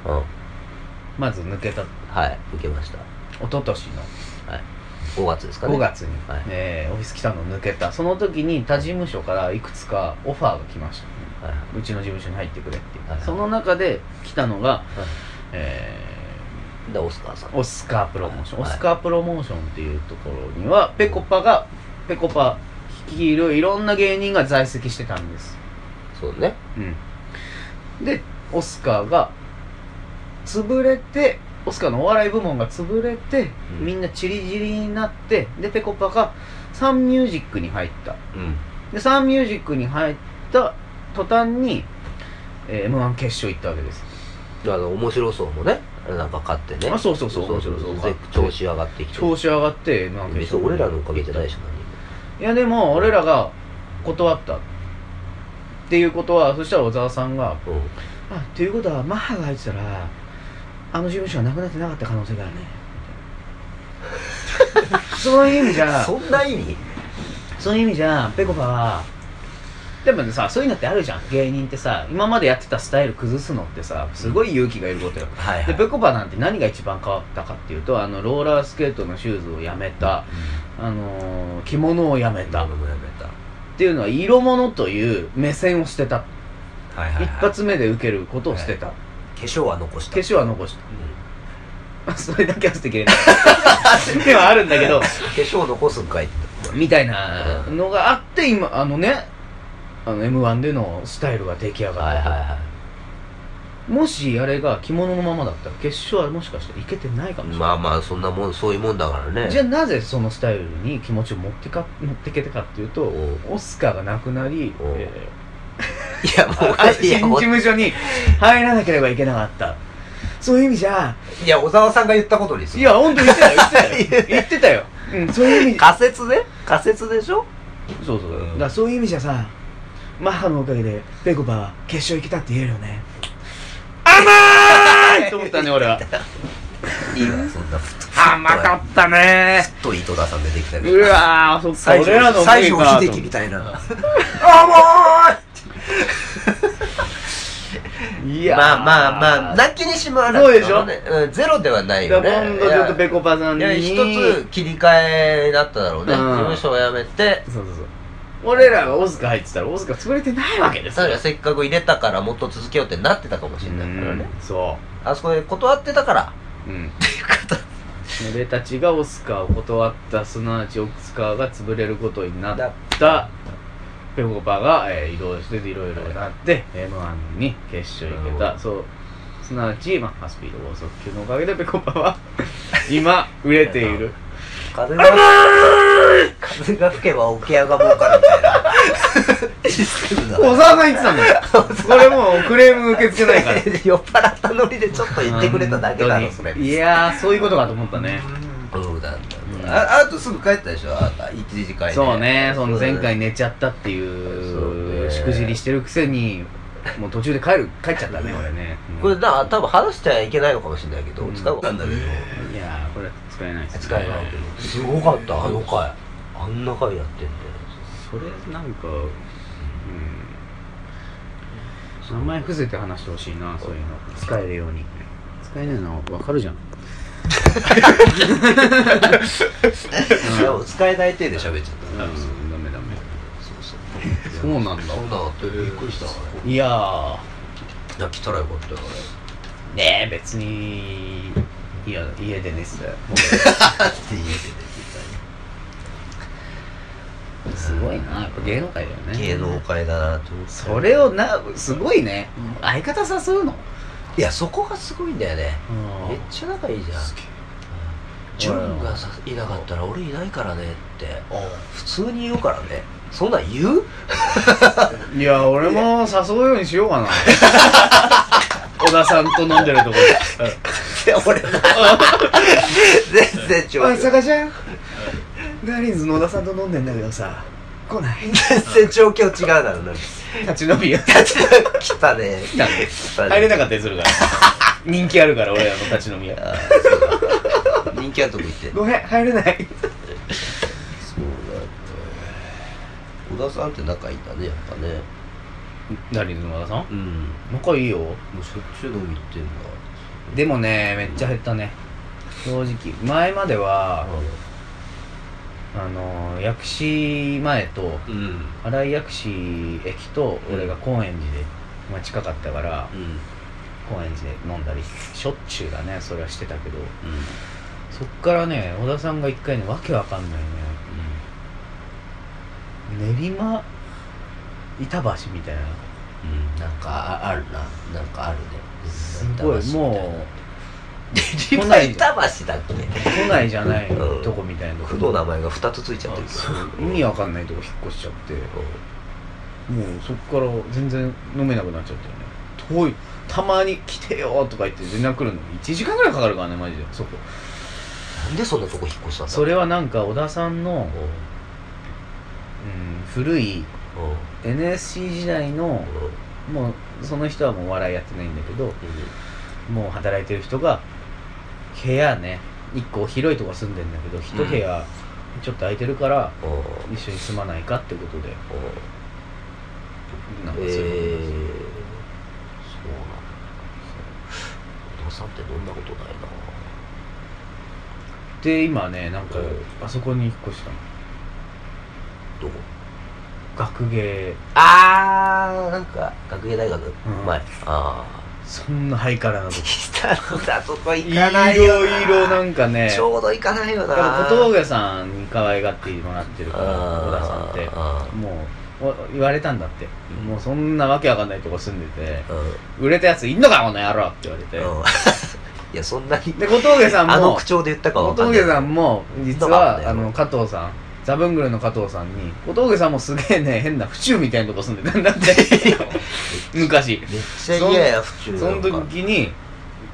A: まず抜けた一
C: はい受けました
A: 昨年の
C: 5月ですかね
A: 5月に、
C: はい
A: えーオフィス来たの抜けたその時に他事務所からいくつかオファーが来ました
C: はいはいう
A: ちの事務所に入ってくれっていう、
C: はいはい
A: その中で来たのが、え
C: でオスカーさん
A: ーオスカープロモーション、
C: はい
A: オスカープロモーションっていうところにはぺこぱがぺこぱ率いるいろんな芸人が在籍してたんです
C: そうね
A: うんでオスカーが潰れてオスカーのお笑い部門が潰れて、
C: うん
A: みんなチリチリになってでぺこぱがサンミュージックに入った
C: うん
A: でサンミュージックに入った途端に、え m 1決勝行ったわけです
C: あの面白そうもねなんか買ってね
A: あそうそうそう面白そう
C: で調子上がってきて
A: 調子上がって m 1決
C: 別
A: 勝
C: に俺らのおかげじゃないでしょ
A: いやでも俺らが断ったっていうことはそしたら小沢さんが
C: 何もう
A: 「
C: ん
A: あということはマッハが入ってたらあの事務所はなくなってなかった可能性が
C: *laughs*
A: あるね」そういう意味じゃ
C: そんな意味
A: そういう意味じゃぺこぱはでもさそういうのってあるじゃん芸人ってさ今までやってたスタイル崩すのってさすごい勇気がいることよ
C: はい
A: でぺこぱなんて何が一番変わったかっていうとあのローラースケートのシューズをやめた、あのー着物をやめた、
C: ダムもやめた
A: っていうのは色物という目線を捨てた、
C: はいはい、
A: 一発目で受けることを捨てた、
C: 化粧は残した
A: 化粧は残した *laughs* それだけは捨てきれない *laughs* ではあるんだけど
C: 化粧残すんかいって
A: みたいなのがあって今あのねあの m 1でのスタイルが出来上がった、
C: はいはいは
A: もしあれが着物のままだったら決勝はもしかしていけてないかもし
C: い
A: れない、
C: まあまあそんなもんそういうもんだからね
A: じゃあなぜそのスタイルに気持ちを持ってか持ってけたかっていうと
C: おう
A: オスカーがなくなり、
C: おう
A: えー
C: いやも
A: あ
C: うい
A: *laughs* 新
C: や
A: 事
C: もう
A: 務所に入らなければいけなかったそういう意味じゃ
C: いや小沢さんが言ったことにす
A: い
C: る
A: や本当言ってたよ言って
C: *laughs*
A: たよ言ってたよ、うん、そういう意味
C: 仮説ね仮説でしょ
A: そうそう、
C: うん
A: だからそういう意味じゃさマッハのおかげでペコパは決勝行けたって言えるよね甘いと思 *laughs* ったね俺はい
C: いわそんなふっと
A: 甘かったね
C: ふっと井戸田さん出てきたけ
A: う
C: ど
A: わーそっか
D: 最初
A: 俺らの
D: 最
A: 思いか
D: 初秀樹みたい
C: *laughs*
D: な。
A: いやー
C: まあまあまあなきにしもあらず
A: そうでしょ
C: のねうんゼロではない
A: だ
C: よ
A: か
C: ね
A: ら今度ちょっとペコパさん
C: い
A: に
C: やいや一つ切り替えだっただろうね
A: うん
C: 事務所を辞めて
A: そうそうそう俺らがオスカー入ってたらオスカー潰れてないわけです
C: さ
A: よ
C: らにせっかく入れたからもっと続けようってなってたかもしれないからね
A: うんそ
C: あそこで断ってたから
A: ううん俺たちがオスカーを断ったすなわちオスカーが潰れることになったペコパが、えー移動してていろいろなって m 1に決勝行け
C: なる
A: たそうすなわち、まあ、スピード剛速球のおかげでペコパは *laughs* 今売れて
C: *laughs*
A: いる
C: 風が風が吹けば桶屋が儲かるみたいなシステ *laughs* ムだ
A: 小沢さん言ってたんだよ *laughs* これもうクレーム受け付けないから
C: 酔っ払ったノリでちょっと *laughs* 言ってくれただけだろそれ
A: いやーそういうことかと思ったね
C: そうなんだ、
A: うん
C: ああとすぐ帰ったでしょあんた1時間
A: そうねその前回
C: に
A: 寝ちゃったって
C: そう
A: いう
C: ね
A: しくじりしてるくせにもう途中で帰る帰っちゃったね俺ね、うん
C: これな多分話しちゃいけないのかもしれないけど、
A: うん
C: 使うたんだけど
A: いやーこれは使えないですね
C: 使えないけどすごかったあの回あんな回やってんだよ
A: それなんかうん名前伏せて話してほしいなそういうの使えるように使えないの分かるじゃん
C: いや使えない手で喋っちゃっ
A: うん
C: た、
A: ダメダメ
C: そうそう
A: そうなんだ
C: そうだってびっくりしたわ
A: いやー
C: いや来たらよか *laughs* ったよ
A: ねえ別にいや家で寝てたよ
C: あれって家でね
A: すごいなやっぱ芸能界だよね
C: 芸能界だなと思って
A: それをなすごいね相方誘うの
C: いやそこがすごいんだよね
A: うん
C: めっちゃ仲いいじゃんジュンがさいなかったら俺いないからねって普通に言うからねそんなん言う
A: いや俺も誘うようにしよう
E: *laughs*
A: かな小田さんと飲んでるとこで
C: いや俺な全然違
E: おいう坂ちゃんダーリンズの小田さんと飲んでんだけどさ来ない
C: 全然状況違うだろうな
A: *laughs* 立ち飲
E: *laughs*
A: みやっ
C: 来たね
A: たんで
C: 来た
A: 入れ
C: ね
A: *laughs* なかったりするから人気あるから俺らの立ち飲みや
C: キャンとこ行って
E: ごめん入れない
C: そうなんだ小田さんって仲いいんだねやっぱね
A: 誰の和田さん
C: うん
A: 仲いいよ
C: もうしょっちゅう飲み行ってんだ
A: でもねめっちゃ減ったね正直前まではあの薬師前と
C: うんうん
A: 新井薬師駅と俺が高円寺で、まあ、近かったから
C: うん
A: 高円寺で飲んだりしょっちゅうだねそれはしてたけどそっからね小田さんが一回ねわけわかんないね練馬板橋みたいな
C: うんうんなんかああるななんかあるね
A: すごいもう
C: う
A: *laughs* 都
C: 都
A: 内
C: 内板橋だっけ
A: 都内じゃない
C: うん
A: とこみたいな
C: 区の名前が2つついちゃってる
A: そう意味わかんないとこ引っ越しちゃってもうそっから全然飲めなくなっちゃったよね遠いたまに来てよとか言って連絡来るのに1時間ぐらいかかるからねマジでそこ
C: なんでそんなとこ引っ越したんだ
A: それはなんか小田さんの、
C: うん
A: うん、古い
C: うん
A: NSC 時代の
C: うん
A: もうその人はもうお笑いやってないんだけどもう働いてる人が部屋ね1個広いとこ住んでんだけど1部屋ちょっと空いてるから
C: うん
A: 一緒に住まないかってことで
C: う
A: なんか
C: んえ
A: そういう話
C: ーそうなんだ小田さんってどんなことないな
A: で今ねなんか
C: うん
A: あそこに引っ越したの
C: どこ
A: 学芸
C: あーなんか学芸大学、うまいああ
A: そんなハイカラな
C: *laughs*
A: とこ
C: 下のだそこ行
A: い
C: かないよ
A: ろいろなんかね
C: ちょうど行かないよな
A: やっぱ小峠さんに可愛がってもらってるから
C: あー
A: 小田さんって
C: あー
A: もうお言われたんだってもうそんなわけわかんないとこ住んでて
C: うん
A: 売れたやついんのかこの野郎って言われて
C: うん *laughs* いやそんなに
A: で小峠さん
C: あの
A: も
C: 口調で言ったかは
A: 小
C: 分かんない
A: 峠さんも実
C: いんのかこの野
A: は
C: 郎
A: あの加藤さんザブングルの加藤さんに小峠さんもすげえね変な府中みたいなとこ住んでたんだって
C: *laughs*
A: 昔
C: めっちゃ嫌や普通
A: その時に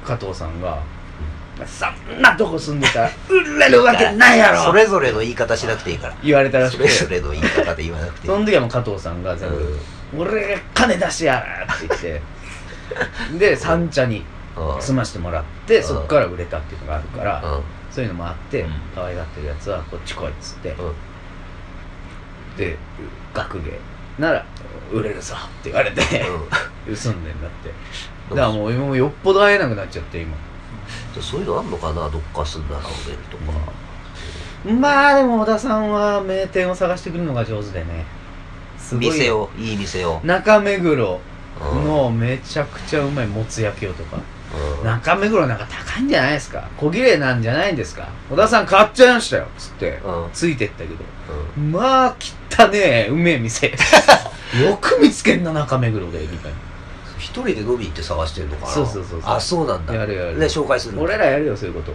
A: 加藤さんが「そんなとこ住んでたら *laughs* 売れるわけないやろ!」
C: それぞれの言い方しなくていいから
A: 言われたらし
C: そ
A: くて
C: れぞれの言い方で言わなくていい
A: その時はもう加藤さんが全部「俺が金出してやる!」 *laughs* って言ってで三茶に
C: うん
A: 住ましてもらって
C: うん
A: そっから売れたっていうのがあるか
C: う
A: ら
C: んうん
A: そういうのもあって
C: うん
A: 可愛がってるやつはこっち来いっつってで学芸なら売れるぞって言われて *laughs* 住んでんだってだからもう今もよっぽど会えなくなっちゃって今
C: うんそういうのあんのかなどっか住んだら俺とか
A: まあでも小田さんは名店を探してくるのが上手でねすごい
C: 店をいい店を
A: 中目黒
C: うん
A: のめちゃくちゃうまいもつ焼きをとか
C: うん
A: 中目黒なんか高いんじゃないですか小綺麗なんじゃないんですか小田さん買っちゃいましたよつって
C: うん
A: ついてったけど
C: うん
A: まあ汚ねえうめえ
C: *laughs*
A: 店よく見つけんな中目黒でみたいな
C: 一人で飲み行って探してんのかな
A: そうそうそうそう
C: あそうなんだ
A: やるやる
C: で紹介する
A: 俺らやるよそういうこと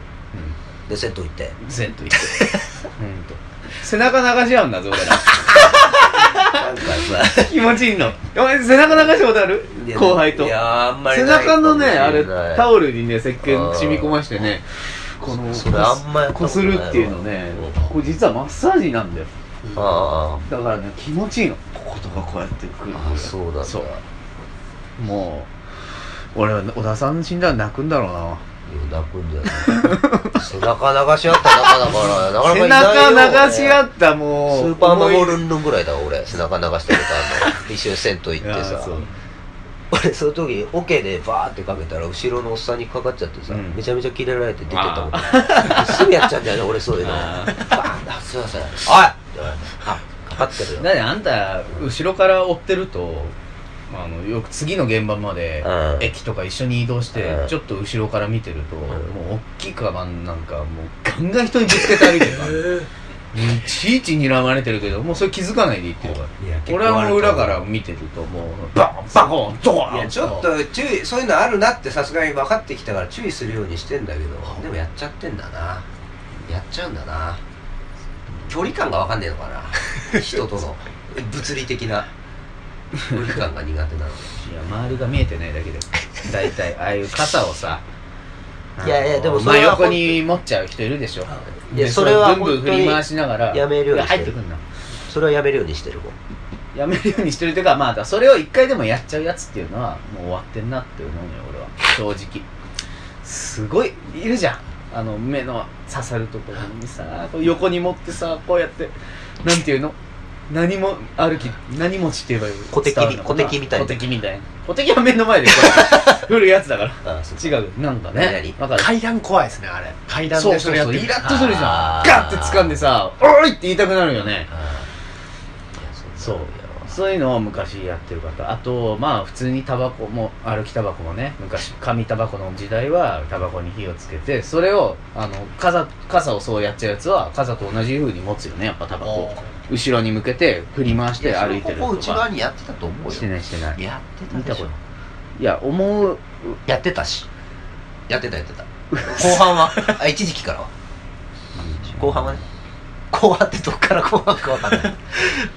C: で銭湯行って
A: うん全
C: *laughs*
A: と言ってほんと背中流し合うんだぞ俺ら
C: なんかさ
A: 気持ちいいのお前背中流したことある
C: いや
A: 後輩と
C: いやあんまり
A: 背
C: ない
A: 中のねあれタ
C: オ
A: オルにね石鹸染み込ましてねこの
C: それあんまやったこと
A: こ
C: ない
A: するっていうのね
C: うん
A: ここ実はマッサージなんだよ
C: あ
A: だからね気持ちいいのこことかこうやってくる
C: ああそうなんだ
A: そうもう俺は小田さん死んだら泣くんだろうない
C: や泣くんじゃない背中流し合った中だからなかなか
A: 背
C: い
A: 中流
C: ないよ
A: し合ったも
C: ス
A: う
C: ーパーマモ
A: 思い
C: ルンルンぐらいだわ俺背中流したことあんの一緒に銭湯行って
A: あー
C: さ
A: そう
C: 俺その時オケでバーってかけたら後ろのおっさんにかかっちゃってさ、
A: うん
C: めちゃめちゃキレられて出てったことすぐやっちゃうんだよね俺そういうの
A: あ
C: バーンってあすいませんおいって言われてあかかってるよ
A: だってあんた後ろから追ってるとあのよく次の現場まで
C: うん
A: 駅とか一緒に移動して
C: うん
A: ちょっと後ろから見てるとも
C: ん
A: う大きいカバンなんかもうガンガン人にぶつけて歩いてる
C: *laughs*
A: からいちいち睨まれてるけどもうそれ気づかないで行ってるから
C: いや結構
A: 俺はもう裏から見てるともうバンバコンドーン
C: いやちょっと注意そういうのあるなってさすがに分かってきたから注意するようにしてんだけどでもやっちゃってんだなやっちゃうんだな距離感が分かんねえのか
A: *laughs*
C: な人との物理的な距離感が苦手なの
A: いや周りが見えてないだけで大体ああいう傘をさ
C: いやいやでもそ
A: 真
C: れは
A: 横に持っちゃう人いるでしょ
C: いや
A: で
C: それは
A: ブンブン振り回しながら
C: 本当にやめるようにして
A: 入ってくんな
C: それはやめるようにしてるもん
A: やめるようにしてるというかまあそれを一回でもやっちゃうやつっていうのはもう終わってんなって思うのよ俺は正直すごいいるじゃんあの目の刺さるところにさこう横に持ってさこうやってなんていうの何も歩き何持ちって言えばいい
C: 小敵み
A: 伝わるのか
C: 小敵みたいな
A: 小敵みたいな小敵は目の前でこうやって振るやつだから
C: ああそう
A: 違うなんか
C: 何
A: ね
C: 々
A: わかる
B: 階段怖いですねあれ階段
A: そう
B: で
A: そ
B: そうれやっ
A: そう
B: てる
A: イラッとするじゃ
C: あ
A: ん
C: ー
A: ガッて掴んでさ「おい!」って言いたくなるよね
C: ああいや
A: そ
C: ん
A: う
C: なのやわ
A: そういうのを昔やってる方あとまあ普通にタバコも歩きタバコもね昔紙タバコの時代はタバコに火をつけてそれをあの傘傘をそうやっちゃうやつは傘と同じ風に持つよねやっぱタバコを後ろに向けて振り回し
C: い
A: て
C: やそ
A: 歩
C: れ
A: いてる
C: ここと内側
A: か
C: にやってたと思うよ
A: してないしてない
C: やってたでしょ
A: 見たこいや思う
C: やってたしやってた
A: *laughs*
C: やってた後半はあ一時期からは後半はね後半ってどっから後半か分かん *laughs* ない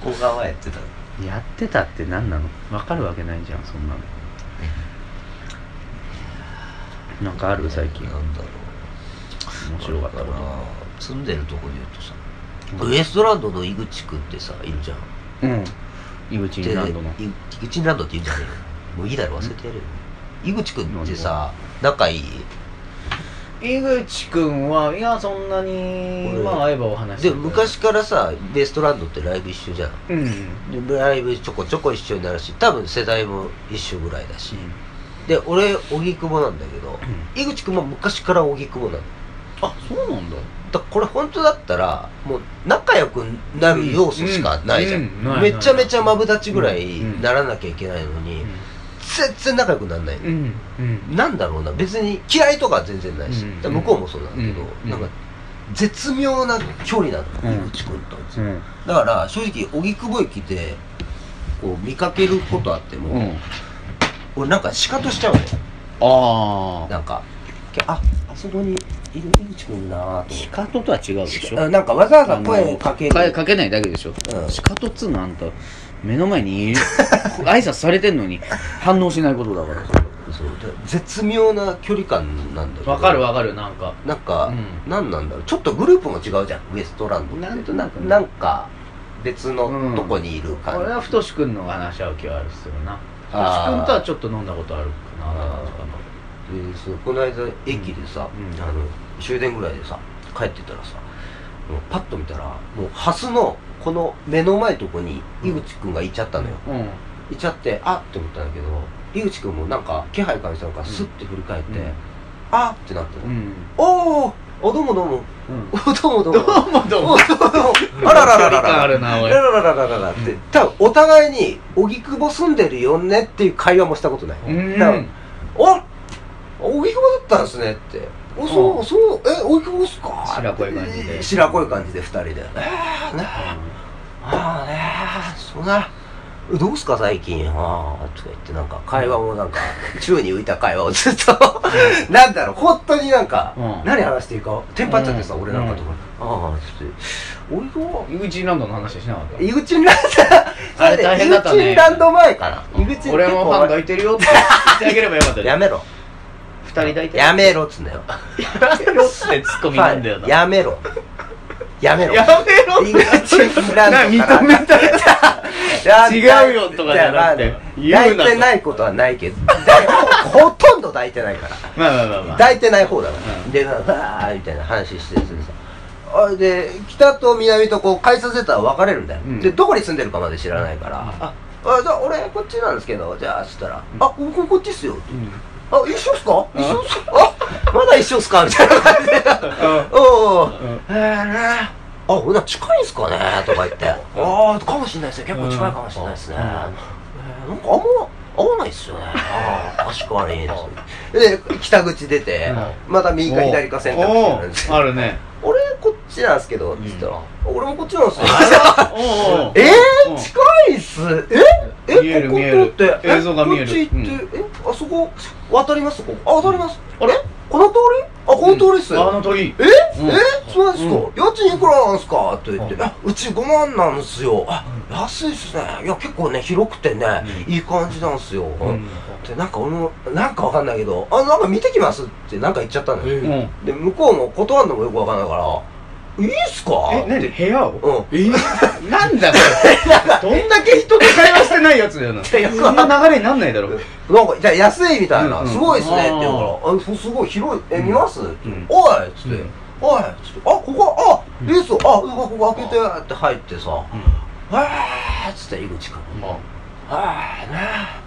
C: 後半はやってた
A: やってたって何なの分かるわけないじゃんそんなのなんかある最近
C: なんだろう
A: 面白かったこ
C: だ
A: と
C: ら住んでるとこで言うとさウエストランドの井口くんってさいるじゃん
A: うん井口
C: で
A: ランドの
C: い井口ランドって言うんじゃねえよもういいだろ忘れてやるよ井口くんってさ仲いい
A: 井口くんはいやそんなに
C: 俺
A: まあ会えばお話しす
C: で
A: る
C: 昔からさウエストランドってライブ一緒じゃん
A: うん
C: でライブちょこちょこ一緒になるし多分世代も一緒ぐらいだしで俺荻窪なんだけど、井口君も昔から荻窪なの
A: あそうなんだ
C: だからこれ本当だったらもう仲良くなる要素しかないじゃん、
A: うんうんないない
C: めちゃめちゃマブダチぐらい
A: うん
C: ならなきゃいけないのに、全然仲良くならないの、
A: んうん
C: なんだろうな別に嫌いとかは全然ないし、
A: うん
C: だから向こうもそうなんだけど、
A: うん
C: なんか絶妙な距離なの、
A: うん
C: 井口君
A: う
C: と
A: ん
C: だから正直荻窪駅でこう見かけることあっても、
A: うん
C: 俺なんかシカトしちゃうのよ
A: ああ
C: なんかああそこにいる井口君なーと思って
A: カトとは違うでし
C: あなんかわざわざ
A: あ
C: 声
A: の
C: かけ
A: か
C: る
A: かけないだけでしょ
C: うん
A: シカトっつうのはあんた目の前にいる *laughs* 挨拶されてんのに反応しないことだから
C: そうで絶妙な距離感なんだけど
A: わかるなんか
C: なんか、
A: う
C: なん、なんだろうちょっとグループも違うじゃんウエストランドって
A: なんとなくね
C: なんか別
A: う
C: の
A: ん
C: とこにいる感じ、
A: 俺は太くんの話し合う気はあるっすよな
C: あー
A: 太くんとはちょっと飲んだことあるかな
C: あでそうこの間駅でさ、
A: うんうん
C: あの終電ぐらいでさ帰ってたらさもうパッと見たらもうハスのこの目の前とこに井口くんがいちゃったのよ、
A: うん
C: いちゃってあっって思ったんだけど井口くんもなんか気配感じたのかスッて振り返って、
A: うん
C: あっってなったの、
A: うん
C: おーおおどうもどうも
A: うん
C: おどうもどう
A: ど
C: も
A: うもどうも
C: おどうもどうも *laughs* あららららら
A: あ
C: らら
A: るなおい
C: ららららららって多分お互いに荻窪住んでるよねっていう会話もしたことない、
A: うん
C: だからあ荻窪だったんですねっておそう、
A: うん
C: そうえ荻窪っすか
A: 白子い感じで
C: 白子い感じで二人でえーねああねえそんなどうっすか最近ああとか言ってなんか会話もなんか宙に浮いた会話をずっとなんだろう本当になんか、
A: うん
C: 何話していいかテンパっちゃってさ、
A: うん
C: 俺なんかとか、ああちょっと俺が
A: 井口ランドの話しなかった
C: 井口ランド
A: あれ大変だったね
C: 井口ランド前かな井口
A: 俺もファン抱
C: 結
A: いてるよって言ってあげればよかった
C: 構
A: じゃん
C: やめろ
A: 二人抱いてる
C: やめろっつうんだよ
A: やめろってツッコミなんだよな
C: やめろやめろ
A: やめろ
C: 井口ランド
A: な認めたい違うよとかじゃなくて
C: 抱いてないことはないけどだいほほとんど抱いてないから
A: まあまあまあまあ
C: 抱いてない方だから、
A: うん
C: でなんかわーみたいな話してるさあれで北と南とこう改札出たら分かれるんだよ、
A: うん
C: でどこに住んでるかまで知らないから、
A: うん
C: ああじゃあ俺こっちなんですけどじゃあっつったら「あこここっちっすよ」あ一緒っすか一緒っすかあまだ一緒っすか」みたい
A: *laughs*
C: な感じで「おお
A: うん
C: へえあ、ほな近いんすかねとか言って。ああ、かもしれないですね。結構近いかもしれないですね。
A: うん
C: えーなんかあんま合わないっすよね。ああ、確かにです。で、北口出て、また右か左か選択肢
A: お
C: なんです
A: ーあるね
C: *laughs* 俺こっちなんですけど、つったら、俺もこっちなんですよ。
A: おーおー
C: え
A: うん
C: ー、近いっす。 *laughs* え
A: 見え
C: え、
A: る
C: ここ
A: 見える
C: 通って、え
A: 映像が見える
C: こっち行って、え、あそこ渡りますここ。あ、渡ります。
A: あれ
C: この通りあ、この通りっすよ。
A: あの鳥
C: え、
A: うん
C: えそうなんですか、
A: う
C: 家賃いくらなんすかって言って、あうち5万なんですよあ安いっすねいや結構ね広くてね、いい感じなんすよ、
A: うん
C: でなんか俺もなんかわかんないけどあなんか見てきますってなんか言っちゃったのよ、
A: うん
C: で向こうも断るのもよくわかんないからいいっすか
A: え、何部屋を *laughs*
C: うん
A: えなんだこれどんだけ人と会話してないやつだよ
C: *laughs*
A: な
C: やよく
A: そんな流れになんないだろう
C: なんか、じゃあ安いみたい
A: うん
C: な、
A: うん
C: すごいっすねって言う
A: あ
C: から、あ、そうすごい広い、え、見ます
A: ん
C: おいっつって
A: うん、
C: おいっつって、あ、ここ、あ、いいっすよ、あ、うんここ開けてって入ってさ、わーっつって、井口くん。
A: も
C: あーなあ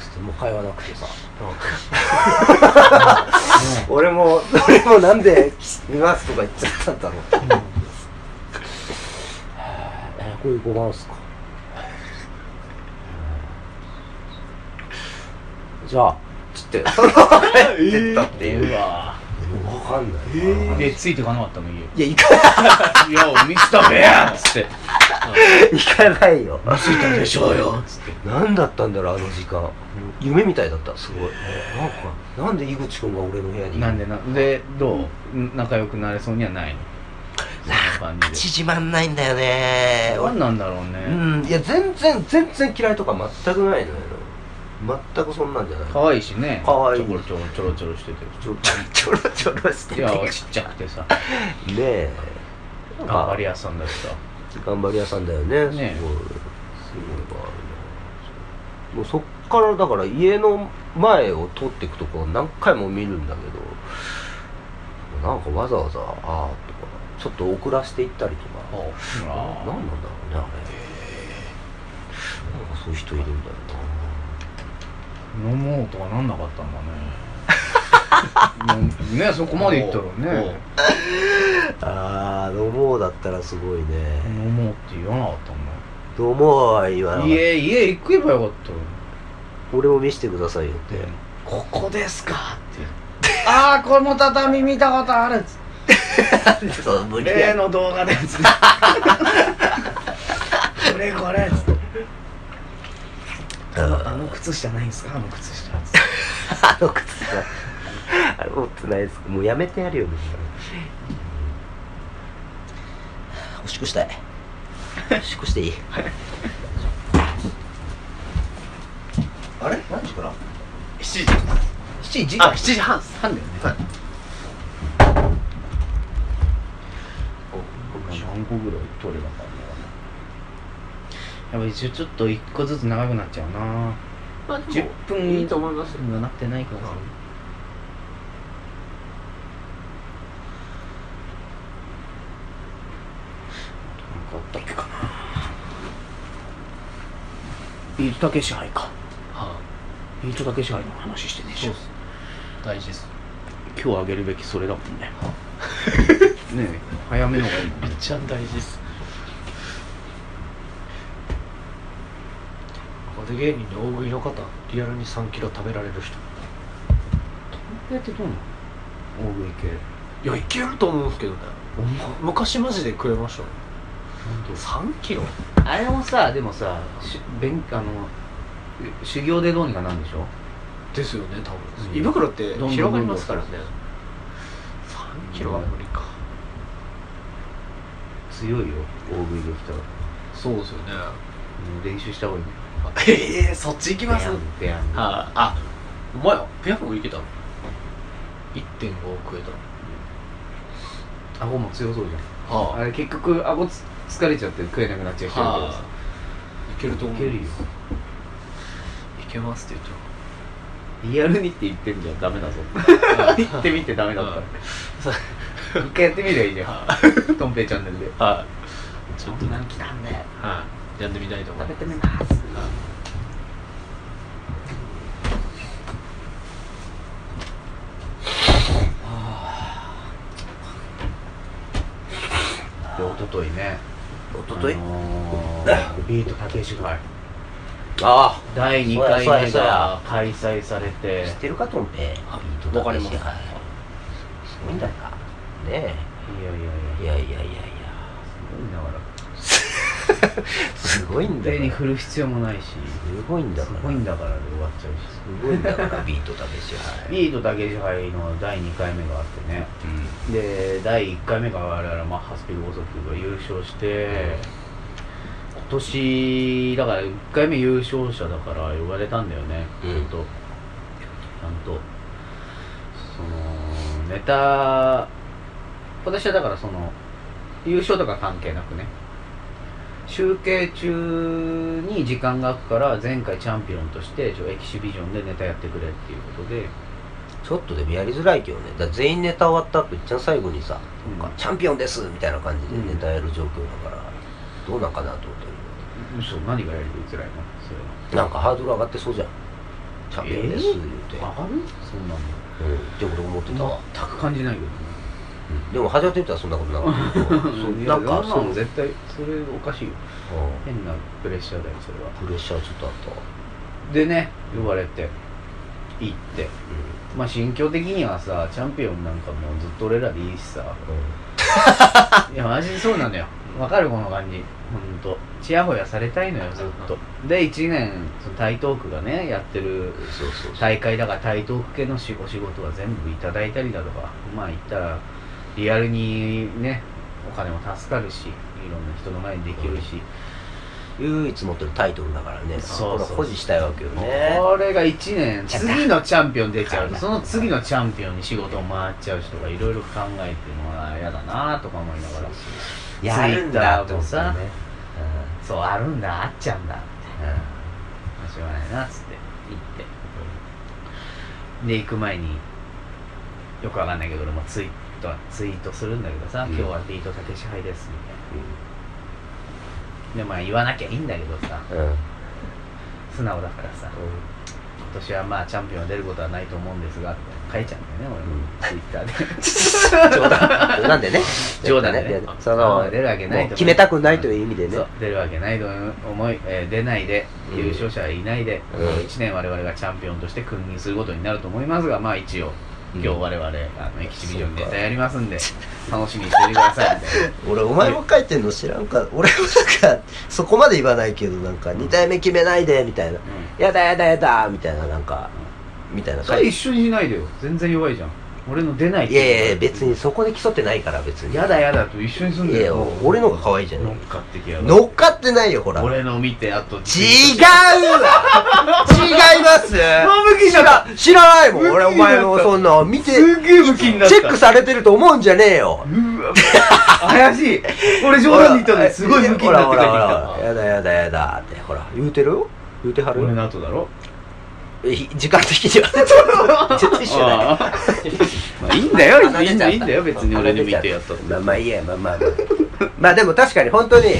C: つってもう会話なくてさ
D: 俺も、俺もなんで見ますとか言っちゃったんだろう。えこういう子なんすか。じゃあ、
C: つ
D: *laughs*
C: ってそのまま帰ってったっていう
A: うわ
C: わかんない
A: ぁでついてかなかったの家
D: いや、行か
A: いやミスターベアっつって
D: 行かないよ。
A: ついたでしょうよつって
C: 何だったんだろうあの時間夢みたいだったすごいなんかなんで井口くんが俺の部屋に
A: なんでなでどう、仲良くなれそうにはないのそんな感じ
C: 縮まんないんだよね
A: で何なんだろう
C: う
A: ね
C: んいや全然全然嫌いとか全くないのよ全くそんなんじゃない
A: 可愛いしね
C: 可愛い
A: ちょこちょろちょろちょろしてて
C: ちょちょろちょろして
A: い
C: て
A: や
C: ね
A: ちっちゃくてさ
C: え
A: 頑張り屋さんだしさ
C: 頑張り屋さんだよね
A: ねえ
C: すごいすごいわもうそっからだから家の前を通っていくとこ何回も見るんだけどなんかわざわざ「ああ」とかちょっと遅らせていったりとか
A: ほ
C: 何なん
A: ら
C: だろうねあれなんかそういう人いるんだよ
A: 飲もうとかなんなかったんだねうんねそこまでいったらね
D: あー、どうもだったらすごいね。
A: 飲もうって言わなかったんだ
D: どうもは言わなかっ
A: 家家行けばよかった
D: た
A: のに
D: 俺も見せてくださいよって。
A: ここですかって *laughs* ああこれも畳見たことある
C: そう無理や
A: *laughs* 例の動画で *laughs* つこれこれつあのあの靴下ないんすかあの靴下つって
D: あの靴さ、あれ持ってないです。もうやめてやるよ、みんな。
C: おしっこしたいおしっこしていいあれ何時から
B: 7時
C: 7時
B: あ7時半
A: なんだよね何個ぐらい取ればかんやっぱ一応ちょっと一個ずつ長くなっちゃうな
B: まあでも
A: 10分
B: いいと思いますよ
A: にはなってないからさなんかあったっけかなビートたけし杯か
B: は
A: ビートたけし杯の話してねえ
B: い
A: じゃん
B: 大事です
A: 今日あげるべきそれだもんね *laughs* ねえ早めの方がいいもん
B: め
A: ね
B: っちゃ大事です若手芸人で大食いの方リアルに3キロ食べられる人
A: これってどうなの大食い系
B: いやいけると思うんですけどね
A: お前
B: 昔マジで食えましたもん3キロ
A: あれもさでもさし勉あのえ修行でどうにかなんでしょ
B: ですよね多
A: うん
B: 分胃袋って
A: どんどんどんどん
B: 広がりますからね3キロは無理か
A: 強いよ大食いできたら
B: そうですよね
A: うん練習した方がいいね
B: ええそっち行きます
A: ペ
B: はい
A: ヤングペヤング
B: あお前ペヤングいけたの1.5食え
A: 顎も強そうじゃ
B: たの
A: ん
B: は
A: あれ結局顎つ疲れちゃって食えなくなっちゃう人だ
B: はあいけると
A: けど
B: 思
A: いうけるよ
B: いけますって言っちゃう
A: リアルにって言ってんじゃんダメだ *laughs* ぞ言ってみてダメだったら
B: そう
A: 一回やってみりゃいいじゃんとんぺいチャンネルで
B: はいちょっとなん来たんではいやってみたいと思います食べてみます
A: で一昨日ね
C: おととい
A: あのービートたけし杯
C: あ
A: 第2回目
C: そう
A: が
C: や
A: 開催され
C: あ
A: て
C: 知ってるかと思って
B: あ
C: ビート
B: わかります
C: たけしはいすごいんだよなね
A: いやいやいや
C: えいやいやいやいや
A: すごいなだか
C: すごいん
A: ら
C: だ
A: 手
C: よ
A: に
C: す
A: 振る必要もないし
C: ごいんだ
A: す
C: から
A: ごいんだからで終わっちゃうし
C: すごいんだから *laughs* ビートたけしはい
A: ビートたけし杯の第2回目があってね
C: うん
A: で第1回目が我々マッハスピード高速が優勝して、今年だから1回目優勝者だから呼ばれたんだよね、
C: うん
A: ちゃんとちゃんとそのネタ私はだからその優勝とか関係なくね集計中に時間が空くから前回チャンピオンとしてちょエキシビジョンでネタやってくれっていうことで
C: ちょっとでもやりづらいけどねだから全員ネタ終わった後いっちゃん最後にさ「
A: うん
C: チャンピオンです!」みたいな感じでネタやる状況だから、どうなんかなと思って
A: 嘘何がやりづらいのそれは
C: るなんかハードル上がってそうじゃん「チャンピオンです」
A: えー
C: 言うて、
A: 上がるそんな
C: うん、って俺思ってたわ
A: の、全く感じないけどね
C: でも始まってみたらそんなことなかったけどそう
A: い
C: な
A: や
C: んか
A: そんな
C: そ
A: の
C: う
A: 絶対それおかしいよ
C: う
A: 変なプレッシャーだよそれは
C: んプレッシャーちょっとあったわ
A: でね呼ばれて行ってまあ心境的にはさチャンピオンなんかもうずっと俺らでいいし *laughs* さ
C: うん、うん
A: いやマジでそうなのよわかるこの感じほんとちやほやされたいのよずっとで1年その台東区がねやってる
C: そうそうそう
A: 大会だから台東区系の仕仕事は全部いただいたりだとかまあ言ったらリアルにねお金も助かるしいろんな人の前にできるし、
C: 唯一持ってるタイトルだからね
A: そうそう
C: これ保持したいわけよね
A: これが1年次のチャンピオン出ちゃうとその次のチャンピオンに仕事を回っちゃう人がいろいろ考えてもら嫌だなとか思いながら
C: やるんだって思ったよね、
A: そうあるんだあっちゃんだ
C: うんうん
A: まあしょうがないなっつって行ってで行く前によくわかんないけど俺もツイートはツイートするんだけどさ、
C: うん
A: 今日はビートたけし杯ですみたいなでまあ言わなきゃいいんだけどさ
C: うんうん
A: 素直だからさ今年はまあチャンピオンは出ることはないと思うんですが書いちゃうんだよね俺もツイッターで
C: 冗談なんでね
A: 冗談でね
C: いやその
A: 出るわけないと思う
C: もう決めたくないという意味でね
A: そう出るわけないと思い、えー出ないで
C: うん
A: 優勝者はいないで、
C: うん
A: 1年我々がチャンピオンとして君臨することになると思いますがまあ一応今日我々、あのエキシビジョンでネタやりますんで楽しみにしていてくだ
D: *laughs*
A: さいみたいな
D: 俺お前も書いてんの知らんか俺もなんかそこまで言わないけどなんか2体目決めないでみたいな「やだやだやだ」みたいななんかみたいな
A: そ
D: 書
A: れ
D: い
A: 一緒にしないでよ全然弱いじゃん俺の出ないって
D: いやいやいや別にそこで競ってないから別に
A: やだやだと一緒にすん
D: い
A: だ
D: やいや
A: よ
D: 俺のが可愛いじゃん
A: 乗っかってきやがる
D: 乗っかってないよほら違う
A: 俺の見てあと
D: わ違い *laughs* ます
A: 向きじゃった
D: 知らないもん
A: 武器
D: 俺お前のそんな見て
A: すっげえ武器になった
D: チェックされてると思うんじゃねえよ
A: うわ怪しい俺冗談
D: *laughs*
A: に言ったのにすごい武器になっ
D: ほらほ
A: て帰ってき
D: らほら
A: た
D: やだやだやだってほら言うてるよ言うてはる
A: 俺の後だろ
D: え時間的には絶対一緒だよ
A: あ *laughs* ーまあいいんだよ、
D: 鼻
A: いい
D: 出
A: ん
D: ちゃった
A: だよいいんだよ、別に俺に向いてやったっ
D: まあまあいいやまあまあまあまあでも確かに本当に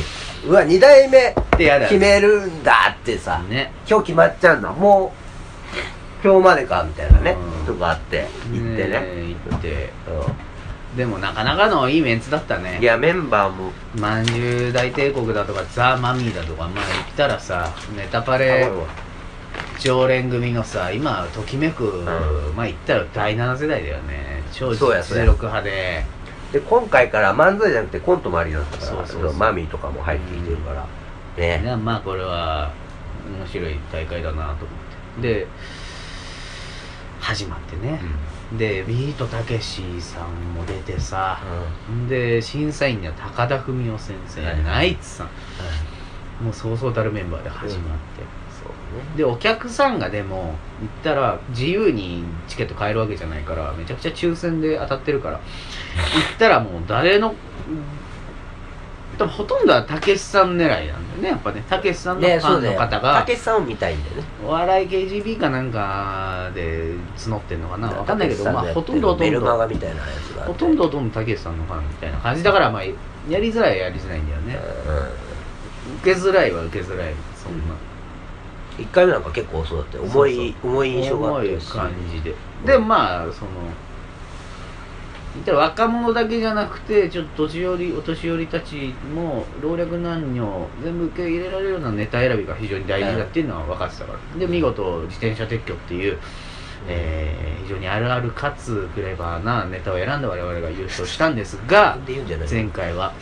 D: うわ2代目
A: てやだ
D: 決めるんだってさ
A: ね。
D: 今日決まっちゃうんだもう今日までかみたいなね
A: うん
D: とかあって行ってね
A: え。行って。
D: う
A: でもなかなかのいいメンツだった
D: んい
A: ね。
D: やメンバーも
A: まんじゅう大帝国だとか、ザ・マミーだとか、まあ言ったらさ、ネタパレ常連組のさ、今、ときめく、まあ言ったら第7世代だよね。超
D: そうやそうや
A: 実力派で。
D: で今回から漫才じゃなくてコントもありだったから
A: そうそうそう
D: マミーとかも入ってきてるからね
A: ねまあこれは面白い大会だなと思ってで始まってね、でビートたけしさんも出てさ、で審査員には高田文夫先生、
D: はい
A: ナイツさん、もうそうそうたるメンバーで始まって、
D: そうね
A: でお客さんがでも言ったら自由にチケット買えるわけじゃないからめちゃくちゃ抽選で当たって
D: *laughs*
A: るから言ったらもう誰の多分ほとんどはたけしさん狙いなんだよねやっぱねたけしさんのフ
D: ね
A: ァ
D: そう
A: ン
D: だ
A: の
D: よ
A: 方
D: た
A: が
D: けしさんを見たいんだよね
A: お笑い KGB かなんかで募ってんのかなわかんないけど
D: たし
A: ま
D: さんのやってる
A: あほとんどほと
D: ベ
A: ん
D: ルマ
A: ど
D: ガみたいなやつがあって
A: ほとんどほとんどたけしさんのファンみたいな感じだからまあやりづらいはやりづらいんだよね受けづらいは受けづらいそんな
D: 1回目なんか結構そうだって重い重い印象があって
A: 重い感じででまあその言ったら若者だけじゃなくてちょっと年寄りお年寄りたちも老若男女全部受け入れられるようなネタ選びが非常に大事だっていうのは分かってたからで見事自転車撤去っていう、えー非常にあるあるかつクレバーなネタを選んだ我々が優勝したんですが
D: で言うんじゃない
A: 前回は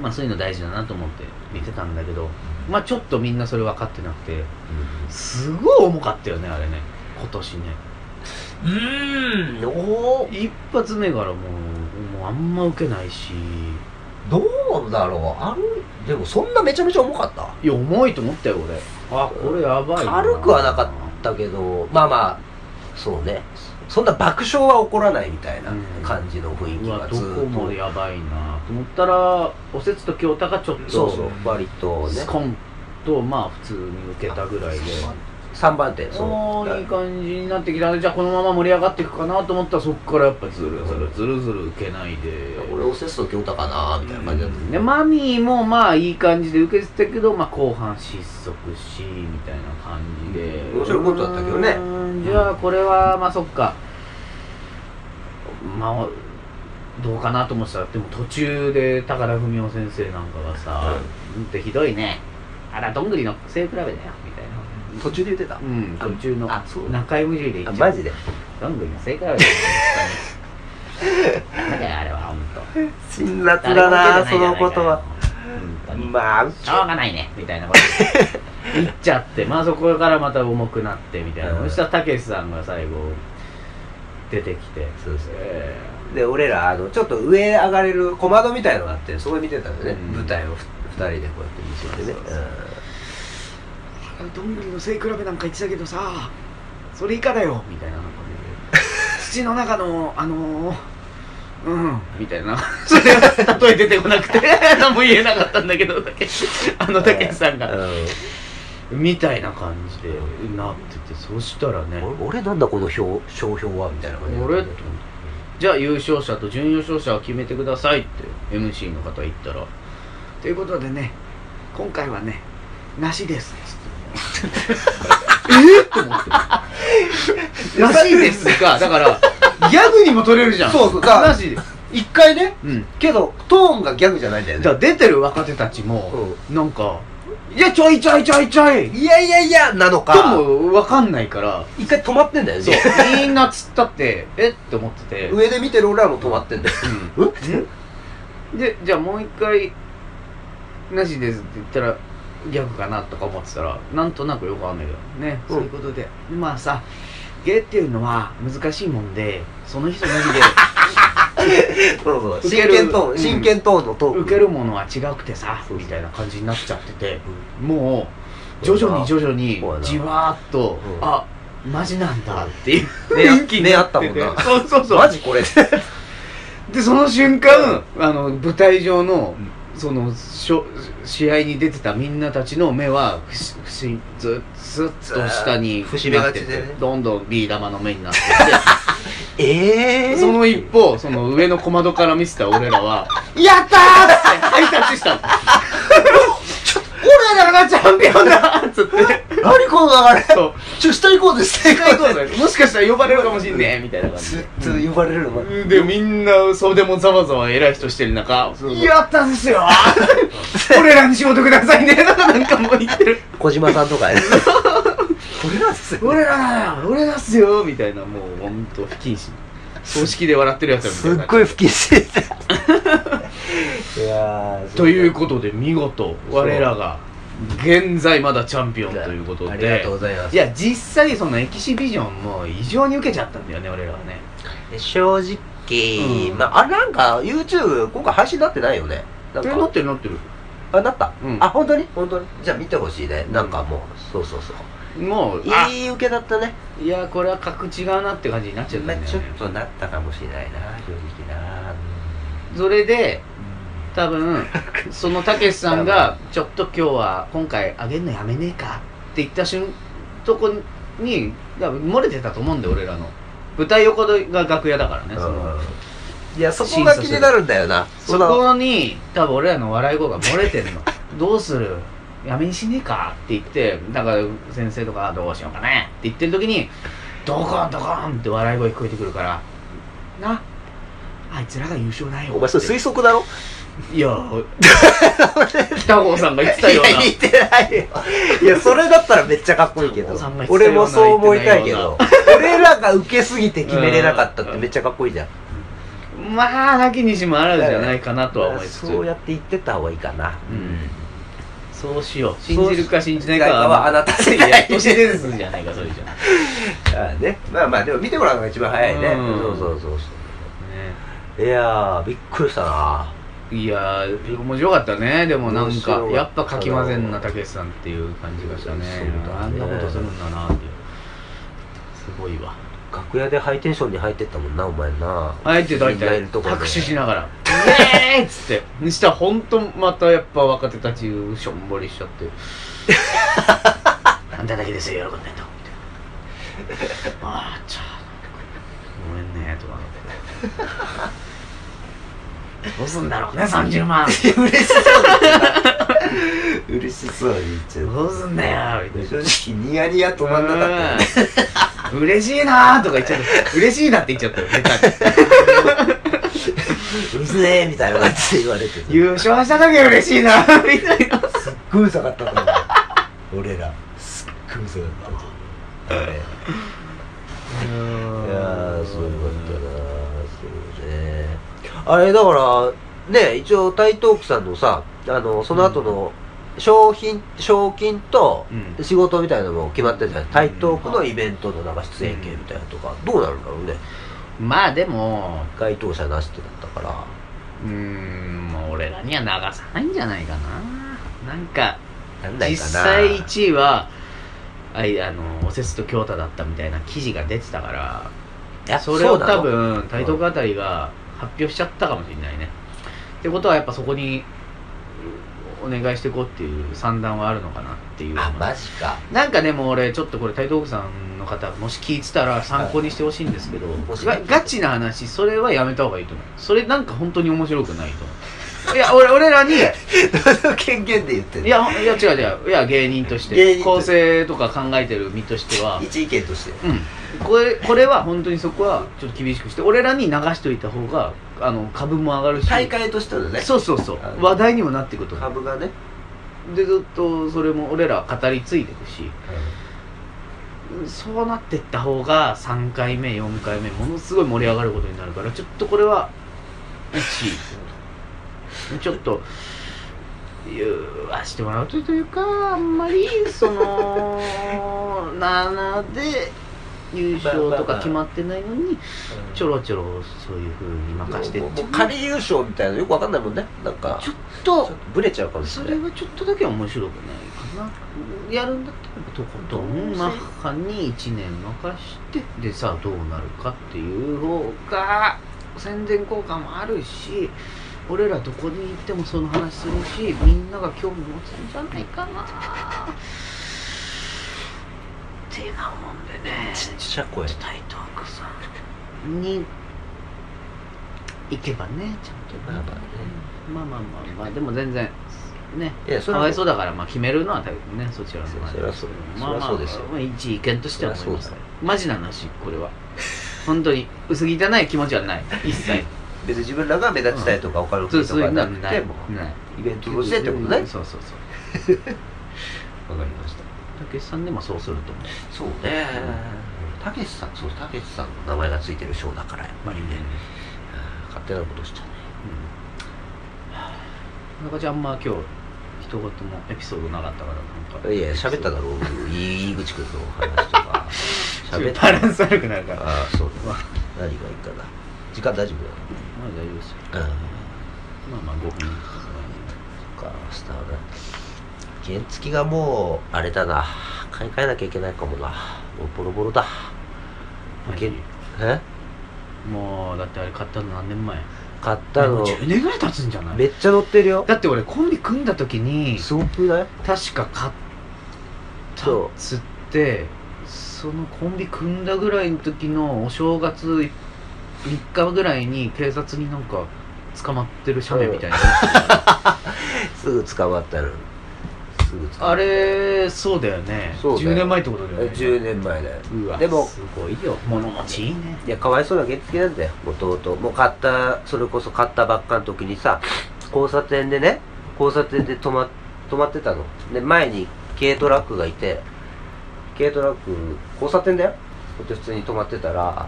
A: まあそういうの大事だなと思って見てたんだけどまあちょっとみんなそれ分かってなくてすごい重かったよねあれね今年ね
B: うーん
D: おお
A: 一発目からもうもうあんま受けないし
D: どうだろうあるでもそんなめちゃめちゃ重かった
A: いや重いと思ったよ俺あこれやばい
D: 軽くはなかったけどまあまあそうね
C: そんな爆笑は起こらないみたいな
A: うん
C: 感じの雰囲
A: う
C: 気
A: わ
C: が
A: ど
C: ずっ
A: こともやばいなと思ったらおせつと京太がちょっと
C: そうそう割とね
A: スコンとまあ普通に受けたぐらいで
C: 3番手そう
A: もういい感じになってきたじゃあこのまま盛り上がっていくかなと思ったらそこからやっぱずるずるずるずる受けないで
C: 俺おせすと京太かなみたいな感じだった
A: でマミーもまあいい感じで受けてたけど、まあ、後半失速しみたいな感じで
C: うん面白いことだったけどね
A: うんじゃあこれはまあそっかまあどうかなと思ってたでも途中で高田文夫先生なんかがさ「うん」ってひどいねあらどんぐりの性比べだよみたいな
C: 途中で言ってた
A: うん途中の
C: あそう
A: 中居無理で言
D: あ
A: っちゃ
D: マ
A: う
D: ジで
A: どんぐりの性比べだよ本当に
C: *laughs*
A: ダメだよあれは本当
D: 辛辣だなその言葉まあ
A: しょうがないねみたいなこと言っちゃってまあそこからまた重くなってみたいな、
D: うん
A: そしたらたけしさんが最後出てきて
C: そうですね
A: え
C: で俺らあのちょっと上上がれる小窓みたいのがあってそこ見てたんだよね、
A: うん
C: 舞台をふ二人でこうやって見せてね
A: そう
C: うん
E: どんぐりの背比べなんか言ってたけどさそれ以下だよ
A: ーみたいななんか
E: 土の中のあのー、うん
A: みたいなそれが例え出てこなくて *laughs* 何も言えなかったんだけどたけしあのたけしさんが、みたいな感じでなっててそしたらね
C: うん俺俺なんだこの表商標はみたいな感じだった
A: 俺じゃあ優勝者と準優勝者を決めてくださいって MC の方言ったら
E: ということでね今回はねなしです
A: *laughs* らしいですが、だから、ギャグにも取れるじゃん。
C: そうそうだから
A: らしいです。
C: 一回ね
A: うん。
C: けどトーンがギャグじゃないんだよ
A: だか
C: ね
A: ら出てる若手たちも、なんか、いや、ちょいちょいちょいちょい
C: いやいやいやなのか
A: ともわかんないから、
C: 一回止まってんだよ
A: そ
C: ね
A: う、 *laughs* みんなつったって、えって思ってて、
C: 上で見てる俺らも止まってんだよ
A: うんで、じゃあもう一回、なしですって言ったら、ギャグかなとか思ってたら、なんとなくよくわかんないけど、
E: ね
C: うん
E: そういうことでまあさ芸っていうのは難しいもんでその人の
C: *laughs*
E: みで
C: そうそう
A: 受け
C: 真
A: る
C: 剣トー
A: う
C: ン
A: ん
C: 真剣トーンのトーン
A: 受けるものは違くてさ
C: そうそう
A: みたいな感じになっちゃっててもう徐々に徐々に
C: そうだな
A: じわーっと
C: うん
A: あマジなんだっていう
C: ねあねあったもんな
A: *laughs* そうそうそう
C: マジこれ
A: でその瞬間あの舞台上のそのしょ試合に出てたみんなたちの目はふしふしずずっと下に
C: 節目がちでね
A: なっててどんどんビー玉の目になって
D: ええ
A: て *laughs* その一方その上の小窓から見せた俺ら *laughs* は「やったー!」ってハイタッチ *laughs* したの俺らがチャンピオンだっつって
D: 何この流れ
A: そう
D: ちょ下行こうぜ下
A: 一回
D: 行
A: ど
D: こ
A: う
D: う
A: ぞ
D: ぜ
A: もしかしたら呼ばれるかもしんねえみたいな感じ
C: ずっと呼ばれるのが
A: ででみんな袖もざわざわ偉い人してる中「いや
E: やったんです
A: *laughs*
E: よ俺らに仕事くださいねなんかもう言ってる
D: 小島さんとか
A: *laughs*
D: ね
C: 俺らっすよ
A: 俺らだよ俺らっすよ」みたいなもうほんと不謹慎葬式で笑ってるやつらみた
D: す
A: い
D: っ
A: な
D: ごい不謹
A: *laughs*
D: 慎だいやー
A: ということで見事我らが現在まだチャンピオンということ
C: ありが
A: で
C: とうございます
A: いや実際そのエキシビジョンも異常に受けちゃったんだよね俺らはね
D: 正直
A: うん
C: まああれなんか YouTube 今回配信になってないよねなん
A: えなっ
C: か
A: てるなってる
C: あなった
A: うん
C: あ本当に本当にじゃあ見てほしいねなんかもうそうそうそう
A: もうあ
C: いい受けだったね
A: いやこれは格違うなって感じになっちゃったんだよね
C: ちょっとなったかもしれないな正直な
A: それで多
C: *laughs*
A: 分そのたけしさんが「ちょっと今日は今回あげんのやめねえか」って言った瞬とこに多分漏れてたと思うんで俺らの舞台横が楽屋だからねその
C: いやそこが気になるんだよな
A: そ
C: の
A: こに多分俺らの笑い声が漏れてんの
C: *laughs*
A: どうするやめにしねえかって言ってだから先生とか「どうしようかね」って言ってる時にドコンドコンって笑い声聞こえてくるから
E: なあいつらが優勝だよ
C: お前それ推測だろ
A: いや *laughs* 北郷さんが言ってたような
C: 言ってないよいやそれだったらめっちゃかっこいいけど
A: お父さんが必要な
C: 俺もそう思いたいけど俺らが受けすぎて決めれなかったっ
A: う
C: て
A: ん
C: めっちゃかっこいいじゃん
A: まあなきにしもあらずじゃないかなとは思いつつ
C: そうやって言ってった方がいいかな
A: うん、そうしよう信じるか信じないか
C: そう信じないかはあなた次第
A: いや都市伝説じゃないかそれじゃね
C: ああねまあまあでも見てもらうのが一番早いね
A: うん
C: そうそうそうそういやーびっくりしたない
A: やー面白かったねでもなん
C: 面白か
A: か
C: った
A: やっぱかき混ぜんなたけしさんっていう感じがしたね
C: そうだね
A: あんなことするんだなっていうすごいわ
F: 楽屋でハイテンションに入ってったもんなお前な
A: あえて大
F: みんない
A: 体
F: るとこで
A: 拍手
C: *laughs*
A: しながら「ねえ!」っつってそしたらほんとまたやっぱ若手たちしょんぼりしち
F: *laughs*
A: ゃって「あんただけですよ喜んでんの」みたいな「ああちゃごめんね」とかなって「どうすんだろうね30万
F: 嬉しそうに言っちゃ
A: どうすんだよ」みたいな。
F: 正直ニヤニヤ止まんなかった
A: うん嬉しいなーとか言っちゃった嬉しいなって言っちゃったよ下手に
C: *laughs* うるせえみたいな感じで言われてて
A: 優勝した時は嬉しいなーみたいな
C: すっごいうざかったと思う俺らすっごいうざかったと思うあれいやーすごかったなそうねあれだからね一応台東区さんのさあのその後の商品賞金と
A: うん
C: 仕事みたいなのも決まってたじゃん台東区のイベントのなんか出演系みたいなのとかどうなるんだろうね
A: まあでも
C: 該当者なしってなったから
A: うーんもう俺らには流さないんじゃないかななんか
C: なんない
A: 実
C: かな
A: 際1位はあいあのおせつと京太だったみたいな記事が出てたか
C: や
A: らそれを
C: うなの
A: 多分台東区あたりが発表しちゃったかもしれないねってことはやっぱそこにお願いしていこうっていう算段はあるのかなっていうのが
C: あマジか
A: なんかでも俺ちょっとこれ台東区さんの方もし聞いてたら参考にしてほしいんですけど、
C: もし
A: がガチな話それはやめた方がいいと思うそれなんか本当に面白くないと思ういや俺俺らにい
C: その権限で言ってんの
A: やいや違う違ういや芸人とし
C: 芸
A: て
C: 人と
A: 構成とか考えてる身としては
C: 一意見として
A: うんこれこれは本当にそこはちょっと厳しくして俺らに流しといた方があの株も上がるし
C: 大会としてのね
A: そうそうそ
C: あ
A: う
C: の
A: 話題にもなっていくと思う
C: 株がね
A: でずっとそれも俺らは語り継いでいくし、そうなってった方が3回目4回目ものすごい盛り上がることになるからちょっとこれは1位ちょっと言わしてもらうというかあんまりそのなので優勝とか決まってないのにちょろちょろそういうふうに任してっ
C: もう
A: ちゃ
C: もう
A: う
C: 仮優勝みたいなのよくわかんないもんねなんか
A: ちょっ
C: ちょ
A: と
C: っとブレちゃうかもし
A: そ
C: れ
A: れ
C: ない
A: はちょっとだけ面白くないかなやるんだったらとことんマッハに1年任してでさあどうなるかっていう方が宣伝効果もあるし俺らどこに行ってもその話するしみんなが興味持つんじゃないかなってなもんでね
C: ちっちゃい声
A: 台東区さんに行けばねちゃんとね
C: ま
A: ま
C: あまあね
A: あまあまあまあでも全然ね
C: いやそ
A: か
C: れは
A: わいそうだからまあ決めるのは多分ねそちらの
C: そりゃそう
A: まあまあ
C: そりゃそうですよ
A: まあ一意見としては思います
C: そりゃそうだよ
A: マジな話これは本当に薄汚い気持ちはない一
C: *laughs*
A: 切
C: 別に自分らが目立ちたいとかお金を
A: そう
C: 取りと
A: そうい
C: か
A: うのは
C: な
A: な
C: くて
A: い
C: も
A: ない
C: イベントとしてってことねわか
A: そうそうそう
C: りました
A: たけしさんでもそうすると思う
C: そうねたけしさんそうたけしさんの名前がついてる賞だからやっぱりねあー勝手なことしちゃうね
A: うん中ちゃんあんま今日一言もエピソードなかったからなんか
C: いや喋っただろういい井口君の話と *laughs* か喋った
A: バランス悪くなる
C: *laughs*
A: からま
C: ああそうだ何がいいかな時間大
A: あ大
C: 丈夫
A: 丈夫ですよ
C: だなうん
A: まあまあ5分とか
C: そっかスターだ原付がもうあれだな買い替えなきゃいけないかもなもうボロボロだ
A: はい
C: 原え
A: もうだってあれ買ったの何年前
C: 買った
A: も
C: の
A: う10年ぐらい経つんじゃな
C: め
A: い
C: っちゃ乗ってるよ
A: だって俺コンビ組んだ時に
C: すごくない
A: 確か買ったっ
C: そう
A: つってそのコンビ組んだぐらいの時のお正月3日ぐらいに警察になんか捕まってる写メみたいな、
C: すぐ捕まったのすぐ捕まった
A: あれそうだよね
C: そうだよ
A: 10年前ってことだよ
C: え
A: ね
C: 10年前だよ
A: うわ
C: でも
A: すごいよ物持ちいいね
C: いやかわいそうな原付なんだよもともともう買ったそれこそ買ったばっかの時にさ交差点でね交差点で止ま止まってたので前に軽トラックがいて軽トラック交差点だよ普通に止まってたら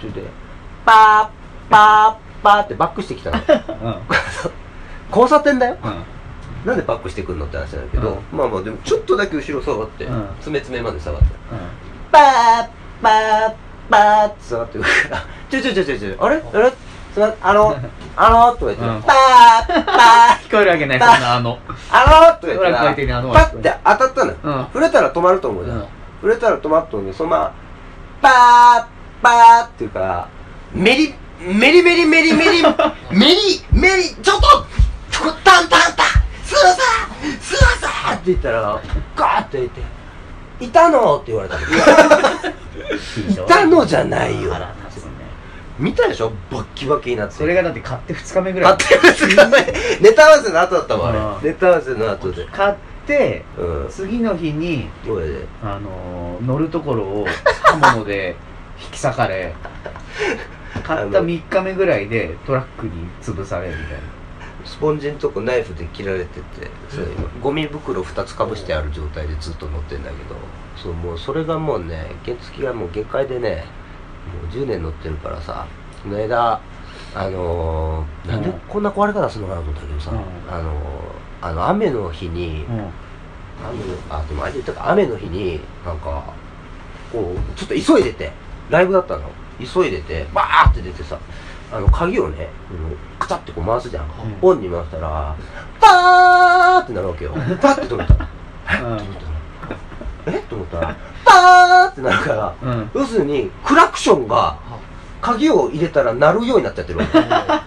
C: 途中でパーパーパーってバックしてき
A: *laughs*
C: たの
A: うんうん
C: 交差点だよなんでバックしてくんのって話なんだけど、まあまあでもちょっとだけ後ろ下がって、
A: うん
C: 爪爪まで下がってパーパーパーって下がってくるから「ちょちょちょちょちょあれあれすいませんあ
A: *laughs*
C: のあの」とか言って「
A: うん
C: パーパー
A: 聞こえるわけないそんなあ
C: *laughs*
A: の
C: あの」とか言って
A: 俺らこうやってねあの
C: パッて当たったのよ
A: うん
C: 触れたら止まると思うじゃ
A: うん
C: ん触れたら止まると思うよそのまま「パーパーっていうか、メリ、メリメリメリメリ、メリ、メリ、ちょっとこタンタンタン翼翼って言ったら、ガーって言って、いたのって言われた。
A: い
C: たのじゃないよ
A: 腹立つね
C: 見たでしょバッキバキになって。
A: それがだって買って2日目ぐら
C: あ
A: い
C: ったよ、すごい
A: *laughs*
C: ネタ合わせの後だったもん、あ
A: うん
C: れ。ネタ合わせの後で。
A: 買って
C: うん。
A: 次の日に
C: これで。
A: あのー乗るところを刃物で引き裂か
C: *laughs*
A: れ買った3日目ぐらいでトラックに潰されるみたいな
C: スポンジのとこナイフで切られててそう今ゴミ袋2つかぶしてある状態でずっと乗ってんだけどそうもうそれがもうね原付がもう限界でねもう10年乗ってるからさこの間あのー、なんで
A: うん
C: こんな壊れ方するのかなと思ったけどさ、
A: うん
C: あのー、あの雨の日に、雨のあでもあれ言ったか雨の日になんかこうちょっと急いでてライブだったの急いでてバーって出てさあの鍵をねカチャってこう回すじゃん、
A: ん
C: オンに回したらパーってなるわけよパーって止めた *laughs* えっと思ったらパーってなるから
A: うんうん
C: 要するにクラクションが鍵を入れたら鳴るようになっちゃってるわ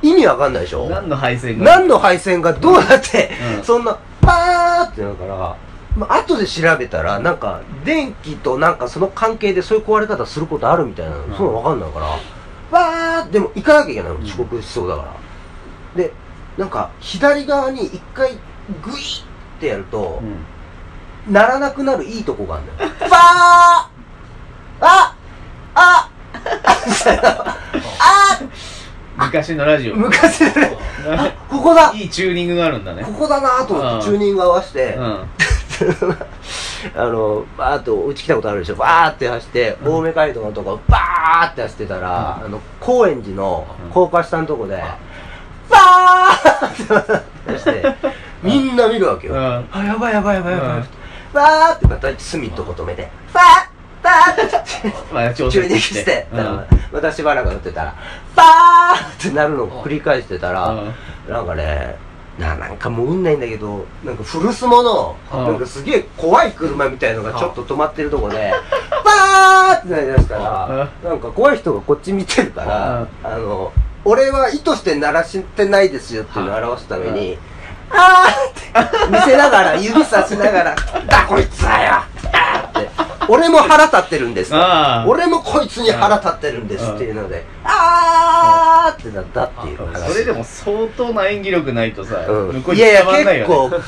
C: け意味わかんないでしょ
A: 何の配線が
C: 何の配線がどうなって、
A: うん
C: そんな、パーってなるから、まあ、後で調べたら、なんか、電気となんかその関係でそういう壊れ方することあるみたいな
A: うん
C: の、そんなのわかんないから、わーでも行かなきゃいけないの、遅刻しそうだから。で、なんか、左側に一回、グイッってやると、
A: うん
C: ならなくなるいいとこがあるんだよ。ばーあああ
A: 昔のラジオ
C: 昔のね、ここだ
A: いいチューニングがあるんだね
C: ここだなーと思って、チューニング合わせて、
A: うん
C: *laughs* あの、バーっとうち来たことあるでしょ、バーって走って、青梅街道のとこ、バーって走ってたら、あの、高円寺の
A: うん
C: 高架下のとこで、バーって走って、 *laughs* みんな見るわけ
A: う
C: よ。
A: ん
C: あ、やばいやばいやばいやばい
A: うん。
C: バーってまた隅っとこ止めて、バーバーって
A: まあ調整
C: 中にして、
A: うんうん
C: またしばらく乗ってたら、バーってなるのを繰り返してたら、なんかね、ななんかもう運ないんだけど、なんか古巣もの、
A: うん
C: なんかすげえ怖い車みたいのがちょっと止まってるとこ *laughs* で、バーってなりだすから、なんか怖い人がこっち見てるから、あの、俺は意図して鳴らしてないですよっていうのを表すために、あーって見せながら、指さしながら、なん *laughs* だこいつだよあーって、俺も腹立ってるんですと。
A: ああ
C: 俺もこいつに腹立ってるんですっていうので、あーってなったっていう話。
A: それでも相当な演技力ないとさ、向こ
C: う、
A: うん
C: い
A: に伝
C: やい
A: わんない
C: や
A: よ、ね、
C: 結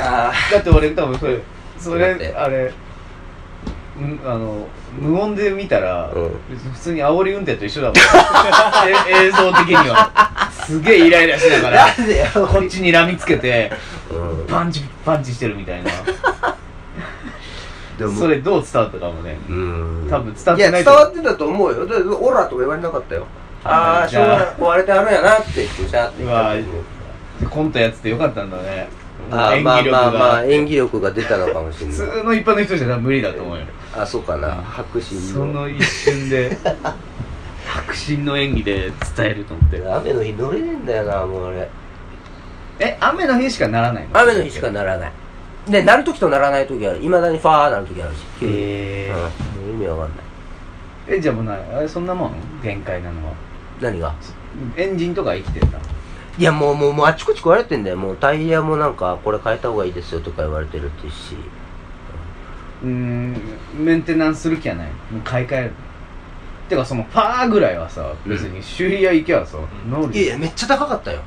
A: *laughs*
C: ああ
A: だって俺多分それそ
C: だっ
A: れ
C: て
A: あれむあの無音で見たら、
C: うん
A: 普通に煽り運転と一緒だもん *laughs* え映像的にはすげえイライラしながら
C: なんでよ、
A: こっちにらみつけて
C: うん、
A: パンチパンチしてるみたいな
C: で
A: それどう伝わったかもね
C: うん
A: 多分伝わっ
C: い
A: て
C: や
A: ない
C: 伝
A: と
C: わってたと思うよだってオラとか言われなかったよ
A: あ
C: ああーしょうがない
A: じ
C: 壊れてあるんやなって言ってシャーって
A: う
C: 言った
A: わ
C: けど
A: コントやっててよかったんだね
C: あー
A: 演
C: ま
A: 技
C: あ
A: 力
C: まあま
A: が
C: あ演技力が出たのかも *laughs* しれ
A: 普
C: ない
A: 通の一般の人じゃ無理だと思うよ
C: あそうかな白紙
A: その一瞬で迫真の演技で伝えると思って
C: 雨の日乗れねえんだよなもう俺
A: え雨の日しかならないの
C: 雨の日しかならないで鳴る時と鳴らない時あるいまだにファーなる時あるし急に、
A: え
C: うん、もう意味わかんない
A: ー、えじゃあもうないあれそんなもん限界なのは
C: 何が
A: エンジンとか生きてんだ
C: いやもうもうもうあちこち壊れてんだよもうタイヤもなんかこれ変えた方がいいですよとか言われてるっていうし
A: うーんメンテナンスする気はないもう買い替えるてかそのパーぐらいはさ別に修理屋行けばさ、能
C: いやい
A: 力
C: やめっちゃ高かったよ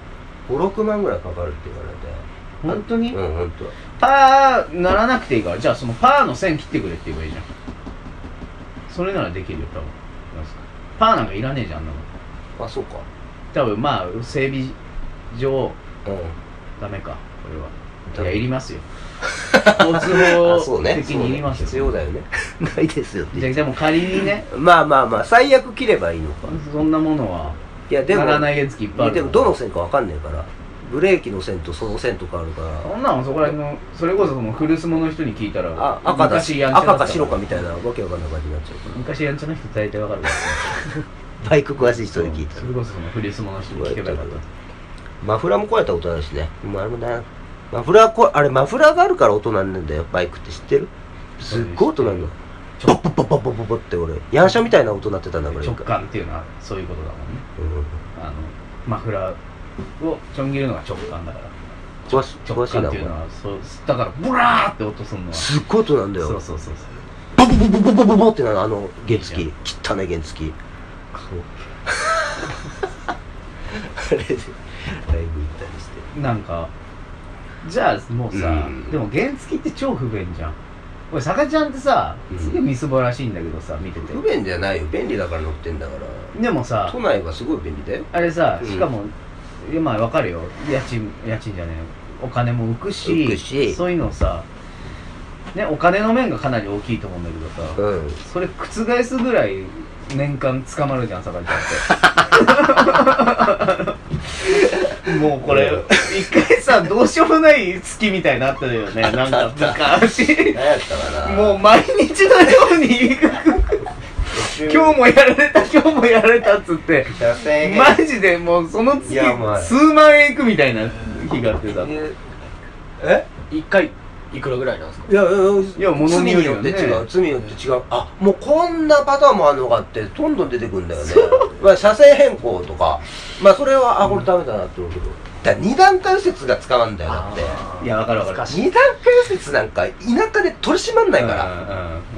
C: 56万ぐらいかかるって言われ
A: 本当に、
C: てうん本
A: パーならなくていいからじゃあそのパーの線切ってくれって言えばいいじゃんそれならできるよ多分パーなんかいらねえじゃんあんなの
C: 当あそうか
A: 多分まあ整備上
C: う
A: ダメかこれ
C: ダ
A: はいや
C: メ
A: いりますよ交
C: ん
A: 通
C: *laughs* あそう
A: 法
C: ね
A: 的にいりますよ
C: 必要だ
A: *laughs*
C: よねないですよって
A: じゃ
C: 言
A: あで
C: っ
A: も仮にね
C: てまあまあまあ最悪切ればいいのか
A: そんなものはい
C: やでも
A: ならないやついっぱいある
C: でもどの線かわかんないからブレーキの線とその線とかあるから
A: そんなのそこら辺のそれこそその古巣もの人に聞いたら
C: あ赤だ
A: 昔
C: し
A: やんちゃだった
C: 赤か白かみたいなわけわかんない感じになっちゃうか
A: 昔やんちゃな人大体わかるから
C: らバイク詳しい人に聞いた
A: そ
C: ら
A: れこそその古巣もの人に聞けばよかった
C: マフラーも壊れたことあるしね。まあ、あれもだな。マフラーこ、あれマフラーがあるから音なんだよ、バイクって知ってるすっごい音なんだよ。
D: ボッボッボッボッボッボッボッって俺ヤンシャみたいな音鳴ってたんだから
A: 直感っていうのはそういうことだもんねあのマフラーをちょん切るのが直感だから
D: 詳し
A: 直
D: 詳しい
A: 感
D: な
A: っ
D: お
A: ていう
D: 前
A: のはそうだからブラーって音するのはそ
D: すっごい音なんだ
A: う
D: よ
A: そうそうそう
D: ボボボボボボボボってなるあの原付汚い原付 *laughs* あれでライブ行ったりして
A: なんかじゃあもうさ、
C: うん
A: でも原付って超不便じゃん俺さかちゃんってさ
C: うん
A: すげえみすぼらしいんだけどさ見てて
C: 不便じゃないよ便利だから乗ってんだから
A: でもさ
C: 都内はすごい便利だよ
A: あれさ
C: うん
A: しかも、今わかるよ家賃家賃じゃねえお金も浮くし
D: 浮くし
A: そういうのさねお金の面がかなり大きいと思うんだけどさ、
D: うん
A: それ覆すぐらい年間捕まるじゃん坂井ちゃんって *laughs* もうこれ一回さどうしようもない月みたいになったよねなんか昔
C: 何やったかな
A: もう毎日のように *laughs* 今日もやられた今日もやられたっつって
C: 車線
A: マジでもうその月
C: いやお前
A: 数万円いくみたいな日があってさ
C: え
B: 一回いくらぐらいなんですか
C: いやいや
A: いや物
C: 罪
A: に
C: に
A: よる
C: よ
A: よ
C: って
A: ね
C: 違う罪によって違うあもうこんなパターンもあるのかってどんどん出てくるんだよねまあ車線変更とかまあそれはあこれダメだなって思うけどだから二段階右折が使うんだよだって
A: いやわかるわかる
B: 難しい
C: 二段階右折なんか田舎で取り締まんないから
A: うんうん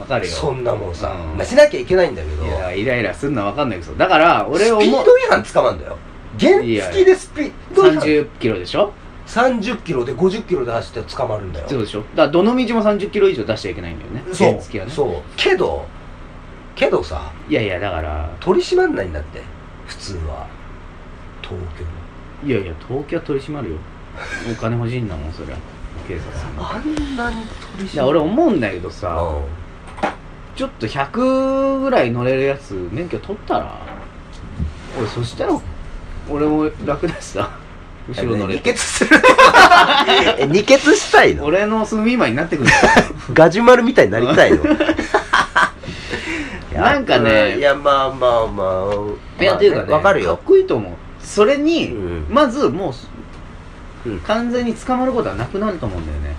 A: わかるよ
C: そんなもん
A: う
C: さ
A: ん
C: まあしなきゃいけないんだけど
A: いやイライラするのはわかんないけどだから俺
C: ス
A: 思
C: ピー
A: う
C: ド違反捕まんだよ原
A: いや
C: 付でスピード違反
A: 30キロでしょ
C: 30キロで50キロで走って捕まるんだよ
A: そうでしょだからどの道も30キロ以上出しちゃいけないんだよね
C: そ
A: 原付は
C: う
A: ね
C: そうけどけどさ
A: いやいやだから
C: 取り締まんないんだって普通は東京
A: いやいや東京は取り締まるよお金欲しいんだもんそりゃ警察も
C: あんなに取り
A: いや俺思うんだけどさ、
C: うん
A: ちょっと100ぐらい乗れるやつ免許取ったら俺そしたら俺も楽だしさ後ろ乗れ
C: 二
A: て
C: 血する
D: *laughs* え二欠したいの
A: 俺の住み今になって
D: *laughs*
A: くる
D: ガジュマルみたいになりたいの
A: *laughs* なんかね
D: いやまあまあまあ
A: いやっていうかね
D: わかる
A: か
D: よ
A: っこいいと思うそれに、
D: うん
A: まず
D: う
A: もう、
D: ん
A: 完全に捕まることはなくなると思うんだよね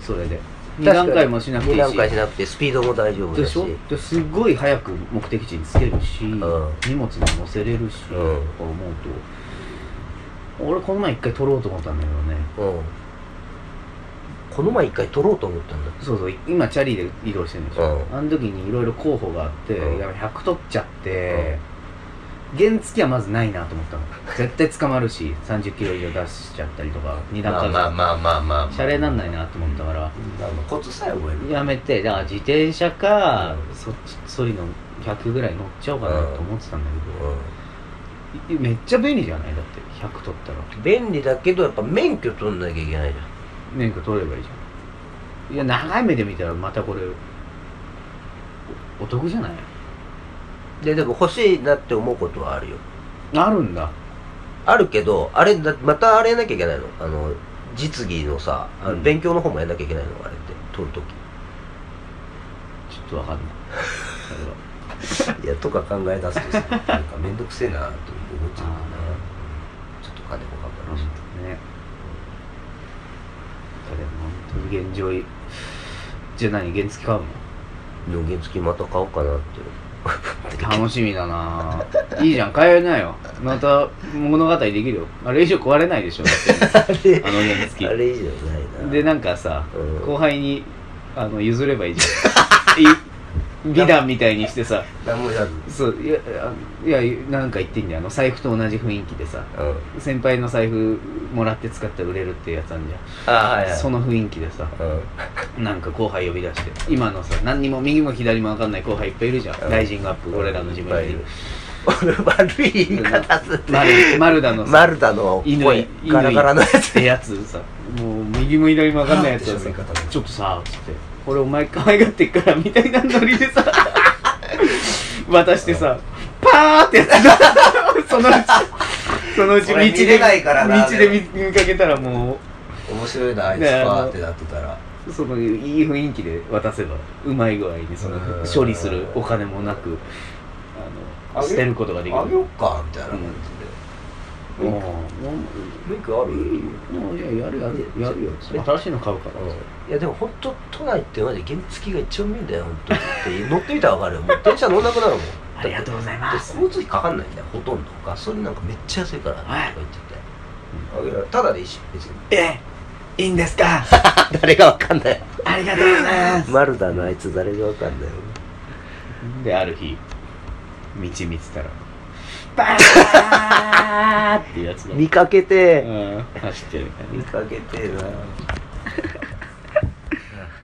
A: それで
D: 確
A: 2
D: かに
A: 段階もしなくていい
D: 二
A: し
D: 段階しなくてスピードも大丈夫
A: で
D: だ
A: し
D: し
A: ょですごい早く目的地に着けるし、
D: ん
A: 荷物に乗せれるし、
D: うん
A: とか思うと俺この前一回取ろうと思ったんだけどね
D: うんこの前一回取ろうと思ったんだ
A: そうそう今チャリで移動してるんでしょ、
D: うん
A: あの時にいろいろ候補があって、
D: うん
A: やっぱ100取っちゃって、原付はまずないなと思ったの絶対捕まるし30キロ以上出しちゃったりとか2段
D: まあ
A: 階
D: まあ
A: が
D: まあまあまあ
A: シャレになんないなと思ったから、
C: あのコツさえ覚える
A: やめてだから自転車か、そっちそういうの100ぐらい乗っちゃおうかなと思ってたんだけど、いめっちゃ便利じゃないだって100取ったら
D: うん便利だけどやっぱ免許取んなきゃいけないじゃん
A: 免許取ればいいじゃんいや長い目で見たらまたこれおお得じゃない
D: ででも欲しいなって思うことはあるよ
A: あるんだ
D: あるけどあれだまたあれやんなきゃいけないのあの実技のさあ
A: うん
D: の勉強の方もやんなきゃいけないのあれって取ると
A: ちょっとわかんないそれは
D: きいやとか考え出す *laughs* とさ
C: なんかめんどくせえなと思っちゃうんだよなちょっと金もかかるし
A: ねこれ本当に現状いじゃあ何原付買うの
D: の原付また買おうかなって
A: 楽しみだなぁいいじゃん買えないよまた物語できるよあれ以上壊れない
D: *laughs*
A: でしょだってあの原付
D: あれ以上ないな
A: でなんかさ、
D: うん
A: 後輩にあの譲ればいいじゃんい
D: *laughs*
A: 美談みたいにしてさ
C: 何もやる
A: そういやあいやなんか言ってんだよあの財布と同じ雰囲気でさ
D: うん
A: 先輩の財布もらって使ったら売れるってやつあんじゃん
D: あはいはい
A: その雰囲気でさ
D: うん
A: なんか後輩呼び出して今のさ何にも右も左も分かんない後輩いっぱいいるじゃん、
D: うん
A: ライジングアップ、俺らの自分にいる
D: 俺悪い言い方する
A: マルマルダの
D: マ
A: さ
D: ルダの
A: 犬
D: 声
A: 犬
D: ガラガラのやつ
A: ってやつさもう右も左も分かんないやつをさ
C: なんて喋り方だ
A: ちょっとさつって「これお前可愛がってっから」みたいなノリでさ
C: *laughs*
A: 渡してさパーってやってた *laughs* そのうちそのうち道
C: これ
A: で
C: 見れないからな
A: 道で見見かけたらも
C: 面白いなあいつ
A: ねえ
C: パーってなってたら
A: うそのいい雰囲気で渡せばうまい具合にその
C: うん
A: 処理するお金もなくあの
C: あげ
A: 捨てることができる
C: あげよっかみたいな感
A: ああ
C: メイクあ
A: いいよいややるやるやるよ新しいの買うから
C: いやでも本当都内ってマジで原付が一番いいんだよ本当に乗ってみたら分 *laughs* かるよもう電車乗んなくなるもん
G: ありがとうござい
C: で
G: ます
C: 交通費かかんないんだよほとんどガソリンなんかめっちゃ安いからとか言ってて、あげられただでいいし別に
G: えいいんですか
C: 誰が分かん *laughs* ない
G: ありがとうございます
C: マルダのあいつ誰が分かんないよ
A: である日道見てたら
G: バーン
A: っていうやつだ
C: 見かけて
A: うん走ってる
C: 見かけてえな